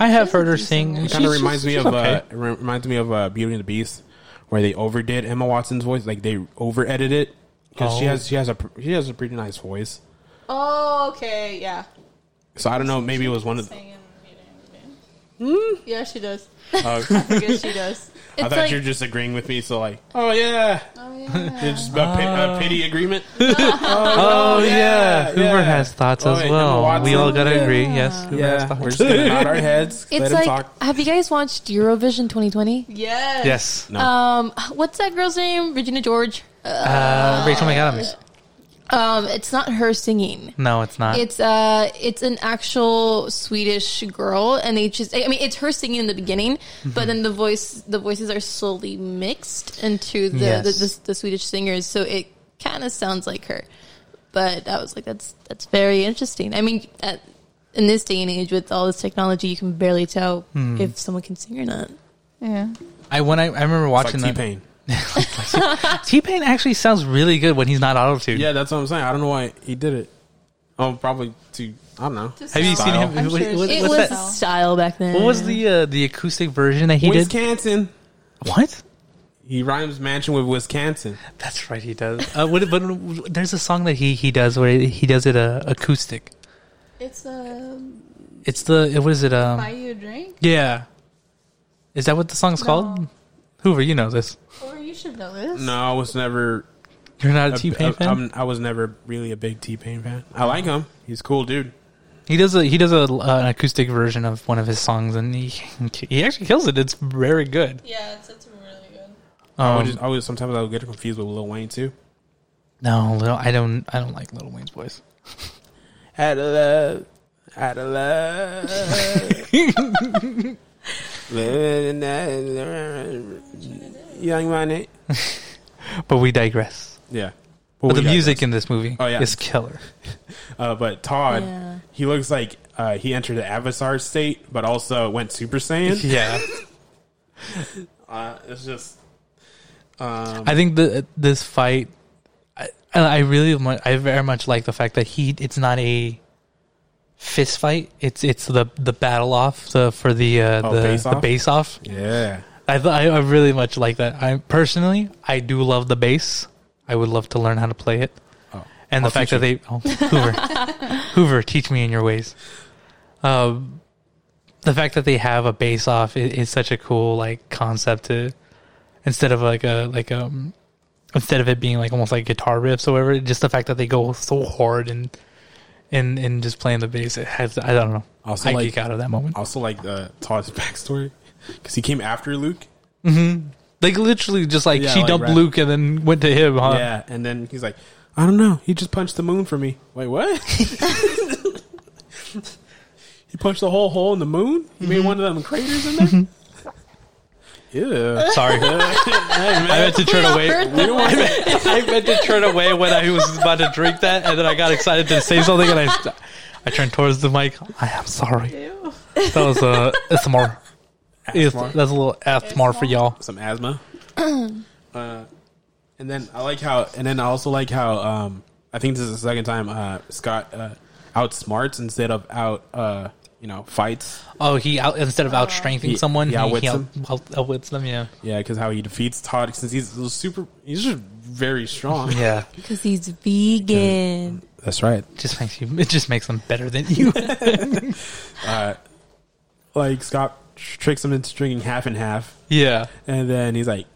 Speaker 1: I have heard her sing.
Speaker 2: it
Speaker 1: She's-
Speaker 2: kind of reminds me
Speaker 1: she's
Speaker 2: of
Speaker 1: okay.
Speaker 2: uh, it re- reminds me of uh, Beauty and the Beast, where they overdid Emma Watson's voice, like they over edited it because she
Speaker 1: Oh.
Speaker 2: has she has a pr- she has a pretty nice voice.
Speaker 4: Oh, okay, yeah.
Speaker 2: So I don't know. Maybe it was one of. The,
Speaker 4: Yeah, she does.
Speaker 2: uh,
Speaker 4: I guess she does.
Speaker 2: I
Speaker 3: It's
Speaker 2: thought
Speaker 3: like
Speaker 2: you were just agreeing with me. So like, oh yeah,
Speaker 4: Oh yeah.
Speaker 2: It's just about pi- a pity agreement.
Speaker 1: Oh yeah,
Speaker 2: Oh, yeah,
Speaker 1: Hoover
Speaker 2: yeah.
Speaker 1: has thoughts
Speaker 2: Oh,
Speaker 1: as
Speaker 2: wait, Emma
Speaker 1: well. We
Speaker 2: Watson.
Speaker 1: all gotta
Speaker 2: Yeah.
Speaker 1: agree. Yes, Hoover has
Speaker 2: Yeah, um,
Speaker 1: thoughts.
Speaker 2: we're just gonna nod our heads.
Speaker 3: it's
Speaker 2: let
Speaker 3: like.
Speaker 2: him talk.
Speaker 3: Have you guys watched Eurovision 2020?
Speaker 4: Yes.
Speaker 1: yes.
Speaker 2: No,
Speaker 3: Um, what's that girl's name? Regina George.
Speaker 1: Uh, Rachel McAdams.
Speaker 3: Um, it's not her singing.
Speaker 1: No, it's not.
Speaker 3: It's uh, it's an actual Swedish girl, and they just. I mean, it's her singing in the beginning, but
Speaker 2: Mm-hmm.
Speaker 3: then the voice, the voices are slowly mixed into the
Speaker 1: Yes.
Speaker 3: the, the, the Swedish singers, so it kind of sounds like her. But I was like, that's that's very interesting. I mean, at, in this day and age, with all this technology, you can barely tell
Speaker 2: Hmm.
Speaker 3: if someone can sing or not.
Speaker 4: Yeah.
Speaker 1: I when I, I remember
Speaker 2: like
Speaker 1: watching
Speaker 2: T
Speaker 1: that.
Speaker 2: Pain.
Speaker 1: T Pain actually sounds really good when he's not auto tuned.
Speaker 2: Yeah, that's what I'm saying. I don't know why he did it. Oh, probably to I don't know.
Speaker 1: Have you seen him?
Speaker 4: I'm
Speaker 1: what-
Speaker 4: sure
Speaker 1: what-
Speaker 4: she-
Speaker 3: It
Speaker 1: what's
Speaker 3: was
Speaker 1: that?
Speaker 3: style back then.
Speaker 1: What was the uh, the acoustic version that he did?
Speaker 2: Wisconsin.
Speaker 1: What?
Speaker 2: He rhymes mansion with Wisconsin.
Speaker 1: That's right, he does. Uh, what, but there's a song that he he does where he does it uh, acoustic.
Speaker 4: It's a
Speaker 1: It's the what is it?
Speaker 4: buy
Speaker 1: Um,
Speaker 4: you a drink,
Speaker 1: yeah, is that what the song's called? Hoover, you know this.
Speaker 4: or Oh, you should know this.
Speaker 2: No, I was never.
Speaker 1: You're not a
Speaker 2: a-
Speaker 1: T Pain
Speaker 2: a-
Speaker 1: fan.
Speaker 2: I'm- I was never really a big T Pain fan. I like him. He's a cool, dude.
Speaker 1: he does a he does a, uh, an acoustic version of one of his songs, and he he actually kills it. It's very good.
Speaker 4: Yeah, it's, it's really good.
Speaker 2: I
Speaker 1: Um,
Speaker 2: would just, I would, sometimes I would get confused with Lil Wayne too.
Speaker 1: no, Lil, I don't I don't like Little Wayne's voice.
Speaker 2: Out of love, out of love. Young money.
Speaker 1: But we digress.
Speaker 2: Yeah.
Speaker 1: but the music in this movie
Speaker 2: Oh, yeah.
Speaker 1: is killer.
Speaker 2: Uh, but Todd,
Speaker 3: Yeah.
Speaker 2: he looks like uh, he entered the Avatar state, but also went Super Saiyan.
Speaker 1: Yeah.
Speaker 2: uh, it's just. um,
Speaker 1: I think the this fight, I, I really, mu- I very much like the fact that he. It's not a fist fight. It's it's the the battle off the for the uh,
Speaker 2: Oh,
Speaker 1: the
Speaker 2: base
Speaker 1: the
Speaker 2: off?
Speaker 1: base off.
Speaker 2: Yeah.
Speaker 1: I, th- I I really much like that. I personally I do love the bass. I would love to learn how to play it.
Speaker 2: Oh.
Speaker 1: And
Speaker 2: I'll
Speaker 1: the fact
Speaker 2: teach
Speaker 1: that they oh, Hoover Hoover teach me in your ways. Um, the fact that they have a base off is, is such a cool like concept to instead of like a like um instead of it being like almost like guitar riffs or whatever. Just the fact that they go so hard and and and just playing the bass. It has I don't know.
Speaker 2: Also,
Speaker 1: I
Speaker 2: like-
Speaker 1: geek out of that moment.
Speaker 2: Also, like uh, Todd's backstory, because he came after Luke.
Speaker 1: Like literally, just like
Speaker 2: Yeah,
Speaker 1: she
Speaker 2: like,
Speaker 1: dumped
Speaker 2: right.
Speaker 1: Luke and then went to him. Huh?
Speaker 2: Yeah, and then he's like, I don't know. He just punched the moon for me. Wait, what? He punched a whole hole in the moon. He made one of them craters in there. Yeah.
Speaker 1: Sorry, I meant to turn away. I meant, I meant to turn away when I was about to drink that, and then I got excited to say something, and I, I turned towards the mic. I am sorry.
Speaker 4: Ew.
Speaker 1: That was uh, a ASMR. That's a
Speaker 2: Asthma.
Speaker 1: little ASMR for y'all.
Speaker 2: some asthma. uh, and then I like how, and then I also like how um, I think this is the second time uh, Scott uh, outsmarts instead of out, uh, you know, fights.
Speaker 1: Oh, he out instead of outstrengthening
Speaker 2: He-
Speaker 1: someone,
Speaker 2: he
Speaker 1: he,
Speaker 2: outwits
Speaker 1: he out,
Speaker 2: them.
Speaker 1: out- outwits them. Yeah,
Speaker 2: Yeah, because how he defeats Todd since he's a super, he's just very strong.
Speaker 1: yeah.
Speaker 3: Because he's vegan.
Speaker 2: That's right.
Speaker 1: Just makes you. It just makes them better than you.
Speaker 2: Like Scott tricks him into drinking half and half,
Speaker 1: yeah,
Speaker 2: and then he's like.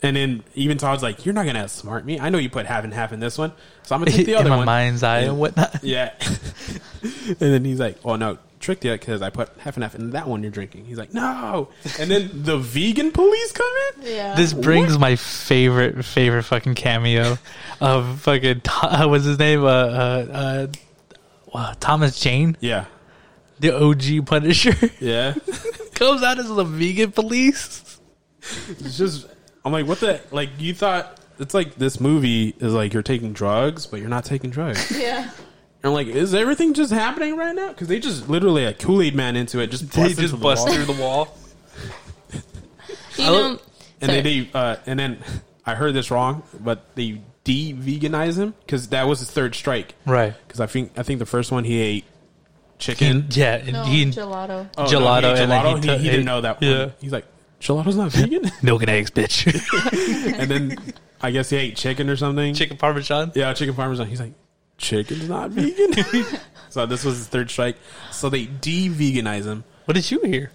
Speaker 2: And then even Todd's like, "You're not gonna outsmart me. I know you put half and half in this one, so I'm gonna take the
Speaker 1: in
Speaker 2: other
Speaker 1: my
Speaker 2: one."
Speaker 1: mind's eye
Speaker 2: Yeah.
Speaker 1: and whatnot.
Speaker 2: Yeah. and then he's like, "Oh no, tricked you because I put half and half in that one you're drinking." He's like, "No." And then the vegan police come in.
Speaker 4: Yeah.
Speaker 1: This brings my favorite, favorite fucking cameo of fucking Tho- uh, what's his name? Uh, uh, uh, uh, Thomas Jane,
Speaker 2: Yeah.
Speaker 1: the OG Punisher,
Speaker 2: Yeah.
Speaker 1: comes out as the vegan police.
Speaker 2: it's just I'm like, "What the like you thought it's like this movie is like you're taking drugs, but you're not taking drugs."
Speaker 4: yeah.
Speaker 2: I'm like, "Is everything just happening right now?" Cuz they just literally like Kool-Aid man into it, just bust into the wall.
Speaker 1: the wall.
Speaker 3: You know,
Speaker 2: and
Speaker 3: Sorry.
Speaker 2: then they uh, and then I heard this wrong, but they de-veganize him cuz that was his third strike.
Speaker 1: Right.
Speaker 2: Cuz I think I think the first one he ate
Speaker 1: He,
Speaker 2: chicken.
Speaker 1: yeah, and
Speaker 4: No,
Speaker 1: he
Speaker 4: gelato.
Speaker 2: Oh,
Speaker 1: Gelato,
Speaker 2: no, he ate
Speaker 1: and then he
Speaker 2: gelato. he,
Speaker 1: took-
Speaker 2: he didn't know that.
Speaker 1: yeah.
Speaker 2: One. He's like, gelato's not vegan.
Speaker 1: milk and eggs, bitch.
Speaker 2: and then I guess he ate chicken or something.
Speaker 1: Chicken parmesan.
Speaker 2: Yeah, chicken parmesan. He's like, chicken's not vegan. so this was his third strike. So they de-veganize him,
Speaker 1: What did you hear?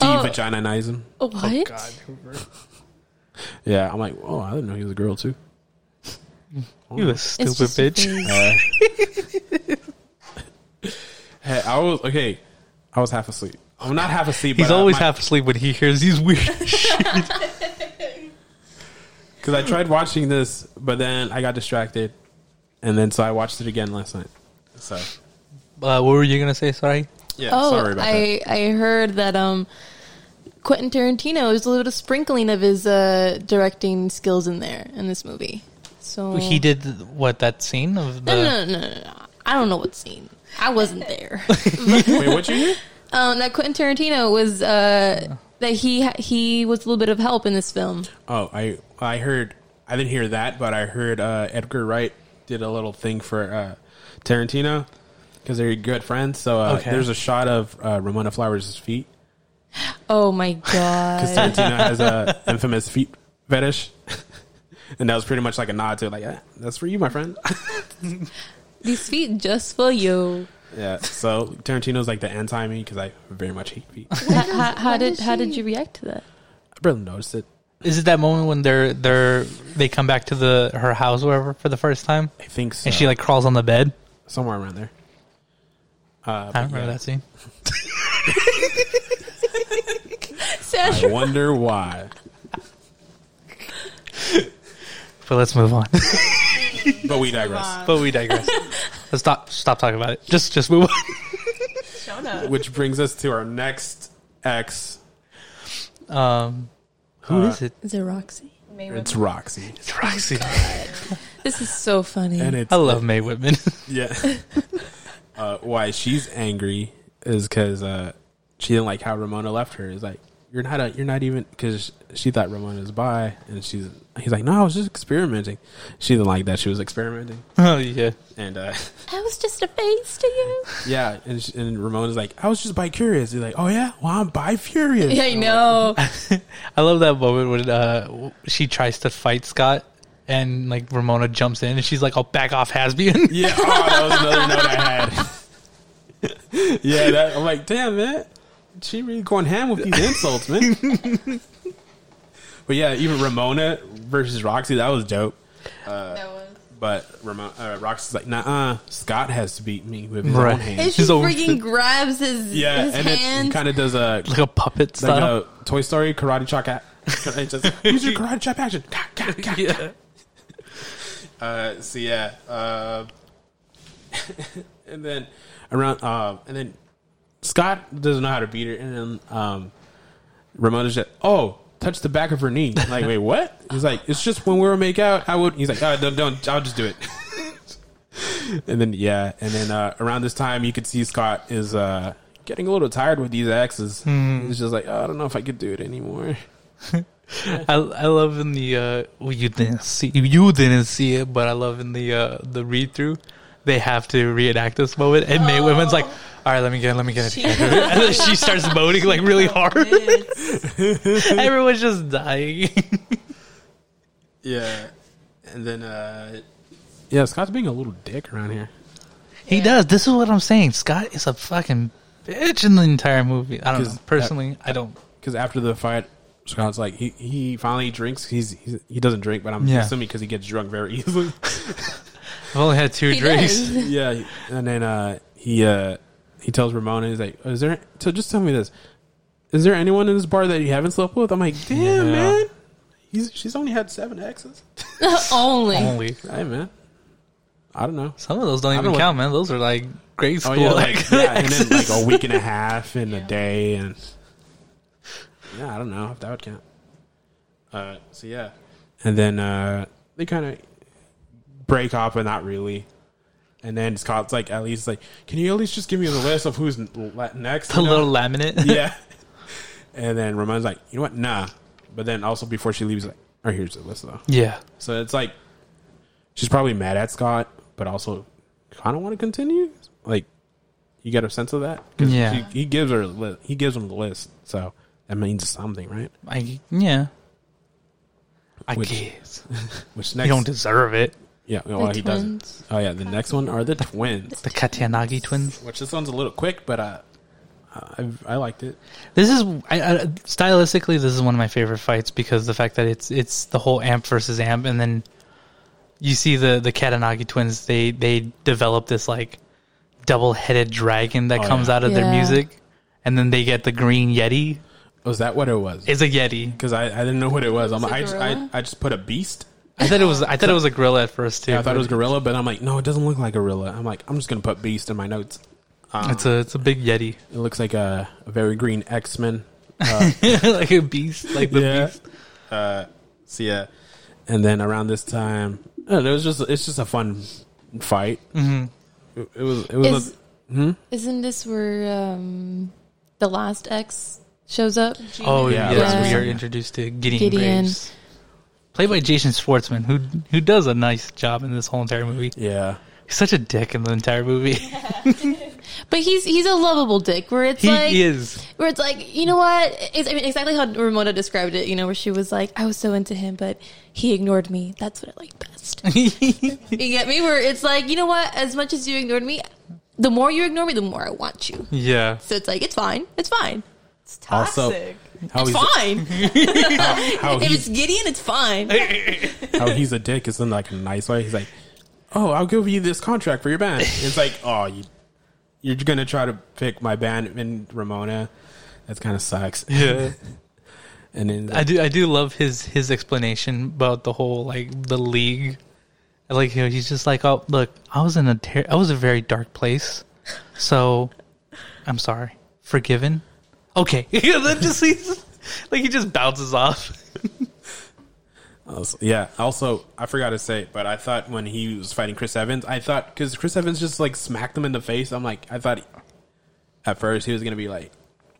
Speaker 1: Oh.
Speaker 2: de-vagininize him.
Speaker 3: Oh, what?
Speaker 2: Yeah, I'm like, oh, I didn't know he was a girl too.
Speaker 1: You a
Speaker 3: It's
Speaker 1: stupid
Speaker 3: just a
Speaker 1: bitch.
Speaker 3: thing.
Speaker 2: Uh, hey, I was okay. I was half asleep. I'm not half asleep.
Speaker 1: He's
Speaker 2: but, uh,
Speaker 1: always
Speaker 2: my-
Speaker 1: half asleep when he hears these weird.
Speaker 2: Because I tried watching this, but then I got distracted, and then so I watched it again last night. So
Speaker 1: uh, what were you gonna say? Sorry.
Speaker 2: yeah,
Speaker 3: Oh,
Speaker 2: sorry about that.
Speaker 3: I, I heard that um, Quentin Tarantino is a little sprinkling of his uh, directing skills in there in this movie. So
Speaker 1: He did uh, what that scene of the.
Speaker 3: No, no, no, no, no, no. I don't know what scene. I wasn't there.
Speaker 2: Wait, what you hear?
Speaker 3: um, that Quentin Tarantino was uh, that he he was a little bit of help in this film.
Speaker 2: Oh, I I heard I didn't hear that, but I heard uh, Edgar Wright did a little thing for uh, Tarantino because they're good friends. So uh,
Speaker 1: Okay.
Speaker 2: there's a shot of uh, Ramona Flowers' feet
Speaker 3: Oh my
Speaker 2: because
Speaker 1: Uh,
Speaker 3: god!
Speaker 2: Tarantino has a infamous feet fetish, and that was pretty much like a nod to it, like eh, that's for you, my friend.
Speaker 3: These feet just for you.
Speaker 2: yeah. So Tarantino's like the anti me because I very much hate feet. I
Speaker 3: how, how, how
Speaker 4: what
Speaker 3: did
Speaker 4: is
Speaker 3: how did
Speaker 4: she-
Speaker 3: you react to that?
Speaker 2: barely noticed it.
Speaker 1: Is it that moment when they're they're they come back to the her house or wherever for the first time,
Speaker 2: I think so.
Speaker 1: and she like crawls on the bed?
Speaker 2: somewhere around there. Uh,
Speaker 1: I don't remember that scene.
Speaker 2: I wonder why.
Speaker 1: But let's move on.
Speaker 2: But we digress.
Speaker 4: Um,
Speaker 1: but we digress. Let's stop stop talking about it. Just just move on.
Speaker 4: Shona.
Speaker 2: Which brings us to our next ex.
Speaker 1: Um, who is it?
Speaker 3: Is it Roxy?
Speaker 4: Mayweather.
Speaker 2: It's Roxy,
Speaker 1: It's Roxy.
Speaker 3: This is so funny.
Speaker 2: and it's
Speaker 1: I love May Whitman.
Speaker 2: yeah. uh, why she's angry is because uh, she didn't like how Ramona left her. It's like you're not a, you're not even because she thought Ramona was bi, and she's he's like no, I was just experimenting. She didn't like that she was experimenting,
Speaker 1: oh yeah.
Speaker 2: and uh,
Speaker 3: I was just a face to you.
Speaker 2: yeah, and, she, and Ramona's like I was just bi curious. He's like oh yeah, well I'm bi furious.
Speaker 3: Yeah, I know.
Speaker 1: I love that moment when uh, she tries to fight Scott and like Ramona jumps in and she's like, "I'll back off, Hasbian."
Speaker 2: Yeah, oh, that was another note I had. yeah, that, I'm like, damn, man. She really going ham with these insults, man. but yeah, even Ramona versus Roxy, that was dope. Uh,
Speaker 4: That was.
Speaker 2: But Ramon, uh, Roxy's like, nah, Rox has to beat me with his
Speaker 1: Right.
Speaker 2: own hand.
Speaker 3: And she
Speaker 1: His own
Speaker 3: freaking
Speaker 1: fit-
Speaker 3: grabs his
Speaker 2: yeah,
Speaker 3: his
Speaker 2: and it
Speaker 3: hand.
Speaker 2: kind of does a
Speaker 1: like a puppet
Speaker 2: like
Speaker 1: style.
Speaker 2: a Toy Story karate chop act. It's just, Use your karate chop action. Ka, ka, ka, ka. Uh, so yeah, uh, and then around uh, and then Scott doesn't know how to beat her, and then um, Ramona said, "Oh." Touch the back of her knee. I'm like, wait, what? He's like, it's just when we were make out. I would. He's like, oh, don't, don't. I'll just do it. and then yeah, and then uh, around this time, you could see Scott is uh, getting a little tired with these axes. He's just like, oh, I don't know if I could do it anymore.
Speaker 1: I, I love in the uh, well, you didn't see you didn't see it, but I love in the uh, the read through they have to reenact this moment, and May Women's like,
Speaker 3: Oh.
Speaker 1: all right, let me get it, let me get it, and then she starts moaning like really
Speaker 3: Oh,
Speaker 1: hard.
Speaker 4: It's-
Speaker 1: Everyone's just dying.
Speaker 2: Yeah, and then uh, yeah, Scott's being a little dick around here.
Speaker 1: he does. This is what I'm saying. Scott is a fucking bitch in the entire movie. I don't
Speaker 2: 'Cause
Speaker 1: know. personally. I don't.
Speaker 2: because after the fight, Scott's like he, he finally drinks. He's, he's he doesn't drink, but I'm
Speaker 1: Yeah.
Speaker 2: assuming because he gets drunk very easily.
Speaker 1: I've only had two
Speaker 3: He
Speaker 1: drinks.
Speaker 3: does.
Speaker 2: yeah, and then uh, he uh, he tells Ramona, he's like, "Is there? So just tell me this: Is there anyone in this bar that you haven't slept with?" I'm like, "Damn,
Speaker 1: Yeah.
Speaker 2: man." He's, she's only had seven exes.
Speaker 3: Only.
Speaker 1: Only
Speaker 2: Hey, man. I don't know.
Speaker 1: some of those don't
Speaker 2: I
Speaker 1: even
Speaker 2: don't know
Speaker 1: count, man. Those are like grade
Speaker 2: Oh
Speaker 1: school.
Speaker 2: yeah,
Speaker 1: like,
Speaker 2: like, yeah, and then like a week and a half and a day and yeah, I don't know if that would count. Uh, so yeah, and then uh, they kind of break up, but not really. And then Scott's like, at least like, can you at least just give me the list of who's n- le- next?
Speaker 1: the
Speaker 2: you know?
Speaker 1: little laminate.
Speaker 2: yeah. And then Ramon's like, you know what? Nah. But then also before she leaves, like, all right, here's the list though.
Speaker 1: yeah.
Speaker 2: So it's like she's probably mad at Scott, but also kind of want to continue. Like you get a sense of that because
Speaker 1: Yeah.
Speaker 2: he gives her a li- he gives him the list, so that means something, right?
Speaker 1: I yeah. I
Speaker 2: Which-
Speaker 1: guess
Speaker 2: Which
Speaker 1: you
Speaker 2: next?
Speaker 1: don't deserve it.
Speaker 2: yeah, well,
Speaker 3: The
Speaker 2: he doesn't.
Speaker 3: twins.
Speaker 2: Oh yeah, the next one are the twins.
Speaker 1: The Katianagi twins.
Speaker 2: Which this one's a little quick, but uh, I I liked it.
Speaker 1: This is I, I, stylistically this is one of my favorite fights because the fact that it's it's the whole amp versus amp, and then you see the the Katanagi twins. They they develop this like double headed dragon that
Speaker 2: Oh,
Speaker 1: comes
Speaker 2: yeah.
Speaker 1: out of their
Speaker 3: Yeah.
Speaker 1: music, and then they get the green yeti.
Speaker 2: Was that what it was?
Speaker 1: It's a yeti.
Speaker 2: Because I, I didn't know what it was. I'm
Speaker 4: It's a
Speaker 2: like, I, just, I
Speaker 4: gorilla?
Speaker 2: I just put a beast.
Speaker 1: I thought it was I thought it was a gorilla at first too.
Speaker 2: I thought it was gorilla, but I'm like, no, it doesn't look like gorilla. I'm like, I'm just gonna put beast in my notes. Um,
Speaker 1: It's a it's a big yeti,
Speaker 2: It looks like a, a very green X Men.
Speaker 1: like a beast, like the beast.
Speaker 2: Uh, so yeah, and then around this time, uh, it was just it's just a fun fight. Mm-hmm. It, it was it was
Speaker 3: Is,
Speaker 2: a-
Speaker 1: hmm?
Speaker 3: Isn't this where um, the last ex shows up?
Speaker 1: Oh
Speaker 2: Yeah,
Speaker 1: yeah,
Speaker 3: yeah.
Speaker 1: we are introduced to Gideon,
Speaker 3: Gideon.
Speaker 1: Graves, played by Jason Schwartzman, who who does a nice job in this whole entire movie.
Speaker 2: yeah.
Speaker 1: He's such a dick in the entire movie.
Speaker 3: But he's he's a lovable dick. Where it's
Speaker 1: he
Speaker 3: like
Speaker 1: is.
Speaker 3: where it's like you know what? It's, I mean, exactly how Ramona described it. You know, where she was like, "I was so into him, but he ignored me. That's what I like best." you get me? Where it's like, you know what? As much as you ignored me, the more you ignore me, the more I want you.
Speaker 1: yeah,
Speaker 3: So it's like it's fine. It's fine.
Speaker 4: It's toxic.
Speaker 2: Also- How Oh, he's
Speaker 3: It's
Speaker 2: Oh,
Speaker 3: fine.
Speaker 2: how
Speaker 3: if it's
Speaker 2: he's,
Speaker 3: Gideon, it's fine.
Speaker 2: how he's a dick is in like a nice way. He's like, oh, I'll give you this contract for your band. It's like, oh, you you're gonna try to pick my band and Ramona. That kind of sucks.
Speaker 1: yeah.
Speaker 2: And then uh,
Speaker 1: I do. I do love his his explanation about the whole like the league. Like you know, he's just like, oh look, I was in a ter- I was a very dark place, so I'm sorry. Forgiven. Okay. And then just he's, like he just bounces off.
Speaker 2: Also- yeah. Also, I forgot to say, but I thought when he was fighting Chris Evans, I thought because Chris Evans just like smacked him in the face. I'm like, I thought he- at first he was gonna be like,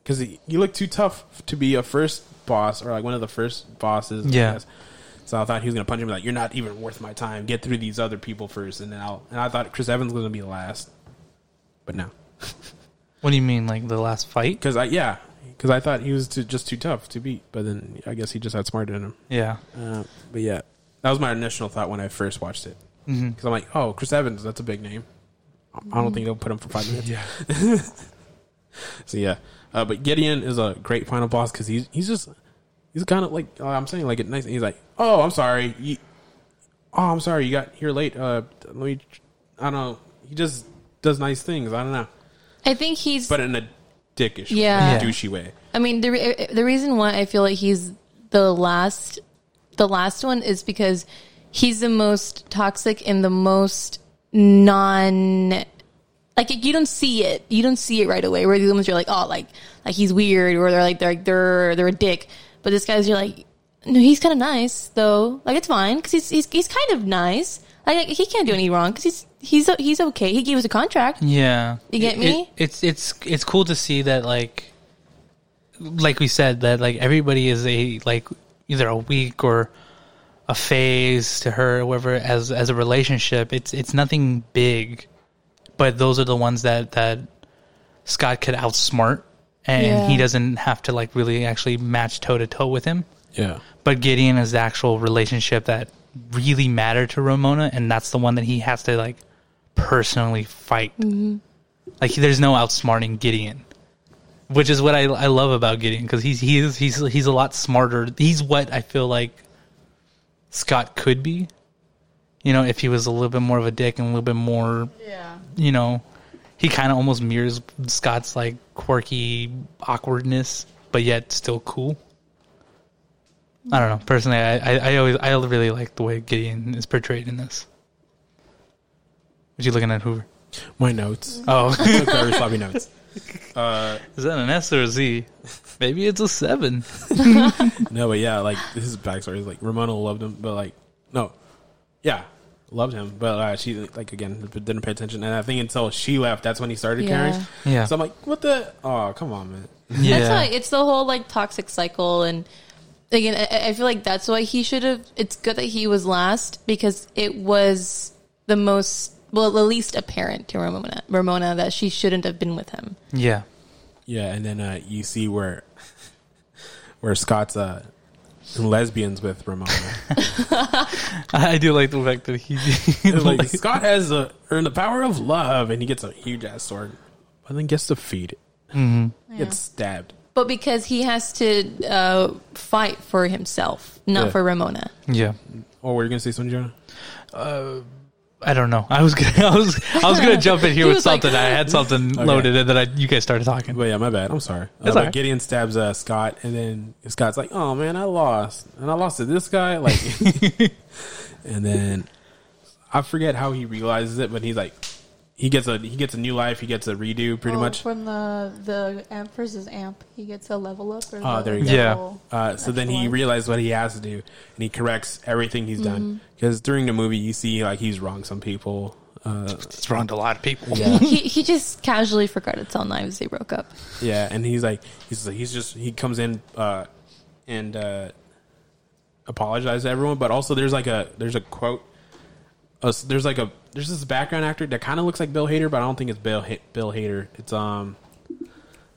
Speaker 2: because he, he looked too tough to be a first boss or like one of the first bosses. I
Speaker 1: Yeah.
Speaker 2: guess. So I thought he was gonna punch him like, you're not even worth my time. Get through these other people first, and then I'll. And I thought Chris Evans was gonna be last, but no,
Speaker 1: What do you mean, like the last fight?
Speaker 2: because I yeah, because I thought he was too, just too tough to beat. But then I guess he just outsmarted him.
Speaker 1: Yeah.
Speaker 2: Uh, but yeah, that was my initial thought when I first watched it because I'm like, oh, Chris Evans, that's a big name. I I don't think they'll put him for five minutes. Yeah. so yeah, uh, but Gideon is a great final boss because he's he's just he's kind of like uh, I'm saying like it nice. He's like, oh, I'm sorry, you, oh, I'm sorry, you got here late. Uh, let me, I don't know. He just does nice things. I don't know,
Speaker 3: I think he's.
Speaker 2: but in a dickish,
Speaker 3: Yeah.
Speaker 2: way, a douchey way.
Speaker 3: I mean, the re- the reason why I feel like he's the last, the last one is because he's the most toxic and the most non Like you don't see it, you don't see it right away. Where the ones you're like, oh, like like he's weird, or they're like they're like, they're they're a dick. But this guy's you're like, no, he's kind of nice though. Like it's fine because he's, he's he's kind of nice. Like he can't do any wrong because he's he's he's okay. He gave us a contract.
Speaker 1: Yeah,
Speaker 3: You get
Speaker 1: It-
Speaker 3: me?
Speaker 1: it- it's it's it's cool to see that like, like we said that like everybody is a like either a week or a phase to her, or whatever. As as a relationship, it's it's nothing big, but those are the ones that that Scott could outsmart, and
Speaker 3: Yeah.
Speaker 1: he doesn't have to like really actually match toe to toe with him.
Speaker 2: Yeah.
Speaker 1: But Gideon is the actual relationship that really mattered to Ramona, and that's the one that he has to like personally fight. Like, there's no outsmarting Gideon, which is what I, I love about Gideon because he's he is he's he's a lot smarter. He's what I feel like Scott could be, you know, if he was a little bit more of a dick and a little bit more
Speaker 4: Yeah.
Speaker 1: you know, he kind of almost mirrors Scott's like quirky awkwardness, but yet still cool. I don't know. Personally, I, I, I always I really like the way Gideon is portrayed in this. Was you looking at Hoover?
Speaker 2: My notes.
Speaker 1: Oh,
Speaker 2: Took very sloppy notes.
Speaker 1: is that an S or a Z? Maybe it's a seven.
Speaker 2: No, but yeah, like this is backstory. Like Ramona loved him, but like no, yeah, loved him, but uh, she like again didn't pay attention. And I think until she left, that's when he started
Speaker 3: Yeah.
Speaker 2: caring.
Speaker 1: Yeah.
Speaker 2: So I'm like, what the? Oh, come on, man.
Speaker 1: Yeah,
Speaker 3: That's why it's the whole like toxic cycle, and again, I, I feel like that's why he should have. It's good that he was last because it was the most well, the least apparent to Ramona. Ramona that she shouldn't have been with him.
Speaker 1: yeah,
Speaker 2: Yeah, and then uh, you see where where Scott's uh, lesbians with Ramona.
Speaker 1: I, I do like the fact that he
Speaker 2: It's like
Speaker 1: like,
Speaker 2: Scott has uh, earned the power of love, and he gets a huge ass sword, but then gets defeated. Mm-hmm. Gets stabbed.
Speaker 3: But because he has to uh, fight for himself, not
Speaker 2: Yeah.
Speaker 3: for Ramona.
Speaker 1: yeah.
Speaker 2: Oh, were you gonna say something, Jonah?
Speaker 1: I don't know. I was gonna, I was I was gonna jump in here
Speaker 3: He
Speaker 1: with
Speaker 3: was like-
Speaker 1: something. I had something loaded, and then I, you guys started talking.
Speaker 2: But yeah, my bad. I'm sorry. Uh,
Speaker 1: It's
Speaker 2: but
Speaker 1: alright.
Speaker 2: Gideon stabs uh, Scott, and then Scott's like, "Oh man, I lost, and I lost to this guy." Like, and then I forget how he realizes it, but he's like, he gets a he gets a new life. He gets a redo, pretty
Speaker 4: Oh,
Speaker 2: much.
Speaker 4: From the the amp versus amp, he gets a level up. Or
Speaker 2: Oh,
Speaker 4: the
Speaker 2: there you go.
Speaker 4: level-
Speaker 2: Uh, so then
Speaker 4: Actual
Speaker 2: he
Speaker 4: life.
Speaker 2: realizes what he has to do, and he corrects everything he's done. Because during the movie, you see like he's wrong some people. Uh,
Speaker 1: It's wronged a lot of people.
Speaker 3: he he just casually forgot to tell Knives they broke up.
Speaker 2: Yeah, and he's like, he's like, he's just he comes in uh, and uh, apologizes to everyone, but also there's like a there's a quote, uh, s- there's like a there's this background actor that kind of looks like Bill Hader, but I don't think it's Bill ha- Bill Hader. It's um,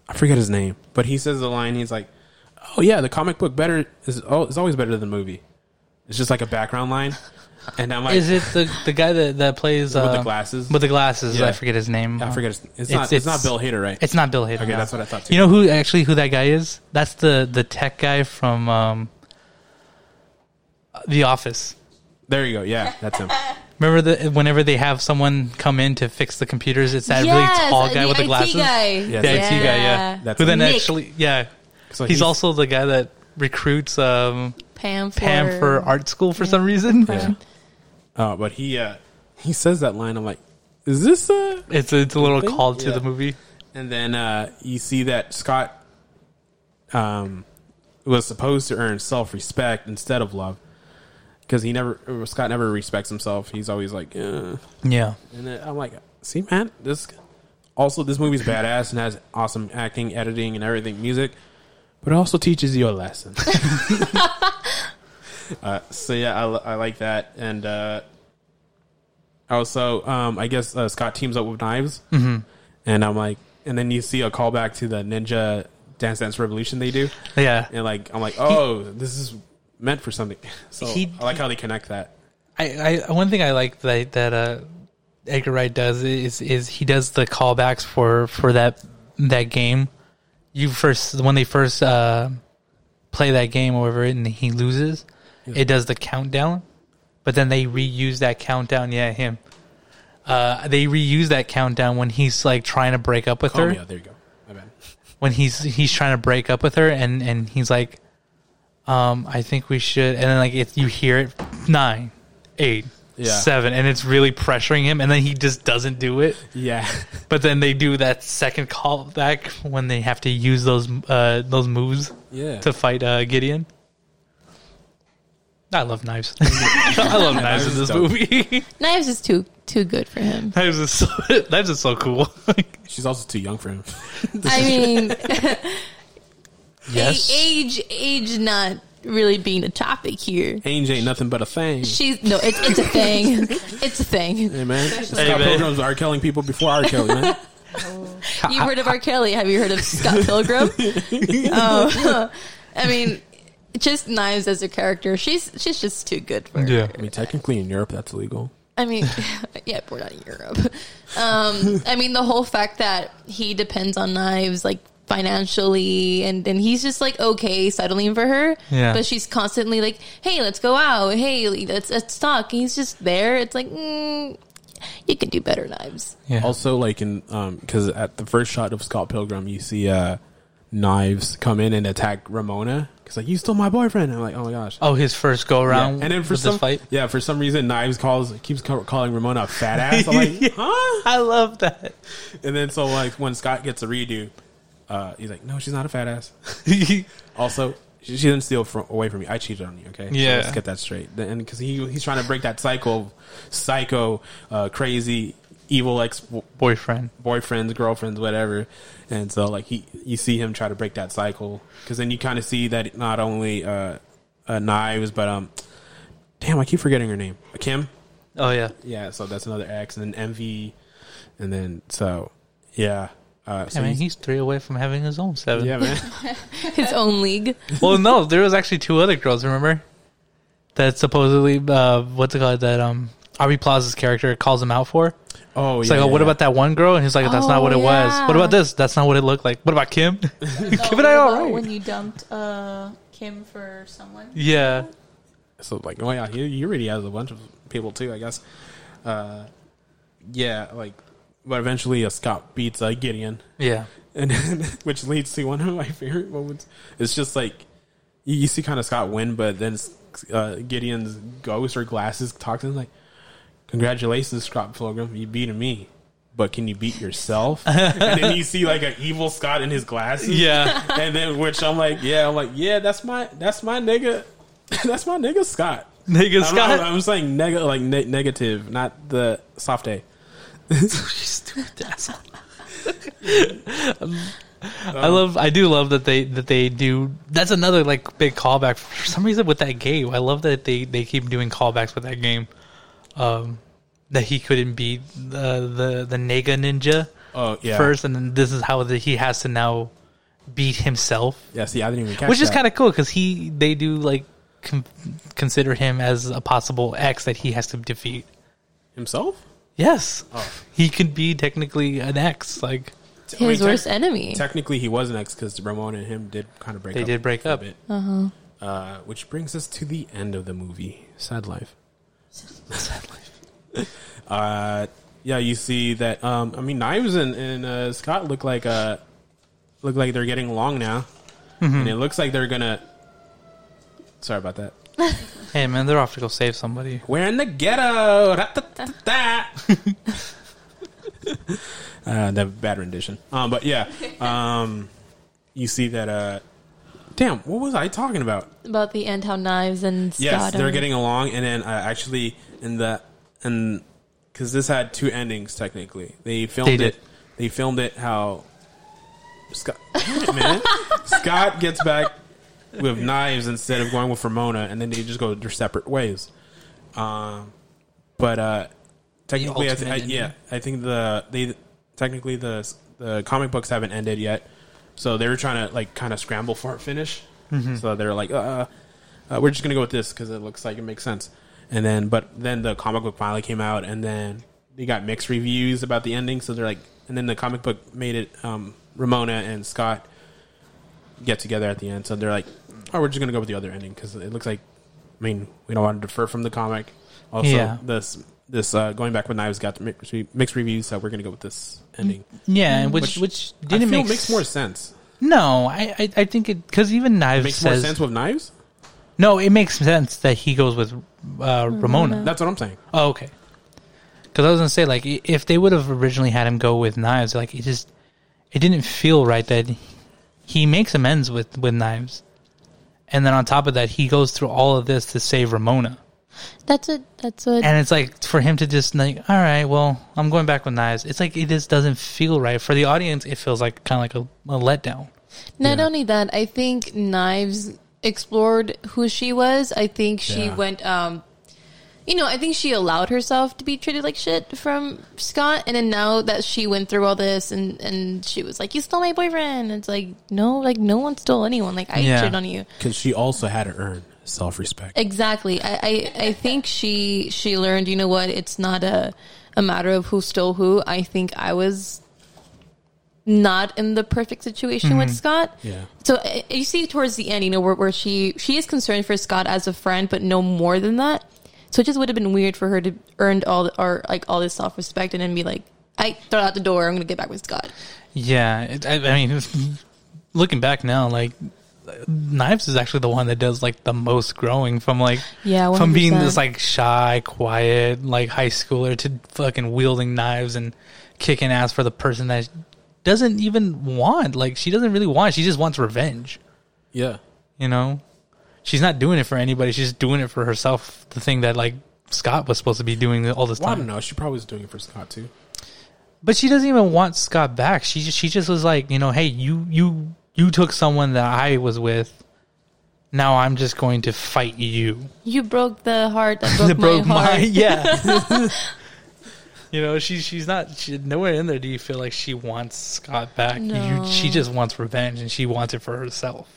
Speaker 2: I forget his name, but he says the line. He's like, oh yeah, the comic book better is oh, it's always better than the movie. It's just like a background line, and I'm like,
Speaker 1: Is it the the guy that that plays uh,
Speaker 2: the glasses?
Speaker 1: With the glasses,
Speaker 2: Yeah.
Speaker 1: I forget his name.
Speaker 2: I forget. His, it's, not it's, not Bill Hader, right?
Speaker 1: It's not Bill Hader.
Speaker 2: Okay,
Speaker 1: no.
Speaker 2: that's what I thought too.
Speaker 1: You know who actually who that guy is? That's the the tech guy from um, The Office.
Speaker 2: there you go. Yeah, that's him.
Speaker 1: Remember the whenever they have someone come in to fix the computers, it's that really tall guy with the
Speaker 3: IT
Speaker 1: glasses.
Speaker 3: guy.
Speaker 2: Yeah,
Speaker 1: The IT guy, yeah.
Speaker 2: That's
Speaker 1: who then
Speaker 3: Nick.
Speaker 1: actually, yeah,
Speaker 2: So
Speaker 1: he's, also the guy that recruits um,
Speaker 3: Pam for
Speaker 1: Pam for art school for some reason.
Speaker 2: Yeah. Uh, but he uh, he says that line. I'm like, is this uh?
Speaker 1: It's it's a little call to
Speaker 2: Yeah.
Speaker 1: the movie.
Speaker 2: And then uh, you see that Scott um was supposed to earn self respect instead of love because he never uh, Scott never respects himself. He's always like, eh. and
Speaker 1: Yeah.
Speaker 2: then I'm like, see, man, this. Also, this movie's badass and has awesome acting, editing, and everything, music, but it also teaches you a lesson. uh, so yeah, I, li- I like that, and uh, also, um, I guess uh, Scott teams up with Knives, mm-hmm. and I'm like, and then you see a callback to the Ninja Dance Dance Revolution they do,
Speaker 1: Yeah.
Speaker 2: and like, I'm like, oh, this is meant for something. So
Speaker 1: He-
Speaker 2: I like how they connect that.
Speaker 1: I, I one thing I like that that uh, Edgar Wright does is is he does the callbacks for for that that game. You first when they first uh, play that game or whatever, and he loses, it does the countdown. But then they reuse that countdown. Yeah, him. Uh, they reuse that countdown when he's like trying to break up with
Speaker 2: Oh
Speaker 1: her
Speaker 2: yeah, there you go. My bad.
Speaker 1: when he's he's trying to break up with her and and he's like um i think we should and then like if you hear it nine eight
Speaker 2: Yeah.
Speaker 1: seven, and it's really pressuring him, and then he just doesn't do it.
Speaker 2: Yeah.
Speaker 1: But then they do that second callback when they have to use those uh, those moves
Speaker 2: Yeah.
Speaker 1: to fight uh, Gideon. I love knives. I love knives in
Speaker 2: is
Speaker 1: this
Speaker 2: dope.
Speaker 1: movie.
Speaker 3: Knives is too too good for him.
Speaker 1: knives is so knives is so cool.
Speaker 2: She's also too young for him.
Speaker 3: I mean,
Speaker 1: yes,
Speaker 3: age age not really being a topic here.
Speaker 2: Ainge ain't nothing but a thing.
Speaker 3: She's no, it's it's a thing. It's a thing.
Speaker 2: Hey man, Scott
Speaker 1: man.
Speaker 2: Pilgrim's are killing people before R. Kelly, man.
Speaker 3: You heard of R. Kelly? Have you heard of Scott Pilgrim? Oh, I mean, just knives as a character. She's she's just too good for.
Speaker 1: Yeah.
Speaker 2: I mean, technically in Europe that's illegal.
Speaker 3: I mean, yeah, we're not in Europe. Um, I mean, the whole fact that he depends on knives, like financially, and then he's just like okay, settling for her.
Speaker 1: Yeah.
Speaker 3: But she's constantly like, "Hey, let's go out. Hey, let's let's talk." And he's just there. It's like, mm, you can do better, knives.
Speaker 1: yeah.
Speaker 2: Also, like in um, because at the first shot of Scott Pilgrim, you see uh, knives come in and attack Ramona. Because like you stole my boyfriend. I'm like, oh my gosh.
Speaker 1: Oh, his first go
Speaker 2: Yeah.
Speaker 1: around,
Speaker 2: And then for some,
Speaker 1: the fight,
Speaker 2: yeah, for some reason, knives calls keeps ca- calling Ramona a fat ass. I'm like, huh?
Speaker 1: I love that.
Speaker 2: And then so like when Scott gets a redo, uh, he's like, no, she's not a fat ass. Also, she, she didn't steal from, away from you. I cheated on you. Okay, So
Speaker 1: Yeah.
Speaker 2: let's get that straight. The- And because he he's trying to break that cycle, psycho, uh, crazy, evil ex
Speaker 1: Boyfriend,
Speaker 2: boyfriends, girlfriends, whatever. And so like he you see him try to break that cycle because then you kind of see that not only uh, uh, knives but um, damn, I keep forgetting her name, Kim.
Speaker 1: oh yeah,
Speaker 2: Yeah, so that's another X, and then MV, and then so yeah. Uh, so
Speaker 1: I mean
Speaker 2: he's-
Speaker 1: he's three away from having his own seven.
Speaker 2: yeah, man.
Speaker 3: His own league.
Speaker 1: well, no, there was actually two other girls. Remember that supposedly uh, what's it called that um Aubrey Plaza's character calls him out for.
Speaker 2: Oh,
Speaker 1: It's
Speaker 2: yeah.
Speaker 1: like, oh, what
Speaker 2: yeah.
Speaker 1: about that one girl? And he's like, that's not
Speaker 3: Oh,
Speaker 1: what it was. What about
Speaker 3: yeah.
Speaker 1: this? That's not what it looked like. What about Kim? Kim and I
Speaker 4: What
Speaker 1: all
Speaker 4: about
Speaker 1: right.
Speaker 4: When you dumped uh, Kim for someone.
Speaker 1: yeah,
Speaker 2: So like, oh yeah, he, he already has a bunch of people too, I guess. Uh, yeah, like, but eventually uh, Scott beats uh, Gideon,
Speaker 1: yeah,
Speaker 2: and then, which leads to one of my favorite moments. It's just like you, you see kind of Scott win, but then uh, Gideon's ghost or glasses talks to him like, "Congratulations, Scott Pilgrim, you beat me." But can you beat yourself? and then you see like an evil Scott in his glasses.
Speaker 1: yeah.
Speaker 2: And then which I'm like, yeah, I'm like, yeah, that's my that's my nigga. that's my nigga Scott.
Speaker 1: Nigga
Speaker 2: I'm,
Speaker 1: Scott.
Speaker 2: I'm, I'm saying neg- like ne- negative, not the soft A.
Speaker 1: I love. I do love that they that they do. That's another like big callback for some reason with that game. I love that they they keep doing callbacks with that game. Um, that he couldn't beat the the the Nega Ninja
Speaker 2: Oh yeah.
Speaker 1: first, and then this is how the, he has to now beat himself,
Speaker 2: Yeah. See, I didn't even catch.
Speaker 1: which is
Speaker 2: that.
Speaker 1: kind of cool because he they do like con consider him as a possible X that he has to defeat.
Speaker 2: himself.
Speaker 1: Yes,
Speaker 2: Oh.
Speaker 1: he could be technically an X. Like
Speaker 2: I mean,
Speaker 3: His worst
Speaker 2: tec-
Speaker 3: enemy.
Speaker 2: Technically, he was an ex because Ramona and him did kind of break.
Speaker 1: They
Speaker 2: up
Speaker 1: did break
Speaker 2: a
Speaker 1: up.
Speaker 2: bit.
Speaker 3: Uh-huh.
Speaker 2: Uh, which brings us to the end of the movie. Sad life. Sad life. uh, yeah, you see that. Um, I mean, Knives and, and uh, Scott look like uh, look like they're getting along now, and it looks like they're gonna. Sorry about that.
Speaker 1: Hey man, they're off to go save somebody.
Speaker 2: We're in the ghetto. Da-da-da-da. uh, that bad rendition. Um, but yeah, um, you see that. Uh, damn, what was I talking about?
Speaker 3: About the end, how knives and Scott.
Speaker 2: Yes, they're
Speaker 3: are-
Speaker 2: getting along, and then uh, actually in the and because this had two endings technically. They filmed
Speaker 1: They
Speaker 2: it.
Speaker 1: did.
Speaker 2: They filmed it how Scott. Damn it, man. Scott gets back with knives instead of going with Ramona, and then they just go their separate ways. Um, but uh, technically, I th-
Speaker 1: ultimate
Speaker 2: I,
Speaker 1: ending.
Speaker 2: yeah, I think the they technically the the comic books haven't ended yet, so they were trying to like kind of scramble for a finish. So they're like, uh, uh, we're just gonna go with this because it looks like it makes sense. And then, but then the comic book finally came out, and then they got mixed reviews about the ending. So they're like, and then the comic book made it. Um, Ramona and Scott get together at the end, so they're like, oh, we're just gonna go with the other ending because it looks like. I mean, we don't want to defer from the comic. Also,
Speaker 1: Yeah.
Speaker 2: this this uh, going back with knives got the mixed, re- mixed reviews, so we're gonna go with this ending.
Speaker 1: Yeah, and which which
Speaker 2: I
Speaker 1: Mm, didn't
Speaker 2: feel
Speaker 1: make
Speaker 2: makes more sense.
Speaker 1: No, I I, I think it because even Knives
Speaker 2: Makes
Speaker 1: says
Speaker 2: more sense with knives.
Speaker 1: No, it makes sense that he goes with uh, Ramona.
Speaker 2: That's what I'm saying.
Speaker 1: Oh, okay. Because I was gonna say, like, i- if they would have originally had him go with knives, like, it just it didn't feel right that he makes amends with with knives, and then on top of that, he goes through all of this to save Ramona,
Speaker 3: That's what. That's what.
Speaker 1: and it's like for him to just like, all right, well, I'm going back with knives. It's like it just doesn't feel right for the audience. It feels like kind of like a, a letdown.
Speaker 3: Not
Speaker 2: Yeah.
Speaker 3: only that, I think Knives explored who she was. I think she
Speaker 2: Yeah.
Speaker 3: went, um, you know, I think she allowed herself to be treated like shit from Scott. And then now that she went through all this and, and she was like, you stole my boyfriend. It's like, no, like no one stole anyone. Like I
Speaker 1: Yeah.
Speaker 3: cheated on you.
Speaker 2: Because she also had to earn self respect.
Speaker 3: Exactly. I, I, I think she, she learned, you know what? It's not a, a matter of who stole who. I think I was not in the perfect situation with Scott.
Speaker 2: Mm-hmm. Yeah.
Speaker 3: So uh, you see towards the end, you know, where, where she she is concerned for Scott as a friend, but no more than that. So it just would have been weird for her to earn all the, or like all this self respect and then be like, I throw it out the door. I'm gonna get back with Scott.
Speaker 1: Yeah, it, I, I mean, looking back now, like Knives is actually the one that does like the most growing from like
Speaker 3: Yeah,
Speaker 1: from being
Speaker 3: 100%.
Speaker 1: this like shy, quiet, like high schooler to fucking wielding knives and kicking ass for the person that doesn't even want. Like she doesn't really want. She just wants revenge.
Speaker 2: Yeah.
Speaker 1: You know, she's not doing it for anybody. She's just doing it for herself. The thing that like Scott was supposed to be doing all this
Speaker 2: Well, I
Speaker 1: time.
Speaker 2: don't know. She probably was doing it for Scott too.
Speaker 1: But she doesn't even want Scott back. She just, she just was like, you know, hey, you you you took someone that I was with. Now I'm just going to fight you.
Speaker 3: You broke the heart that broke,
Speaker 1: That broke
Speaker 3: my
Speaker 1: my-
Speaker 3: heart.
Speaker 1: yeah. you know, she's she's not she, nowhere in there. Do you feel like she wants Scott back?
Speaker 3: No.
Speaker 1: You, she just wants revenge, and she wants it for herself.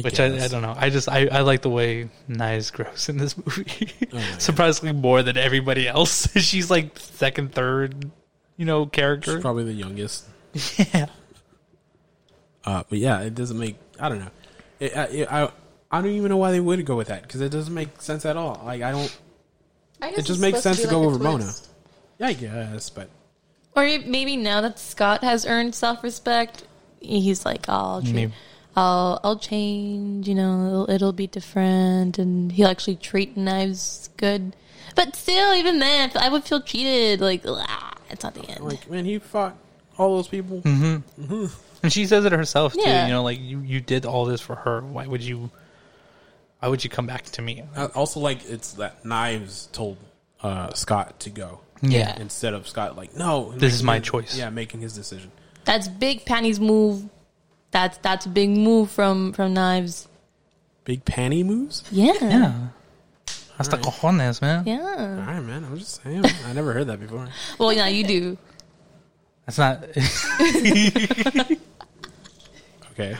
Speaker 1: Which I, I
Speaker 2: guess.
Speaker 1: don't know. I just I, I like the way Nia's gross in this movie. Surprisingly more than everybody else. She's like second, third, you know, character.
Speaker 2: She's probably the youngest.
Speaker 1: yeah.
Speaker 2: Uh, but yeah, it doesn't make. I don't know. It, I, it, I I don't even know why they would go with that because it doesn't make sense at all. Like I don't.
Speaker 3: I guess
Speaker 2: It just makes sense to go with Ramona. Yeah, I guess, but
Speaker 3: Or if- maybe now that Scott has earned self respect, he's like, oh, I'll, treat,
Speaker 1: Maybe.
Speaker 3: I'll I'll change. You know, it'll, it'll be different, and he'll actually treat knives good. But still, even then, I would feel cheated. Like, ah, it's not the end.
Speaker 2: like man, he fought all those people.
Speaker 1: Mm-hmm. And she says it herself too.
Speaker 3: Yeah.
Speaker 1: You know, like you, you did all this for her. Why would you? Why would you come back to me?
Speaker 2: Uh, also, like it's that Knives told uh, Scott to go
Speaker 1: Yeah.
Speaker 2: instead of Scott like no, and
Speaker 1: This is
Speaker 2: making
Speaker 1: my
Speaker 2: his-
Speaker 1: choice.
Speaker 2: Yeah, making his decision.
Speaker 3: That's big panties move. That's that's a big move from from knives.
Speaker 2: Big panty moves.
Speaker 3: Yeah, yeah.
Speaker 1: Yeah. Hasta cojones, man.
Speaker 2: All right, man. I'm just saying. I never heard that before.
Speaker 3: Well, yeah, you do.
Speaker 1: That's not.
Speaker 2: Okay.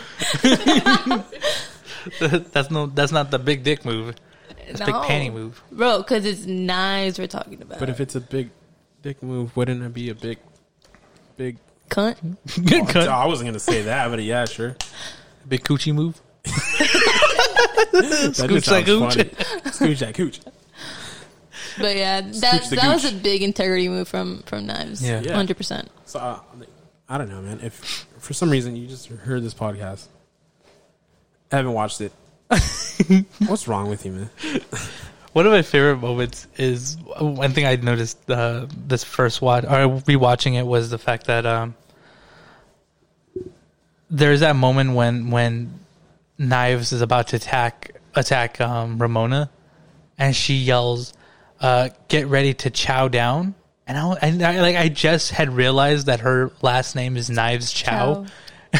Speaker 1: that's no. That's not the big dick move. That's big
Speaker 3: No.
Speaker 1: panty move.
Speaker 3: bro, because it's knives we're talking about.
Speaker 2: But if it's a big dick move, wouldn't it be a big, big?
Speaker 3: cunt,
Speaker 1: Good
Speaker 2: Oh, I wasn't gonna say that, but yeah, sure.
Speaker 1: Big coochie move.
Speaker 2: That
Speaker 1: Scooch
Speaker 2: just sounds
Speaker 1: that gooch.
Speaker 2: funny. Scooch that cooch.
Speaker 3: but yeah, that
Speaker 2: Scooch the
Speaker 3: that was
Speaker 2: gooch.
Speaker 3: a big integrity move from from knives.
Speaker 1: Yeah.
Speaker 2: Yeah.
Speaker 3: hundred percent.
Speaker 2: So uh, I don't know, man. If for some reason you just heard this podcast, I haven't watched it. What's wrong with you, man?
Speaker 1: One of my favorite moments is one thing I noticed uh, this first watch or rewatching it was the fact that um, there's that moment when when Knives is about to attack attack um, Ramona, and she yells, uh, "Get ready to chow down." And I, and I like I just had realized that her last name is Knives Chow.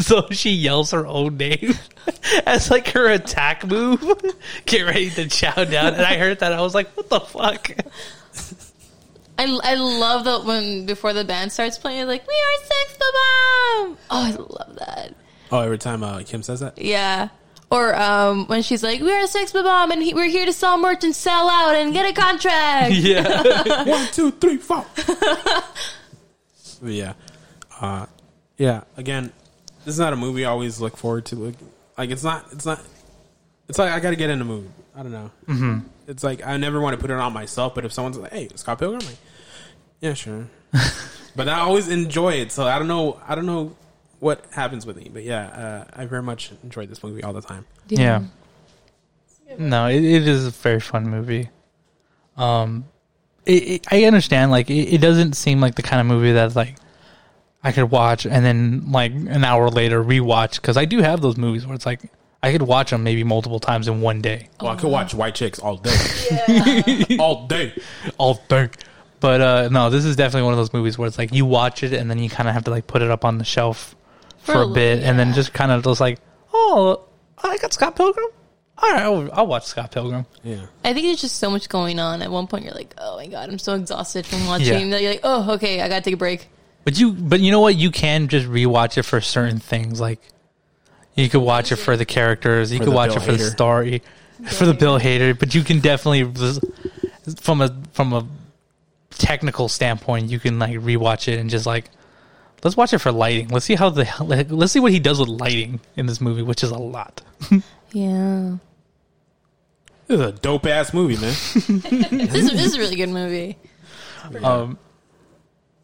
Speaker 1: so she yells her own name as like her attack move. Get ready to chow down. And I heard that I was like, what the fuck?
Speaker 3: I, I love that when before the band starts playing, you're like, "We are six the bomb." Oh, I love that.
Speaker 2: Oh, every time uh, Kim says that,
Speaker 3: Yeah. Or um, when she's like, "We are six the bomb, and he, we're here to sell merch and sell out and get a contract."
Speaker 1: Yeah.
Speaker 2: one, two, three, four. but yeah, uh, yeah. Again, this is not a movie I always look forward to. Like, like it's not. It's not. It's like I got to get in the mood. I don't know. Mm-hmm. It's like I never want to put it on myself, but if someone's like, "Hey, Scott Pilgrim," I'm like, yeah, sure. but I always enjoy it, so I don't know. I don't know what happens with me, but yeah, uh, I very much enjoyed this movie all the time.
Speaker 1: Yeah. No, it, it is a very fun movie. Um, it, it, I understand. Like, it, it doesn't seem like the kind of movie that's like I could watch and then like an hour later rewatch because I do have those movies where it's like I could watch them maybe multiple times in one day,
Speaker 2: Well, I could watch White Chicks all day, all day.
Speaker 1: all day. But uh, no, this is definitely one of those movies where it's like you watch it and then you kind of have to like put it up on the shelf for,
Speaker 3: For a
Speaker 1: a bit,
Speaker 3: little-
Speaker 1: and then
Speaker 3: yeah.
Speaker 1: just kind of just like, oh, I got Scott Pilgrim. All right, I'll, I'll watch Scott Pilgrim.
Speaker 2: Yeah,
Speaker 3: I think there's just so much going on. At one point, you're like, oh my god, I'm so exhausted from watching. That you're like, oh, okay, I gotta take a break.
Speaker 1: But you, but you know what? You can just rewatch it for certain things. Like you could watch it for the characters. You
Speaker 2: For
Speaker 1: could
Speaker 2: the
Speaker 1: watch
Speaker 2: Bill
Speaker 1: it for the
Speaker 2: Hader.
Speaker 1: story, for the Bill Hader. But you can definitely, just- from a from a technical standpoint, you can like rewatch it and just like let's watch it for lighting. Let's see how the hell- like, let's see what he does with lighting in this movie, which is a lot.
Speaker 3: Yeah,
Speaker 2: this is a dope ass movie, man.
Speaker 3: this is, this is a really good movie.
Speaker 1: Um,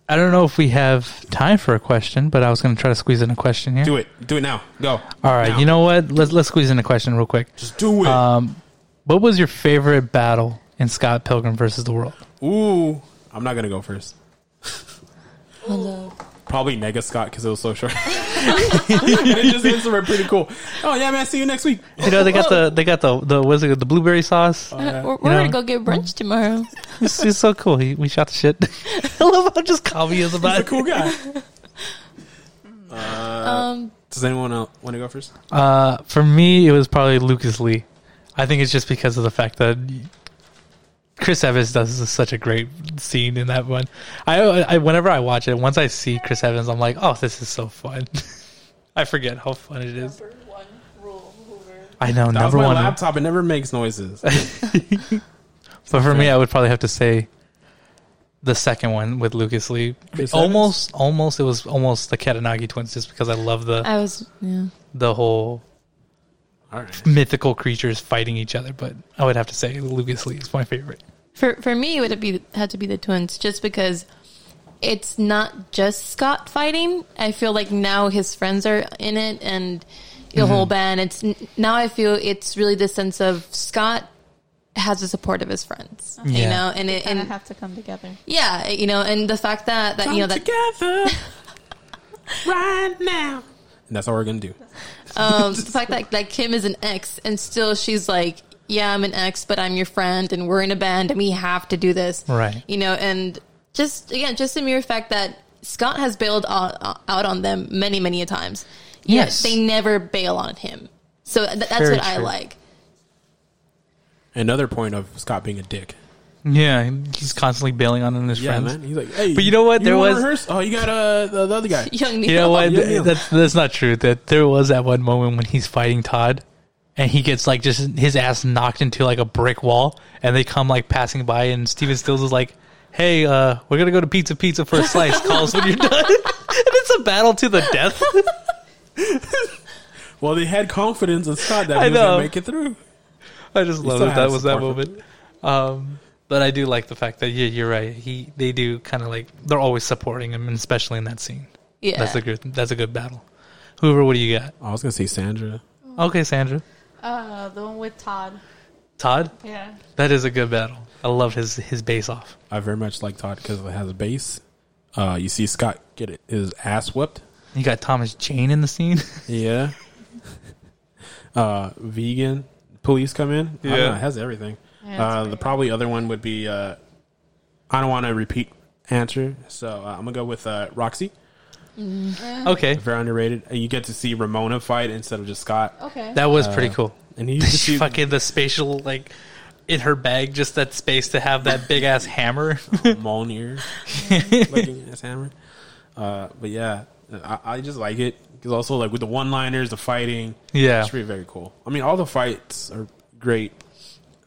Speaker 1: I don't know if we have time for a question, but I was going to try to squeeze in a question here.
Speaker 2: Do it, do it now. Go.
Speaker 1: All right,
Speaker 2: Now.
Speaker 1: you know what? Let's let's squeeze in a question real quick.
Speaker 2: just do it.
Speaker 1: Um, what was your favorite battle in Scott Pilgrim versus the World?
Speaker 2: Ooh, I'm not gonna go first. Probably Nega Scott because it was so short. and it just hits were pretty cool. Oh yeah, man. See you next week.
Speaker 1: You know they got the they got the the was it the blueberry sauce?
Speaker 2: Uh,
Speaker 3: we're we're
Speaker 1: You
Speaker 3: gonna
Speaker 1: know.
Speaker 3: go get brunch tomorrow.
Speaker 1: It's, it's so cool. He, we shot the shit. I love how just comedy is about
Speaker 2: He's a
Speaker 1: it.
Speaker 2: cool guy. Uh,
Speaker 3: um,
Speaker 2: Does anyone else want to go first?
Speaker 1: Uh, for me, it was probably Lucas Lee. I think it's just because of the fact that Chris Evans does such a great scene in that one. I, I whenever I watch it, once I see Chris Evans, I'm like, oh, this is so fun. I forget how fun it is.
Speaker 4: Number one rule mover.
Speaker 1: I know
Speaker 2: That was
Speaker 1: number
Speaker 2: my
Speaker 1: one.
Speaker 2: laptop. It never makes noises.
Speaker 1: But for me, I would probably have to say the second one with Lucas Lee.
Speaker 2: Chris
Speaker 1: almost, almost, it was almost the Katanagi twins, just because I love the
Speaker 3: I was yeah.
Speaker 1: the whole
Speaker 2: All right.
Speaker 1: mythical creatures fighting each other. But I would have to say Lucas Lee is my favorite.
Speaker 3: For for me, it would be had to be the twins, just because it's not just Scott fighting. I feel like now his friends are in it, and the
Speaker 1: Mm-hmm.
Speaker 3: whole band. It's now I feel it's really the sense of Scott has the support of his friends, you
Speaker 1: Yeah.
Speaker 3: know, and it,
Speaker 4: And I
Speaker 3: and
Speaker 4: have to come together.
Speaker 3: yeah, you know, and the fact that that you know that
Speaker 2: together right now. And that's all we're gonna do.
Speaker 3: um, the fact that like Kim is an ex, and still she's like, yeah, I'm an ex, but I'm your friend, and we're in a band, and we have to do this,
Speaker 1: Right.
Speaker 3: You know, and just again, just the mere fact that Scott has bailed on, out on them many, many a times. Yet
Speaker 1: Yes.
Speaker 3: they never bail on him. So th- that's
Speaker 1: Very
Speaker 3: what I
Speaker 1: true.
Speaker 3: like.
Speaker 2: Another point of Scott being a dick.
Speaker 1: Yeah, he's constantly bailing on his
Speaker 2: Yeah,
Speaker 1: friends.
Speaker 2: man. He's like, hey,
Speaker 1: But you know what? There
Speaker 2: wanna
Speaker 1: was-
Speaker 2: rehearse? Oh, you got uh, the, the other guy.
Speaker 3: Young Neil,
Speaker 1: You know what?
Speaker 2: Yeah, yeah.
Speaker 1: That's that's not true. That there was that one moment when he's fighting Todd, and he gets like just his ass knocked into like a brick wall, and they come like passing by, and Steven Stills is like, "Hey, uh, we're gonna go to Pizza Pizza for a slice. Call us when you're done." and it's a battle to the death.
Speaker 2: Well, they had confidence in Scott that
Speaker 1: I
Speaker 2: he was
Speaker 1: know.
Speaker 2: gonna make it through.
Speaker 1: I just love
Speaker 2: still
Speaker 1: that that
Speaker 2: has
Speaker 1: was that
Speaker 2: support.
Speaker 1: moment. Um, but I do like the fact that yeah, you're right. He they do kind of like they're always supporting him, and especially in that scene.
Speaker 3: yeah.
Speaker 1: That's a good that's a good battle. Hoover, what do you got?
Speaker 2: Oh, I was gonna say Sandra.
Speaker 1: Okay, Sandra,
Speaker 4: Uh, the one with Todd.
Speaker 1: Todd.
Speaker 4: Yeah.
Speaker 1: That is a good battle. I love his his base off.
Speaker 2: I very much like Todd because it has a bass. Uh, you see Scott get it, his ass whipped.
Speaker 1: You got Thomas Jane in the scene.
Speaker 2: Yeah. uh, vegan police come in. I don't
Speaker 1: Yeah.
Speaker 2: know, it has everything.
Speaker 4: Yeah, it's
Speaker 2: uh, the
Speaker 4: pretty
Speaker 2: probably other one would be uh, I don't want to repeat answer, so uh, I'm gonna go with uh, Roxy.
Speaker 1: okay,
Speaker 2: Very underrated. Uh, You get to see Ramona fight instead of just Scott,
Speaker 4: Okay.
Speaker 1: that was pretty cool.
Speaker 2: and you just see
Speaker 1: Fucking the spatial like in her bag, just that space to have that big ass hammer.
Speaker 2: Molnir looking ass hammer. Uh, but yeah, I, I just like it because also like with the one-liners, the fighting.
Speaker 1: Yeah,
Speaker 2: It's pretty very cool. I mean, all the fights are great.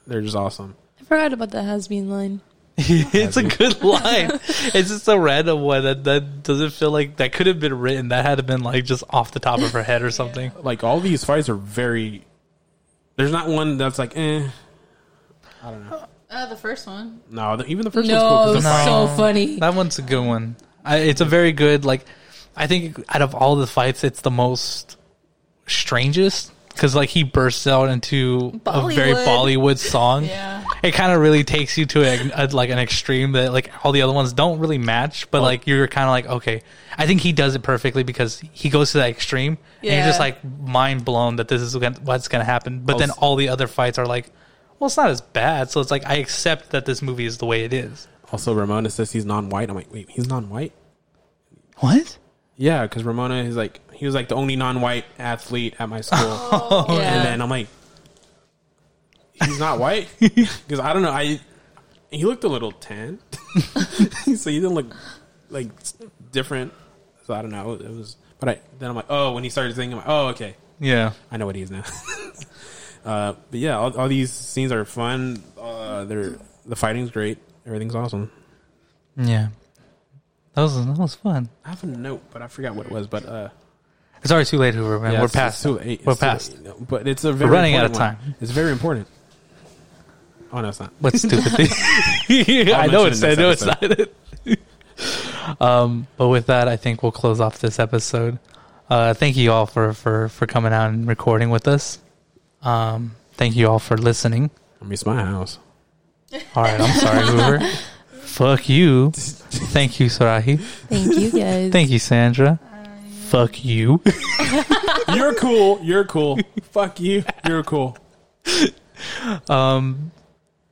Speaker 2: They're just awesome.
Speaker 3: I forgot about that has been line.
Speaker 1: it's a good line. It's just a random one that that doesn't feel like that could have been written. That had to been like just off the top of her head or something.
Speaker 2: Like all these fights are very. There's not one that's like eh.
Speaker 4: Uh, the first one.
Speaker 2: No, the, even the first one's cool.
Speaker 3: No,
Speaker 2: 'cause
Speaker 3: it was
Speaker 2: the fight-
Speaker 3: so funny.
Speaker 1: That one's a good one. I, it's a very good like. I think out of all the fights, it's the most strangest. because like he bursts out into a very
Speaker 3: Bollywood.
Speaker 1: Bollywood song.
Speaker 4: Yeah.
Speaker 1: It kind of really takes you to a, a- like an extreme that like all the other ones don't really match, but like you're kind of like okay. I think he does it perfectly because he goes to that extreme, and you're just
Speaker 4: Yeah.
Speaker 1: like mind blown that this is gonna- what's going to happen. But then
Speaker 2: Also-
Speaker 1: all the other fights are like, well, it's not as bad. So it's like I accept that this movie is the way it is.
Speaker 2: Also, Ramona says he's non-white. I'm like, wait, he's non-white?
Speaker 1: What?
Speaker 2: Yeah, because Ramona is like, he was like the only non-white athlete at my school,
Speaker 1: Oh,
Speaker 3: yeah.
Speaker 2: and then I'm like, he's not white because I don't know. I he looked a little tan, so he didn't look like different. So I don't know. It was, but I then I'm like, oh, when he started singing, I'm like, oh, okay,
Speaker 1: Yeah.
Speaker 2: I know what he is now. uh, but yeah, all, all these scenes are fun. Uh, they're the fighting's great. Everything's awesome.
Speaker 1: Yeah. That was that was fun.
Speaker 2: I have a note, but I forgot what it was. But uh,
Speaker 1: It's already too late, Hoover. Man,
Speaker 2: yeah, it's-
Speaker 1: we're
Speaker 2: it's
Speaker 1: past.
Speaker 2: too late.
Speaker 1: We're
Speaker 2: It's too
Speaker 1: past.
Speaker 2: late. No, But it's a very
Speaker 1: running out
Speaker 2: important
Speaker 1: of
Speaker 2: one.
Speaker 1: time.
Speaker 2: It's very important. Oh no, it's not.
Speaker 1: What stupid thing? I know it's
Speaker 2: mention
Speaker 1: I
Speaker 2: it
Speaker 1: know
Speaker 2: next
Speaker 1: it's not it. um, but with that, I think we'll close off this episode. Uh, thank you all for for for coming out and recording with us. Um, thank you all for listening.
Speaker 2: I mean, it's my house.
Speaker 1: All right, I'm sorry, Hoover. Fuck you. Thank you, Sarahi.
Speaker 3: Thank you guys.
Speaker 1: Thank you, Sandra. Fuck you.
Speaker 2: You're cool. You're cool. Fuck you. You're cool.
Speaker 1: Um,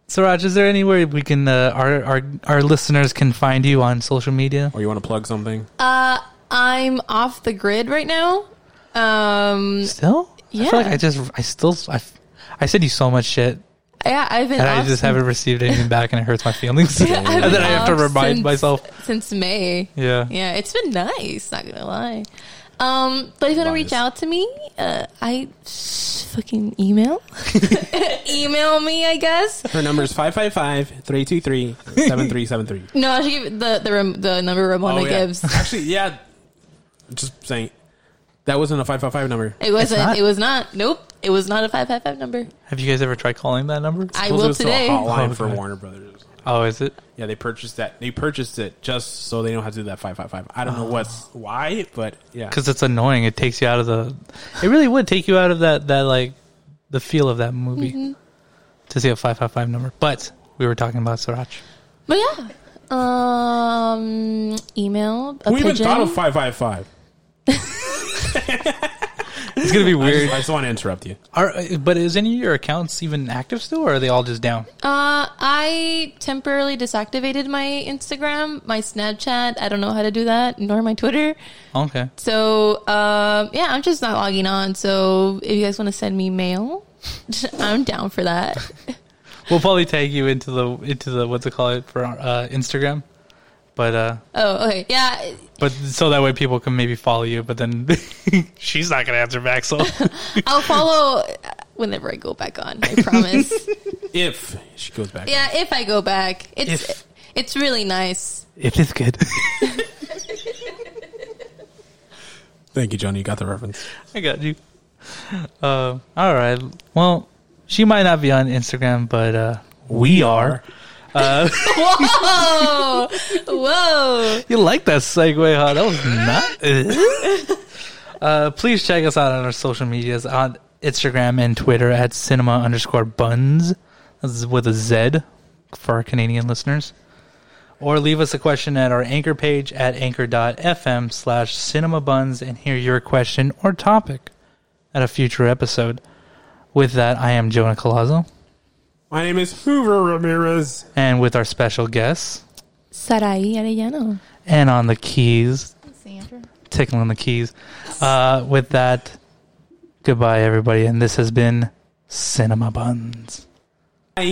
Speaker 1: Siraj, is there anywhere we can uh, our our our listeners can find you on social media?
Speaker 2: Or Oh, you want to plug something?
Speaker 3: Uh, I'm off the grid right now. Um,
Speaker 1: Still, I
Speaker 3: Yeah.
Speaker 1: feel like I just I still I, I said you so much shit,
Speaker 3: yeah, I've been.
Speaker 1: and
Speaker 3: off
Speaker 1: I just haven't received anything back, and it hurts my feelings.
Speaker 3: Yeah, I've
Speaker 1: and then
Speaker 3: been
Speaker 1: I have to
Speaker 3: off
Speaker 1: remind
Speaker 3: since-
Speaker 1: myself.
Speaker 3: since May.
Speaker 1: Yeah.
Speaker 3: Yeah, it's been nice. Not gonna lie. Um, but if you want to
Speaker 2: Lies.
Speaker 3: reach out to me, uh, I fucking email, email me. I guess
Speaker 2: Her number is 555-323-7373.
Speaker 3: no, I should give the the rem- the number Ramona
Speaker 1: Oh,
Speaker 2: Oh, yeah.
Speaker 3: gives.
Speaker 2: Actually, yeah. Just saying. That wasn't a 555 number.
Speaker 3: It wasn't.
Speaker 1: not.
Speaker 3: It was not. Nope. It was not a five five five number.
Speaker 1: Have you guys ever tried calling that number?
Speaker 3: I
Speaker 2: Those
Speaker 3: will
Speaker 2: are still a
Speaker 3: today.
Speaker 2: hotline
Speaker 1: Oh,
Speaker 2: for
Speaker 1: okay.
Speaker 2: Warner Brothers.
Speaker 1: Oh, is it?
Speaker 2: Yeah, they purchased that. They purchased it just so they don't have to do that 555. I don't
Speaker 3: Oh.
Speaker 2: know what's why, but yeah.
Speaker 1: Because it's annoying. It takes you out of the. It really would take you out of that that like the feel of that movie
Speaker 3: Mm-hmm.
Speaker 1: to see a five five five number. But we were talking about Siraj.
Speaker 3: But yeah. Um, email. A
Speaker 2: Who even
Speaker 3: pigeon.
Speaker 2: thought of 555?
Speaker 1: It's gonna be
Speaker 2: I
Speaker 1: weird.
Speaker 2: just, I just want to interrupt you.
Speaker 1: Are, but is any of your accounts even active still, or are they all just down?
Speaker 3: Uh, I temporarily disactivated my Instagram, my Snapchat. I don't know how to do that, nor my Twitter.
Speaker 1: Okay.
Speaker 3: So, um, yeah, I'm just not logging on. So, if you guys want to send me mail, I'm down for that.
Speaker 1: We'll probably tag you into the into the what's it called for uh, Instagram, but uh,
Speaker 3: Oh, okay. Yeah.
Speaker 1: but so that way people can maybe follow you. But then she's not gonna answer back. So
Speaker 3: I'll follow whenever I go back on. I promise.
Speaker 2: If she goes back.
Speaker 3: yeah, if I go back, it's
Speaker 1: If.
Speaker 3: it's really nice.
Speaker 1: if it's good,
Speaker 2: Thank you, Johnny. You got the reference.
Speaker 1: I got you. Uh, all right. Well, she might not be on Instagram, but uh, we are.
Speaker 3: Whoa, whoa.
Speaker 1: You like that segue, huh? That was not. uh, please check us out on our social medias on Instagram and Twitter at cinema underscore buns That's with a Z for our Canadian listeners. Or leave us a question at our anchor page at anchor.fm slash cinema buns and hear your question or topic at a future episode. With that, I am Jonah Colazzo,
Speaker 2: My name is Hoover Ramirez.
Speaker 1: and with our special guests,
Speaker 3: Sarai Arellano.
Speaker 1: and on the keys,
Speaker 4: Sandra.
Speaker 1: tickling the keys. Uh, with that, goodbye, everybody. And this has been Cinema Buns.